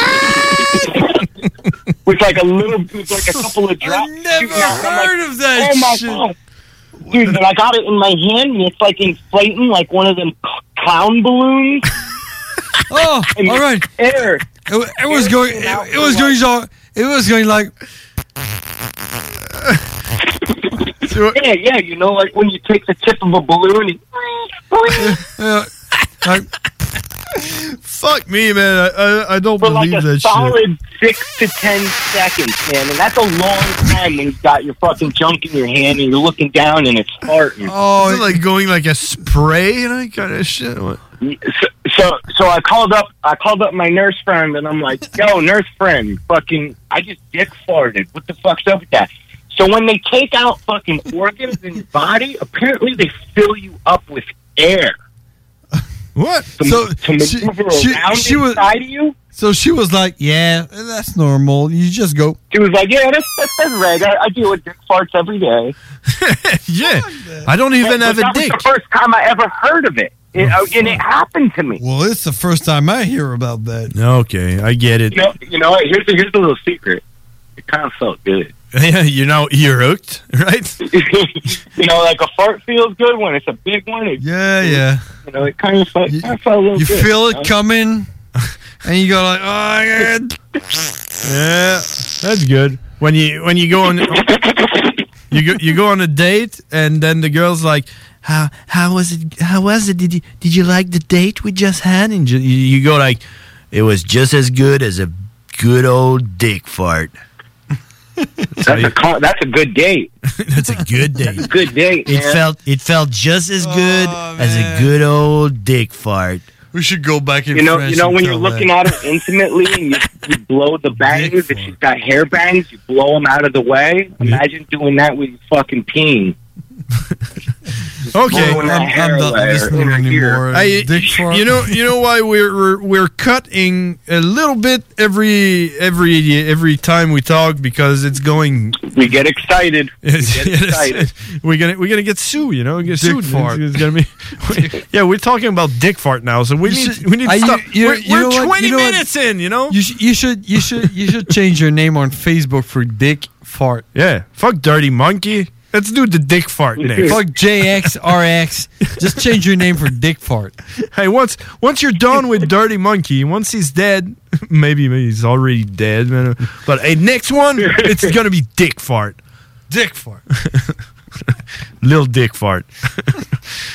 What? with like a little, with like a <laughs> couple of drops. never heard of that oh my shit." God. Dude, and I got it in my hand, and it's like inflating like one of them c- clown balloons. <laughs> <laughs> oh, all right. Air. It, wa- it was going. It, it was going. So, it was going like. yeah, yeah, you know, like when you take the tip of a balloon. And, <laughs> Fuck me, man. I, I, I don't for like believe a that shit. solid six to ten seconds, man, and that's a long time when you got your fucking junk in your hand and you're looking down and it's farting. Oh, is it like going like a spray and that kind of shit. What? So, So so I called up I called up my nurse friend and I'm like, yo, nurse friend, fucking I just dick farted. What the fuck's up with that? So when they take out fucking organs in your body, apparently they fill you up with air. What? To, to maneuver around inside of you? So she was like, "Yeah, that's normal. You just go." She was like, "Yeah, that's that's, that's reg. I, I deal with dick farts every day." yeah, I don't But even have a that was dick. the first time I ever heard of it, It- uh, Oh, and it happened to me. Well, it's the first time I hear about that. Okay, I get it. You know, you know what? Here's the, here's the little secret. It kind of felt good. <laughs> Yeah, you know, you're hooked, right? <laughs> you know, like a fart feels good when it's a big one. It, yeah, yeah. You know, it kind of felt, kinda felt a little You Oh, good, feel you it know? uh, coming, and you go like, "Oh, Yeah, that's good. When you when you go on you go you go on a date and then the girl's like, how how was it? How was it? Did you did you like the date we just had? And you, you go like, it was just as good as a good old dick fart. That's a, con- that's a good date. <laughs> that's a good date. That's a good date. It man. Uh, felt it felt just as good as a good old dick fart. We should go back in You know, French you know and when you're tell uh, that. looking at her intimately and you, you blow <laughs> the bangs. If she's got hair bangs, you blow them out of the way. Imagine doing that with your fucking peen. Okay, Blowing that hair away in her ear. I- you know, you know why we're, we're we're cutting a little bit every every every time we talk because it's going. We get <laughs> excited. We get excited. we're gonna we're gonna get sued. You know, we get Dick sued. fart. It's, it's gonna be. <laughs> yeah, we're talking about dick fart now, so we You need should- we need Ah, to you- stop. you- we're you know we're what? twenty You know what? minutes in. You know. You, sh- you should you should you should change your name on Facebook for Dick Fart. Yeah, fuck Dirty Monkey. Let's do the Dick Fart next. Fuck JXRX. Just change your name for Dick Fart. Hey, once once you're done with Dirty Monkey, once he's dead, <laughs> maybe, maybe he's already dead, man. But hey, next one, <laughs> it's gonna be Dick Fart, Dick Fart. <laughs> Lil Dick Fart,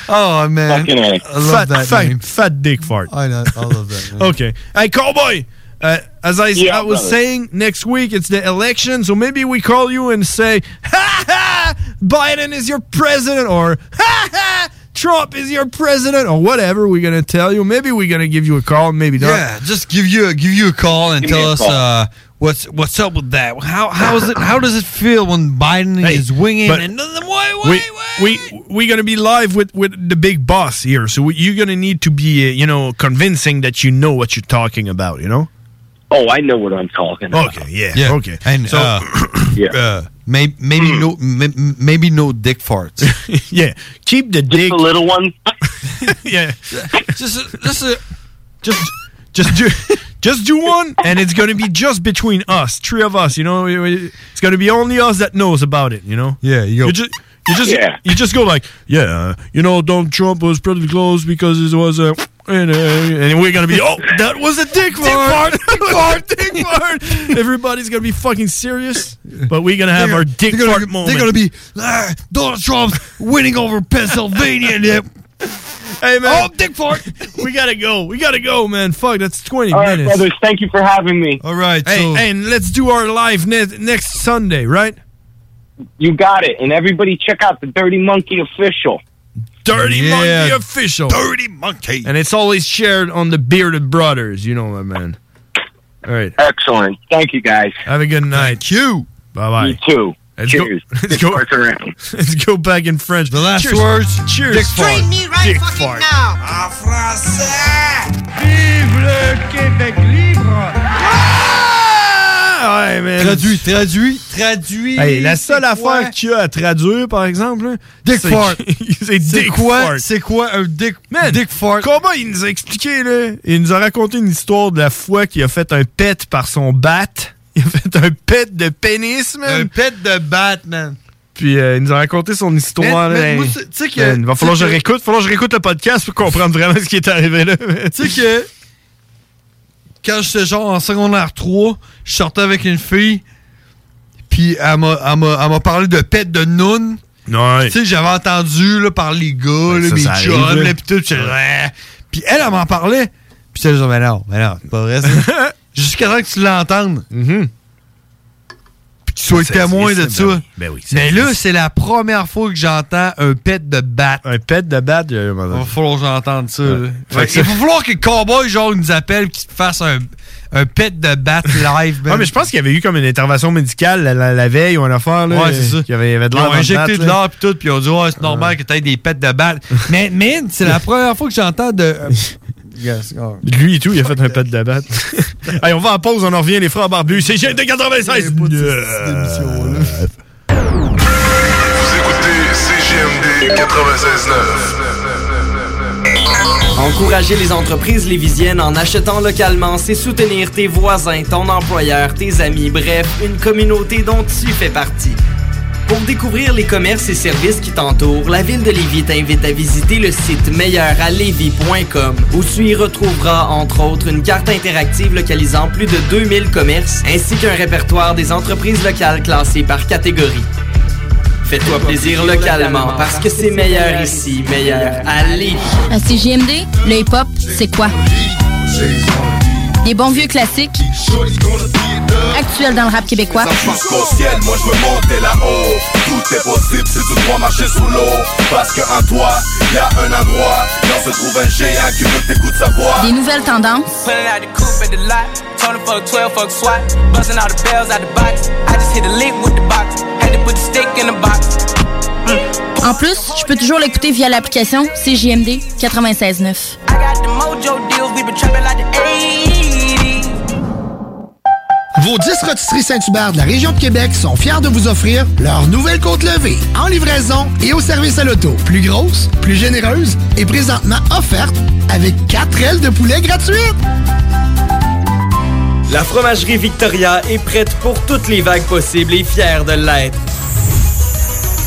Oh man, Fucking A. I love Fat- that fat- name. Fat Dick Fart. I know, I love that. Name. <laughs> Okay, hey Cowboy. Uh, as I, Yeah, I was brother. saying, next week it's the election, so maybe we call you and say, "Ha ha, Biden is your president," or "Ha ha, Trump is your president," or whatever. We're gonna tell you. Maybe we're gonna give you a call, maybe not. Yeah, just give you a, give you a call and Give me tell a us call. uh, what's what's up with that. How how is it? How does it feel when Biden is winging? but- And we we we gonna be live with with the big boss here, so you're gonna need to be uh, you know convincing that you know what you're talking about. You know. Oh, I know what I'm talking about. Okay. Yeah. Okay. And So- uh, <coughs> yeah. Hmm. may, maybe no may, maybe no dick <laughs> farts. yeah, keep the dick. The little one. <laughs> yeah. Just just a, just just do <laughs> just do one, and it's gonna be just between us, three of us. You know, We- we- it's gonna be only us that knows about it. You know. Yeah. You You just. You just Yeah. you just go like yeah uh, you know Donald Trump was pretty close because it was a and, uh, and we're gonna be oh that was a dick <laughs> fart dick fart dick <laughs> fart everybody's gonna be fucking serious but we're gonna have our dick they're gonna, fart moment They're gonna be ah, Donald Trump's winning over Pennsylvania. and it- hey oh, man dick fart. we gotta go we gotta go man fuck that's twenty All right, minutes brothers. Thank you for having me. All right, Hey, so- hey, and let's do our live ne- next Sunday, right? You got it. And everybody, check out the Dirty Monkey official. Dirty Yeah. Monkey official. Dirty Monkey. And it's always shared on the Bearded Brothers. You know, my man. All right. Excellent. Thank you, guys. Have a good night. you. Bye bye. You too. Let's go- Cheers. <laughs> let's go- Parts around. <laughs> Let's go back in French. The last Cheers. words. Cheers. Dick fart. Train me right Dick fucking fart. now. En français! Vive le Québec libre. Ah! Ouais, man. Traduit, traduit, traduit. Hey, la seule C'est quoi? affaire qu'il y a à traduire, par exemple, là, Dick c'est- fart. <laughs> c'est C'est Dick quoi, fart. c'est quoi un dick, Man, dick fart? Comment il nous a expliqué, là? Il nous a raconté une histoire de la fois qu'il a fait un pet par son bat. Il a fait un pet de pénis, man. Un pet de Batman. Puis euh, il nous a raconté son histoire. Mais- là. mais Hey, moi, tu- tu sais que- man, il va tu falloir que sais je que- réécoute. falloir que je réécoute le podcast pour comprendre vraiment ce qui est arrivé là. <laughs> Tu sais que quand j'étais genre en secondaire 3, je sortais avec une fille, puis elle m'a- elle m'a elle m'a parlé de pet de noun. Ouais. Tu sais, j'avais entendu là, par les gars, là, ça, mes ça arrive, chums, là. là, puis tout. j'étais genre, Ah. Puis elle, elle m'en parlait. Puis j'étais genre, mais <laughs> non, mais non, c'est pas vrai ça. Jusqu'à temps que tu l'entendes. Puis tu sois C'est- témoin Mm-hmm. c'est- de c'est- ça. ben oui, ben oui, c'est- Mais là, c'est la première fois que j'entends un pet de batte. Un pet de batte, il va falloir que j'entende ça. là. Fait Il que ça- va falloir que Cowboy, genre, nous appelle et qu'il fasse un, un pet de batte live. man. Ouais, mais je pense qu'il y avait eu comme une intervention médicale la, la- la veille ou un affaire. Là, Ouais, c'est ça. Qu'il y avait, il y avait de Ils l'air ont dans le injecté batte, de là. l'air puis tout, puis ils ont dit ouais, c'est normal que t'aies des pets de <laughs> balle. mais man, c'est la première fois que j'entends de. euh, Yes, oh. Lui et tout, il a fait un pet de <laughs> batte. Allez, on va en pause, on en revient, les frères barbus. C'est GMD 96! CGMD 96.9. Encourager les entreprises lévisiennes en achetant localement, c'est soutenir tes voisins, ton employeur, tes amis, bref, une communauté dont tu fais partie. Pour découvrir les commerces et services qui t'entourent, la ville de Lévis t'invite à visiter le site meilleuralevis.com où tu y retrouveras entre autres une carte interactive localisant plus de 2000 commerces ainsi qu'un répertoire des entreprises locales classées par catégorie. Fais-toi plaisir localement parce que c'est meilleur ici, meilleur à Lévis. À CJMD, le hip-hop, c'est quoi? Les bons vieux classiques, actuels dans le rap québécois, Parce qu'au ciel, moi je veux monter là-haut. Tout est possible si tu dois marcher sous l'eau. Parce qu'en toi, y a un endroit. Là se trouve un géant qui veut que t'écoutes sa voix. des nouvelles tendances, Pulling out the coupe at the lot. Tony fuck 12, fuck SWAT. Buzzing all the bells out the box. I just hit a lick with the box. Had to put the stick in the box. En plus, je peux toujours l'écouter via l'application CJMD 96.9. I got the mojo deals. We been trapping like the 80s. Vos 10 rôtisseries Saint-Hubert de la région de Québec sont fiers de vous offrir leur nouvelle côte levée en livraison et au service à l'auto. Plus grosse, plus généreuse et présentement offerte avec 4 ailes de poulet gratuites. La fromagerie Victoria est prête pour toutes les vagues possibles et fière de l'être.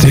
C'est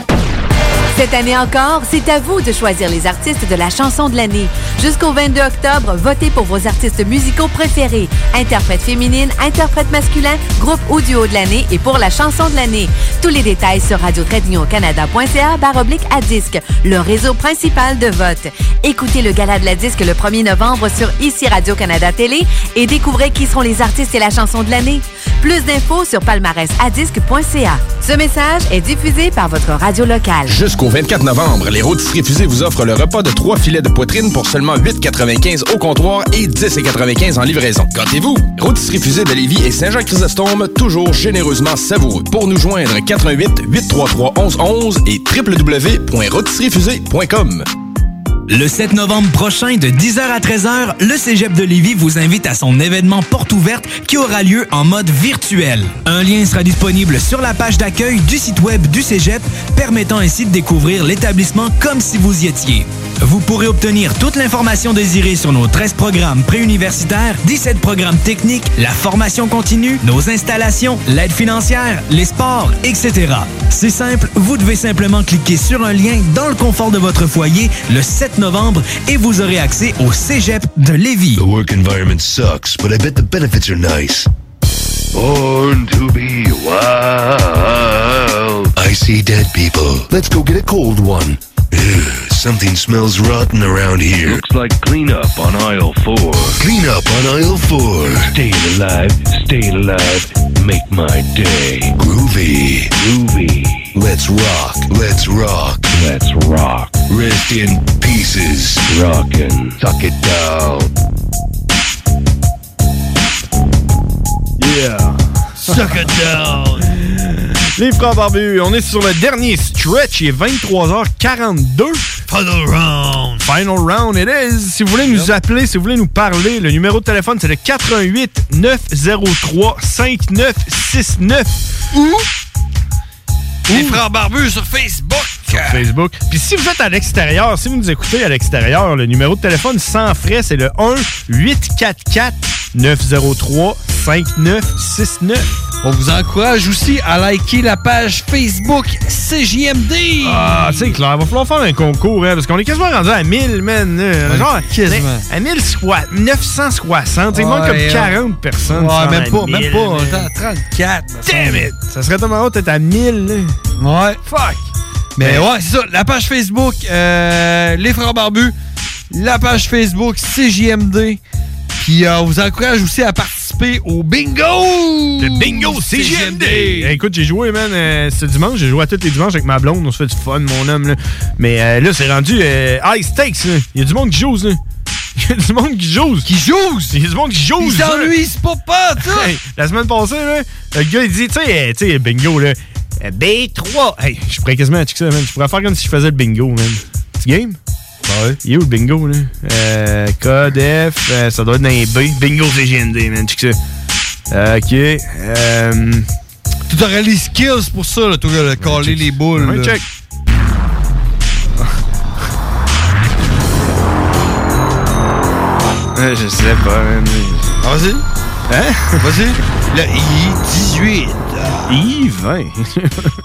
Cette année encore, c'est à vous de choisir les artistes de la chanson de l'année. Jusqu'au 22 octobre, votez pour vos artistes musicaux préférés. Interprètes féminines, interprètes masculins, groupe ou duo de l'année et pour la chanson de l'année. Tous les détails sur radio-canada.ca baroblique à disque, le réseau principal de vote. Écoutez le gala de la disque le 1er novembre sur ICI Radio-Canada Télé et découvrez qui seront les artistes et la chanson de l'année. Plus d'infos sur palmarèsadisque.ca. Ce message est diffusé par votre radio locale. Jusqu'au 24 novembre, les rôtisseries fusées vous offrent le repas de trois filets de poitrine pour seulement 8,95 au comptoir et 10,95 en livraison. Gâtez-vous! Rôtisseries fusées de Lévis et Saint-Jean-Chrysostome, toujours généreusement savoureux. Pour nous joindre, 88 833 1111 et www.rôtisseriesfusées.com. Le 7 novembre prochain, de 10h à 13h, le Cégep de Lévis vous invite à son événement porte ouverte qui aura lieu en mode virtuel. Un lien sera disponible sur la page d'accueil du site web du Cégep, permettant ainsi de découvrir l'établissement comme si vous y étiez. Vous pourrez obtenir toute l'information désirée sur nos 13 programmes préuniversitaires, 17 programmes techniques, la formation continue, nos installations, l'aide financière, les sports, etc. C'est simple, vous devez simplement cliquer sur un lien dans le confort de votre foyer le 7 novembre et vous aurez accès au Cégep de Lévis. The work environment sucks, but I bet the benefits are nice. Born to be wild. I see dead people. Let's go get a cold one. Ugh, Something smells rotten around here. Looks like cleanup on aisle four. Cleanup on aisle four. Stay alive, stay alive. Make my day. Groovy. Groovy. Let's rock, let's rock, let's rock. Rest in pieces. Rockin'. Tuck it down. Yeah. Suck it down. Les frères barbus, on est sur le dernier stretch, il est 23h42. Final round. Final round it is. Si vous voulez nous appeler, si vous voulez nous parler, le numéro de téléphone c'est le 88 903 5969 ou Les frères barbus sur Facebook. sur Facebook. Puis si vous êtes à l'extérieur, si vous nous écoutez à l'extérieur, le numéro de téléphone sans frais, c'est le 1 844 903 5969. On vous encourage aussi à liker la page Facebook CJMD. Ah, c'est clair. Va falloir faire un concours, hein, parce qu'on est quasiment rendu à 1000, man. euh, Ouais, genre, quasiment. À 1000, soit 960. Il manque comme Ouais, 40 ouais. personnes. Ouais, qui sont même à pas, même 1000, pas. man. On est à 34. Damn it! Ça serait tellement haut d'être à 1000, là. Ouais. Fuck! Mais Mais- ouais, c'est ça. La page Facebook, euh, Les Frères Barbus. La page Facebook, CJMD. Puis euh, on vous encourage aussi à participer au <laughs> bingo! Le bingo CJMD! Eh, écoute, j'ai joué, man, euh, ce dimanche. J'ai joué à tous les dimanches avec ma blonde. On se fait du fun, mon homme. Là. Mais euh, là, c'est rendu euh, high stakes. là. Il y a du monde qui joue. Là. <laughs> Il y a du monde qui joue. Qui joue? Il y a du monde qui joue. Ils s'ennuient, c'est pas pas, ça! Hey, la semaine passée, là, le gars, il dit, tu sais, euh, tu sais, bingo, là, euh, B3. Hey, je pourrais quasiment checker ça, man. Je pourrais faire comme si je faisais le bingo, man. Tu game? Ah Ouais. Il est où le bingo, là? Euh, code F, euh, ça doit être dans les B. Bingo CGND, man. Check ça. Ok. Euh... Tu aurais les skills pour ça, là, toi, le coller les boules. Ouais, là. check. Ouais, je sais pas, man. Ah, Vas-y. Hein? Vas-y. Le I18. I20. <laughs>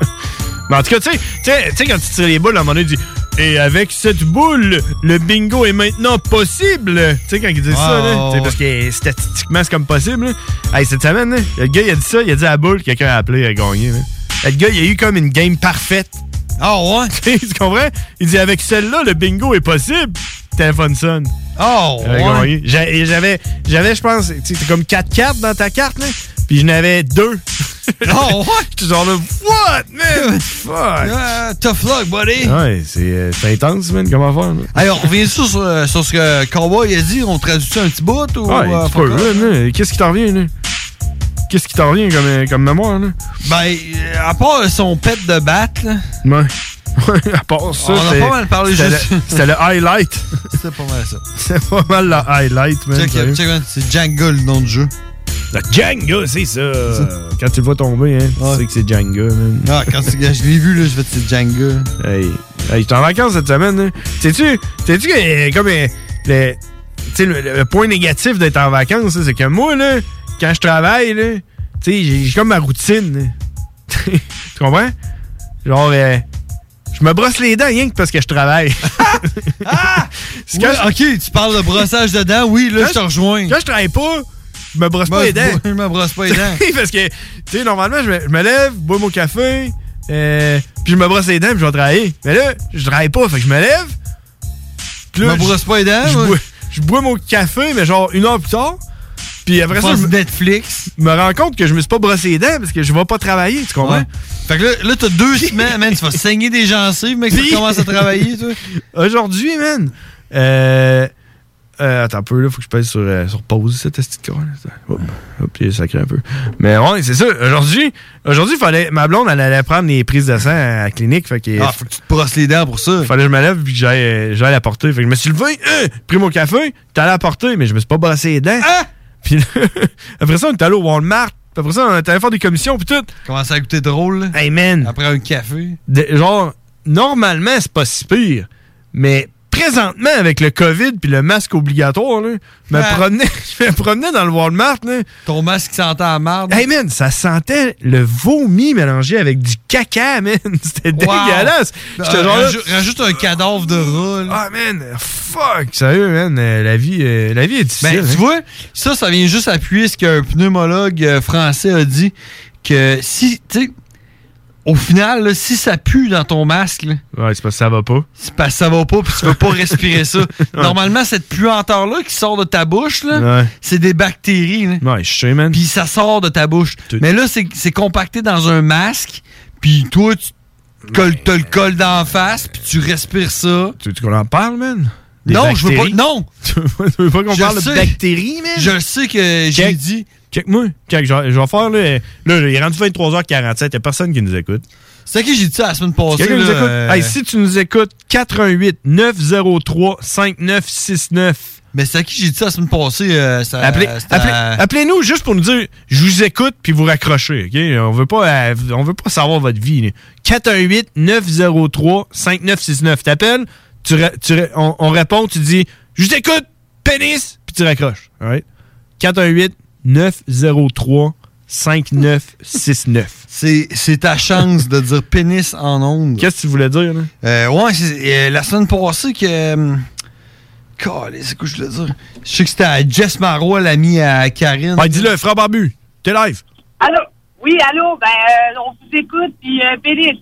Mais en tout cas, tu sais, tu sais- tu sais, quand tu tires les boules, à un moment donné, tu dis Et avec cette boule, le bingo est maintenant possible. Tu sais, quand ils disent ça, Ouais, là, ouais, tu sais, parce que statistiquement, c'est comme possible. là. Hey, cette semaine, là, le gars, il a dit ça, il a dit à la boule, quelqu'un a appelé, il a gagné. là. Le gars, il a eu comme une game parfaite. Ah ouais? <laughs> tu comprends? Il dit Avec celle-là, le bingo est possible. Téléphone sonne. Oh, J'avais ouais. gagné. J'a- et J'avais, j'avais, je pense, tu sais, t'as comme 4 cartes dans ta carte, là. Puis je n'avais deux. <laughs> Oh, ouais? J'étais genre là, what, <laughs> man? Fuck. Ah, tough luck, buddy. Ouais, c'est euh, c'est intense, man, comment faire, là? Hey, on revient sur, euh, sur, sur ce que Cowboy a dit. On traduit ça un petit bout ou. Ouais, euh, tu peux, fuck off? là, là. Qu'est-ce qui t'en revient, là? Qu'est-ce qui t'en revient comme, euh, comme mémoire, là? Ben, euh, à part son pet de batte, là. Ouais. Ouais, <laughs> à part ça, On a c'était- pas mal parlé c'était <laughs> juste- le- C'était le highlight. C'était pas mal ça. <laughs> C'était pas mal le highlight, man. Check, sérieux. check, man, c'est Django le nom du jeu. Le Jenga, c'est ça. Quand tu le vois tomber, hein, tu sais que c'est Jenga, man. Ah, quand tu- je l'ai vu, là, je vais te dire Django. Hey, hey j'étais en vacances cette semaine. hein. Sais-tu, sais-tu que, euh, comme euh, le, tu sais, le, le point négatif d'être en vacances, là, c'est que moi, là, quand je travaille, là, tu sais, j'ai j'ai comme ma routine. là. <laughs> tu comprends? Genre, euh, je me brosse les dents rien que parce que <laughs> je travaille. <laughs> C'est quand Ah! Oui, ok, tu parles de brossage de dents, oui, là, Quand je te rejoins. Quand je travaille pas, je me brosse Moi, pas les je dents. bo- Je me brosse pas les <laughs> dents. parce que, tu sais, normalement, je me, je me lève, bois mon café, euh, puis je me brosse les dents, puis je vais travailler. Mais là, je travaille pas, fait que je me lève. puis là, Je me brosse pas les dents, Je moi. bois, je bois mon café, mais genre une heure plus tard. Puis après ça, Pense je me- Netflix. je me rends compte que je me suis pas brossé les dents parce que je vais pas travailler, tu comprends? Ouais. Fait que là, là t'as deux semaines, man, tu vas saigner des gencives, mec, tu Puis- commences à travailler, toi. <laughs> Aujourd'hui, man. Euh, euh, attends un peu, là, faut que je pèse sur, euh, sur pause, cette petite de corps, là. Hop, hop, il est sacré un peu. Mais ouais, c'est ça. Aujourd'hui, aujourd'hui, fallait, ma blonde, elle allait prendre les prises de sang à la clinique. Fait que, Ah, faut que tu te brosses les dents pour ça. Fallait que je me lève puis que j'aille, euh, j'aille la porter. Fait que je me suis levé, euh, <laughs> pris mon café, t'es allé la porter, mais je me suis pas brossé les dents. Hein? Puis là, <laughs> après ça, on est allé au Walmart. Puis après ça, on est allé faire des commissions puis tout. Comment ça a goûté drôle, là? Hey, man. Après un café. De- genre, normalement, c'est pas si pire, mais présentement, avec le COVID puis le masque obligatoire, là, je me Ah. promenais, <laughs> je me promenais dans le Walmart. Là. Ton masque sentait la marde. Hey man, ça sentait le vomi mélangé avec du caca, <laughs> man. C'était dégueulasse. J'étais Euh, genre là, rajou- Rajoute un cadavre de rat, là. Ah, man, fuck. Sérieux, man, euh, la vie, euh, la vie est difficile. Ben, tu hein. vois, ça, ça vient juste appuyer ce qu'un pneumologue euh, français a dit que si, tu sais, au final, là, si ça pue dans ton masque, là, Ouais, c'est parce que ça va pas. c'est parce que ça va pas, puis tu veux <laughs> pas respirer ça. Normalement, cette puanteur-là qui sort de ta bouche, là, Ouais. c'est des bactéries. là. Ouais, je sais, man. Puis ça sort de ta bouche. Mais là, c'est c'est compacté dans un masque, puis toi, tu te colles- te le colles d'en face, puis tu respires ça. Tu veux qu'on en parle, man? Des Non, je veux pas. bactéries? Non! <laughs> tu veux pas qu'on Je parle sais. de bactéries, man? Je sais que j'ai Check. dit. Check moi. Check, je vais je vais faire là. Là, il est rendu 23h47, il a personne qui nous écoute. C'est à qui j'ai dit ça la semaine passée. Quelqu'un nous là, écoute? euh, Hey, si tu nous écoutes, 88 903 5969. Mais c'est à qui j'ai dit ça la semaine passée? euh, ça- Appelez- c'était appelez- à- Appelez-nous juste pour nous dire je vous écoute puis vous raccrochez, OK? On veut pas euh, on veut pas savoir votre vie. là. 418 903 5969. T'appelles, tu, ra- tu ra- on, on répond, tu dis je vous écoute, pénis, puis tu raccroches. all right? 418 903 5969. C'est c'est ta chance de dire pénis en ondes. Qu'est-ce que tu voulais dire, là? Euh, ouais, c'est euh, la semaine passée que. hum, Calais, c'est quoi je voulais dire? Je sais que c'était à Jess Marois, l'ami à Karine. Ouais, dis-le, frère Barbu, t'es live. Allô? Oui, allô? Ben, euh, on vous écoute, puis euh, pénis.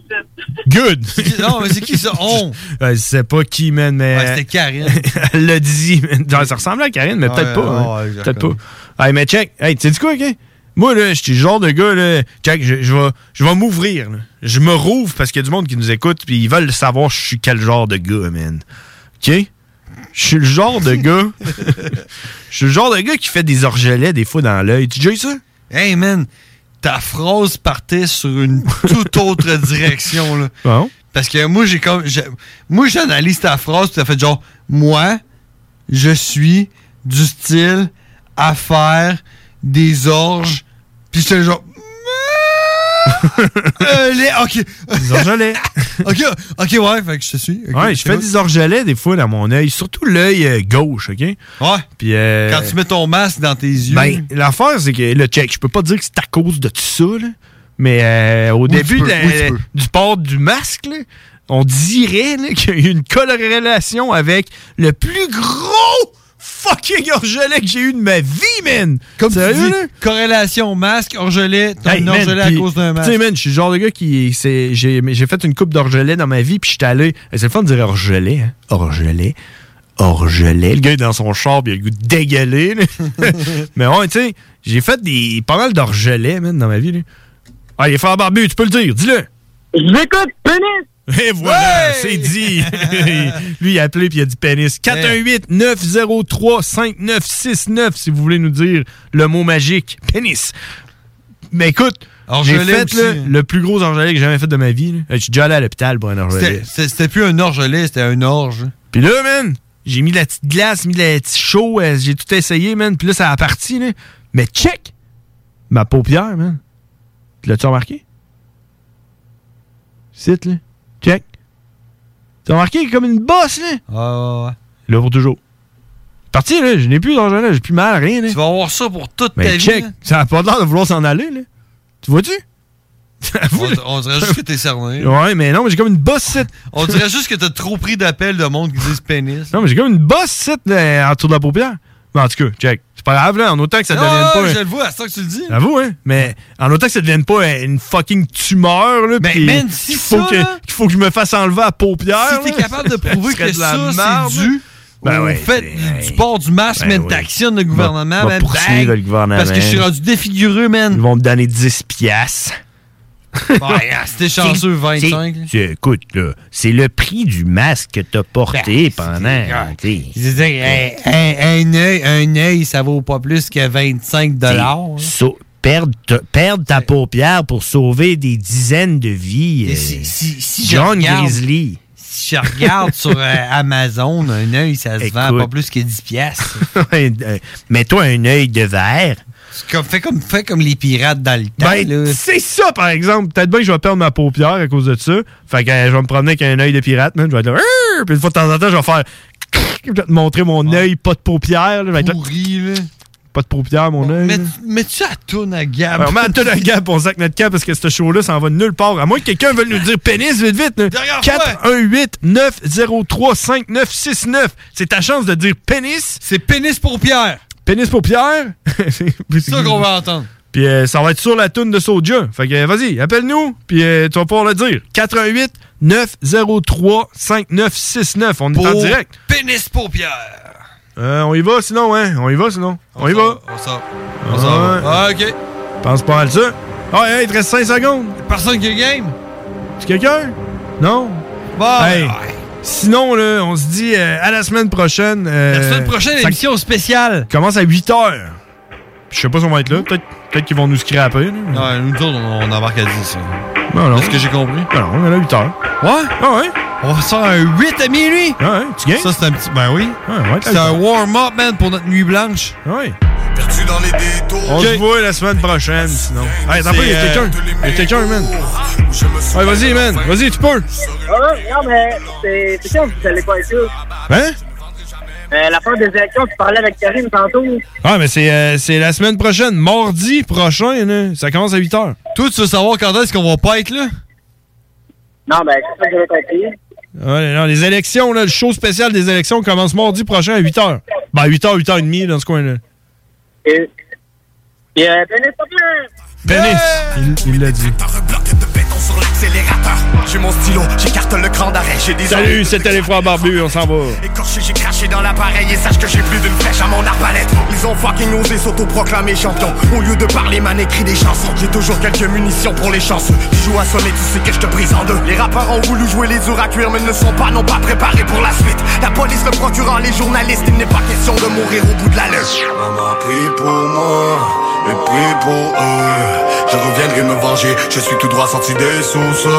Good! non, mais c'est qui <laughs> ça? On! je sais pas qui, man, mais. Ouais, c'était Karine. <laughs> Elle l'a dit, man. Genre, ça ressemble à Karine, mais peut-être Ouais, pas. hein. ouais, ouais, je peut-être pas. Hey, mais check. Hey, tu sais du quoi, OK? Moi, là, je suis le genre de gars, là. Check, je, je vais, je vais m'ouvrir, là. Je me rouvre parce qu'il y a du monde qui nous écoute, puis ils veulent savoir je suis quel genre de gars, man. OK? Je suis le genre <laughs> de gars. Je suis le genre de gars qui fait des orgelets, des fois, dans l'œil. Tu dis ça? Hey, man, ta phrase partait sur une toute <laughs> autre direction, là. Ah Bon. Parce que moi, j'ai comme. j'ai- Moi, j'analyse ta phrase, tu as fait genre, moi, je suis du style à faire des orges, puis c'est genre. <laughs> Euh, les- ok. Des orgelets. <laughs> ok, ok, ouais, fait que je te suis. Ok, ouais, je c'est fais bon. des orgelets, des fois, dans mon œil. Surtout l'œil euh, gauche, OK? Ouais. Puis. euh, Quand tu mets ton masque dans tes yeux. Ben, l'affaire, c'est que le check, je peux pas dire que c'est à cause de tout ça, là, mais euh, au Oui, début tu peux, de la- oui, tu peux. du port du masque, là, on dirait là, qu'il y a eu une corrélation avec le plus gros fucking orgelet que j'ai eu de ma vie, man! Comme tu Sérieux, dis, là? corrélation masque, orgelet, t'as Hey, un man, orgelet à puis- cause d'un Tu sais, masque. man, je suis le genre de gars qui. c'est- J'ai j'ai fait une coupe d'orgelet dans ma vie, puis j'étais allé. Eh, C'est le fun de dire orgelet, hein? Orgelet. Orgelet. Le gars est dans son char, puis il a le goût de dégueuler, là. <laughs> Mais ouais, tu sais, j'ai fait des, pas mal d'orgelets, man, dans ma vie, là. Ah, il est fort barbu, tu peux le dire, dis-le. Je l'écoute, pénis! Et voilà, c'est dit! <laughs> Lui, il a appelé puis il a dit pénis. 418-903-5969 si vous voulez nous dire le mot magique. Pénis! Mais écoute, j'ai Orgelet fait aussi, là, hein. le plus gros orgelet que j'ai jamais fait de ma vie. là. Je suis déjà allé à l'hôpital pour un orgelet. C'était- C'était c'était plus un orgelet, c'était un orge. Puis là, man, j'ai mis de la petite glace, mis de la petite chaud, euh, j'ai tout essayé, man. Puis là, ça a parti, là. Mais check! Ma paupière, man. Tu L'as-tu remarqué? Site, là. Check. T'as remarqué comme une bosse, là? Ah, ouais, ouais. Là, pour toujours. Parti, là. Je n'ai plus d'orgelet, j'ai plus mal, rien, là. Tu vas avoir ça pour toute Mais ta check! vie. là. Ça a pas l'air de vouloir s'en aller, là. Tu vois-tu? <laughs> On, on dirait juste que t'es cerné. Ouais, mais non, mais j'ai comme une bosse, site. <laughs> On dirait juste que t'as trop pris d'appels de monde qui disent pénis. Non, mais j'ai comme une bosse site là, autour de la paupière. Mais en tout cas, check. C'est pas grave, là. En autant que ça Ah, devienne pas. Je un- le vois, à ça que tu le dis. J'avoue, hein. Mais en autant que ça devienne pas euh, une fucking tumeur, là. pis Ben, man, si qu'il faut ça, que, là- qu'il faut que je me fasse enlever la paupière. Si t'es là, capable de <laughs> ça prouver serait que de la ça, merde, c'est là. dû Ben au ouais, fait du port du masque, Ben mais oui. d'actionne le gouvernement, Va- va man, poursuivre bang, le gouvernement. Parce que je suis rendu <laughs> défigureux, man. Ils vont me donner 10 piastres. Ouais, ah, c'était chanceux, 25. Tu- Écoute, là, c'est le prix du masque que t'as Ben, porté pendant. tu sais. Ils disaient, un, un, un œil, un œil, ça vaut pas plus que 25 dollars. Sau- perdre, ta- perdre ta paupière pour sauver des dizaines de vies. euh, si je John regarde- Grizzly. Si je regarde sur euh, Amazon, un œil, ça se vend Écoute. euh, pas plus que 10 <laughs> piastres. Mets-toi un œil de verre. C'est comme- fais, comme, fais comme les pirates dans le temps. Ben, c'est ça, par exemple. Peut-être bien que je vais perdre ma paupière à cause de ça. Fait que euh, je vais me promener avec un œil de pirate, man. Je vais être là. Arr! Puis une fois de temps en temps, je vais faire. <laughs> Je vais te montrer mon œil, pas de paupière. là. Je vais être là, Pas de paupière, mon œil. là. Mets-tu à tourne à Gab? <laughs> Alors, mets tout le gap, on sac notre camp parce que ce show-là, ça en va de nulle part. À moins que quelqu'un veuille nous dire pénis, vite, vite. là. 418-903-5969. C'est ta chance de dire pénis. C'est pénis pour Pierre. Pénis pour Pierre. <laughs> C'est ça qu'on va entendre. Puis euh, ça va être sur la toune de Soja. Fait que euh, vas-y, appelle-nous, puis euh, tu vas pouvoir le dire. 88 903 5969. On est en Pour direct. Pénis paupière. Euh, on y va sinon, hein? On y va sinon. On, y va. On sort. On s'en va. Ah, ok. Pense pas à ça. Ah, hey, il te reste 5 secondes. Personne qui game. Tu quelqu'un? Non? Bon. Hey. Sinon, là, on se dit euh, à la semaine prochaine. euh, La semaine prochaine, ça émission spéciale. commence à 8 heures. Je sais pas si on va être là. Peut-être peut qu'ils vont nous scraper. Ouais, nous autres, on, on embarque à 10. Non, non. C'est ce que j'ai compris. Ben non, on est là 8 heures. Ouais? Ah ouais? On va faire un 8 à minuit. Ah ouais, tu gagnes? Ah, Ça, c'est un petit. Ben oui. ouais, c'est t'as un le warm-up, man, pour notre nuit blanche. Ouais. Perdu dans les détours. On se voit la semaine prochaine, sinon. Hey, attends un peu, il y a euh, C'est, quelqu'un. Il y a quelqu'un, man. Ouais, vas-y, man. Vas-y, tu peux. Ah Ouais, non, mais c'est c'est sûr que vous allez pas être là. Hein? Euh, la fin des élections, tu parlais avec Karine tantôt. Ah, mais c'est euh, c'est la semaine prochaine, mardi prochain, là. Ça commence à 8 heures. Toi, tu veux savoir quand est-ce qu'on va pas être là? Non, mais c'est ça que j'avais compris. Ouais, non, les élections, là, le show spécial des élections commence mardi prochain à 8 h. Ben, 8 h, 8 h 30 dans ce coin-là. Et, et euh, ben, c'est pas bien. Pénis! Il- Il l'a dit. L'accélérateur. J'ai mon stylo, j'écarte le cran d'arrêt. J'ai des Salut, c'était les frères barbus, on s'en va. Écorché, j'ai craché dans l'appareil et sache que j'ai plus d'une flèche à mon arbalète. Ils ont fucking osé s'autoproclamer champion. Au lieu de parler, man, écrit des chansons. J'ai toujours quelques munitions pour les chanceux. Tu joues à sonner, tu sais que je te brise en deux. Les rappeurs ont voulu jouer les durs à cuire, mais ne sont pas non pas préparés pour la suite. La police, le procureur, les journalistes, il n'est pas question de mourir au bout de la lèche. Maman, prie pour moi et prie pour eux. Je reviendrai me venger, je suis tout droit sorti des sous-sols.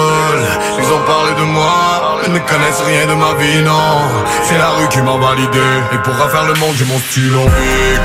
Ils ont parlé de moi, ils ne connaissent rien de ma vie, non. C'est la rue qui m'a validé, et pour refaire le monde, j'ai mon stylo.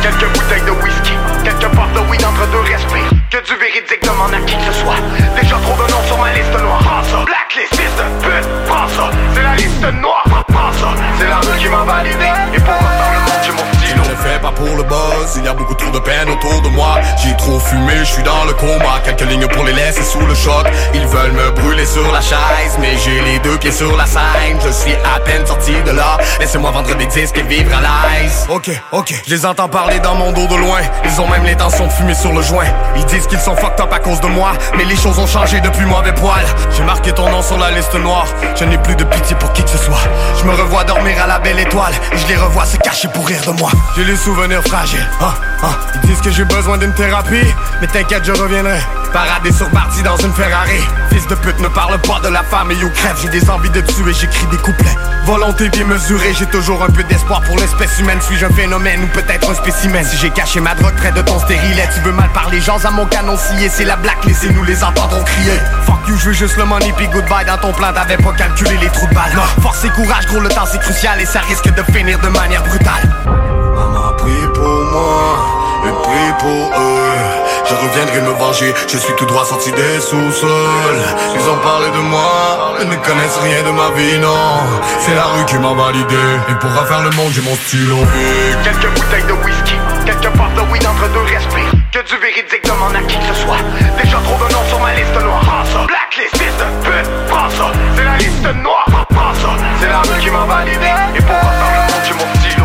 Quelques bouteilles de whisky, quelques portes de weed entre deux respires. Que du véridique demande à qui que ce soit. Déjà trop de noms sur ma liste noire. Prends ça, blacklist, fils de pute, prends ça. C'est la liste noire, prends ça. C'est la rue qui m'a validé. Et pour l'instant, le monde, j'ai mon Je ne le fais pas pour le buzz, il y a beaucoup trop de peine autour de moi. J'ai trop fumé, je suis dans le coma. Quelques lignes pour les laisser sous le choc. Ils veulent me brûler sur la chaise, mais j'ai les deux pieds sur la scène. Je suis à peine sorti de là. Laissez-moi vendre des disques et vivre à l'aise. Ok, ok, je les entends parler dans mon dos de loin. Ils ont même l'intention de fumer sur le joint. Ils disent qu'ils sont fucked up à cause de moi, mais les choses ont changé depuis mauvais poil. J'ai marqué ton nom sur la liste noire. Je n'ai plus de pitié pour qui que ce soit. Je me revois dormir à la belle étoile et je les revois se cacher pour rire de moi. J'ai les souvenirs fragiles. Ah, ah. Ils disent que j'ai besoin d'une thérapie, mais t'inquiète, je reviendrai. Paradé sur parti dans une Ferrari. Fils de pute, ne parle pas de la femme et you crève. J'ai des envies de tuer, j'écris des couplets. Volonté démesurée, j'ai toujours un peu d'espoir pour l'espèce humaine. Suis-je un phénomène ou peut-être un spécimen Si j'ai caché ma drogue près de ton stérilet, tu veux mal parler, gens à mon canon scié, c'est la blague, laissez-nous les entendre crier. Fuck you, je veux juste le money puis goodbye dans ton plan, t'avais pas calculé les trous de balle. Force et courage, gros, le temps c'est crucial et ça risque de finir de manière brutale. Maman, prie pour moi et prie pour eux. Je reviendrai me venger, je suis tout droit sorti des sous-sols. Ils ont parlé de moi, ils ne connaissent rien de ma vie, non. C'est la rue qui m'a validé, et pour refaire le monde, j'ai mon stylo. Quelques bouteilles de whisky, quelques portes de weed entre deux respires. Que du véridique demande à qui que ce soit. Déjà trop de noms sur ma liste noire. Prends ça, blacklist, fils de pute, prends ça. C'est la liste noire, prends ça. C'est la rue qui m'a validé. Et pour autant, le monde, j'ai mon stylo.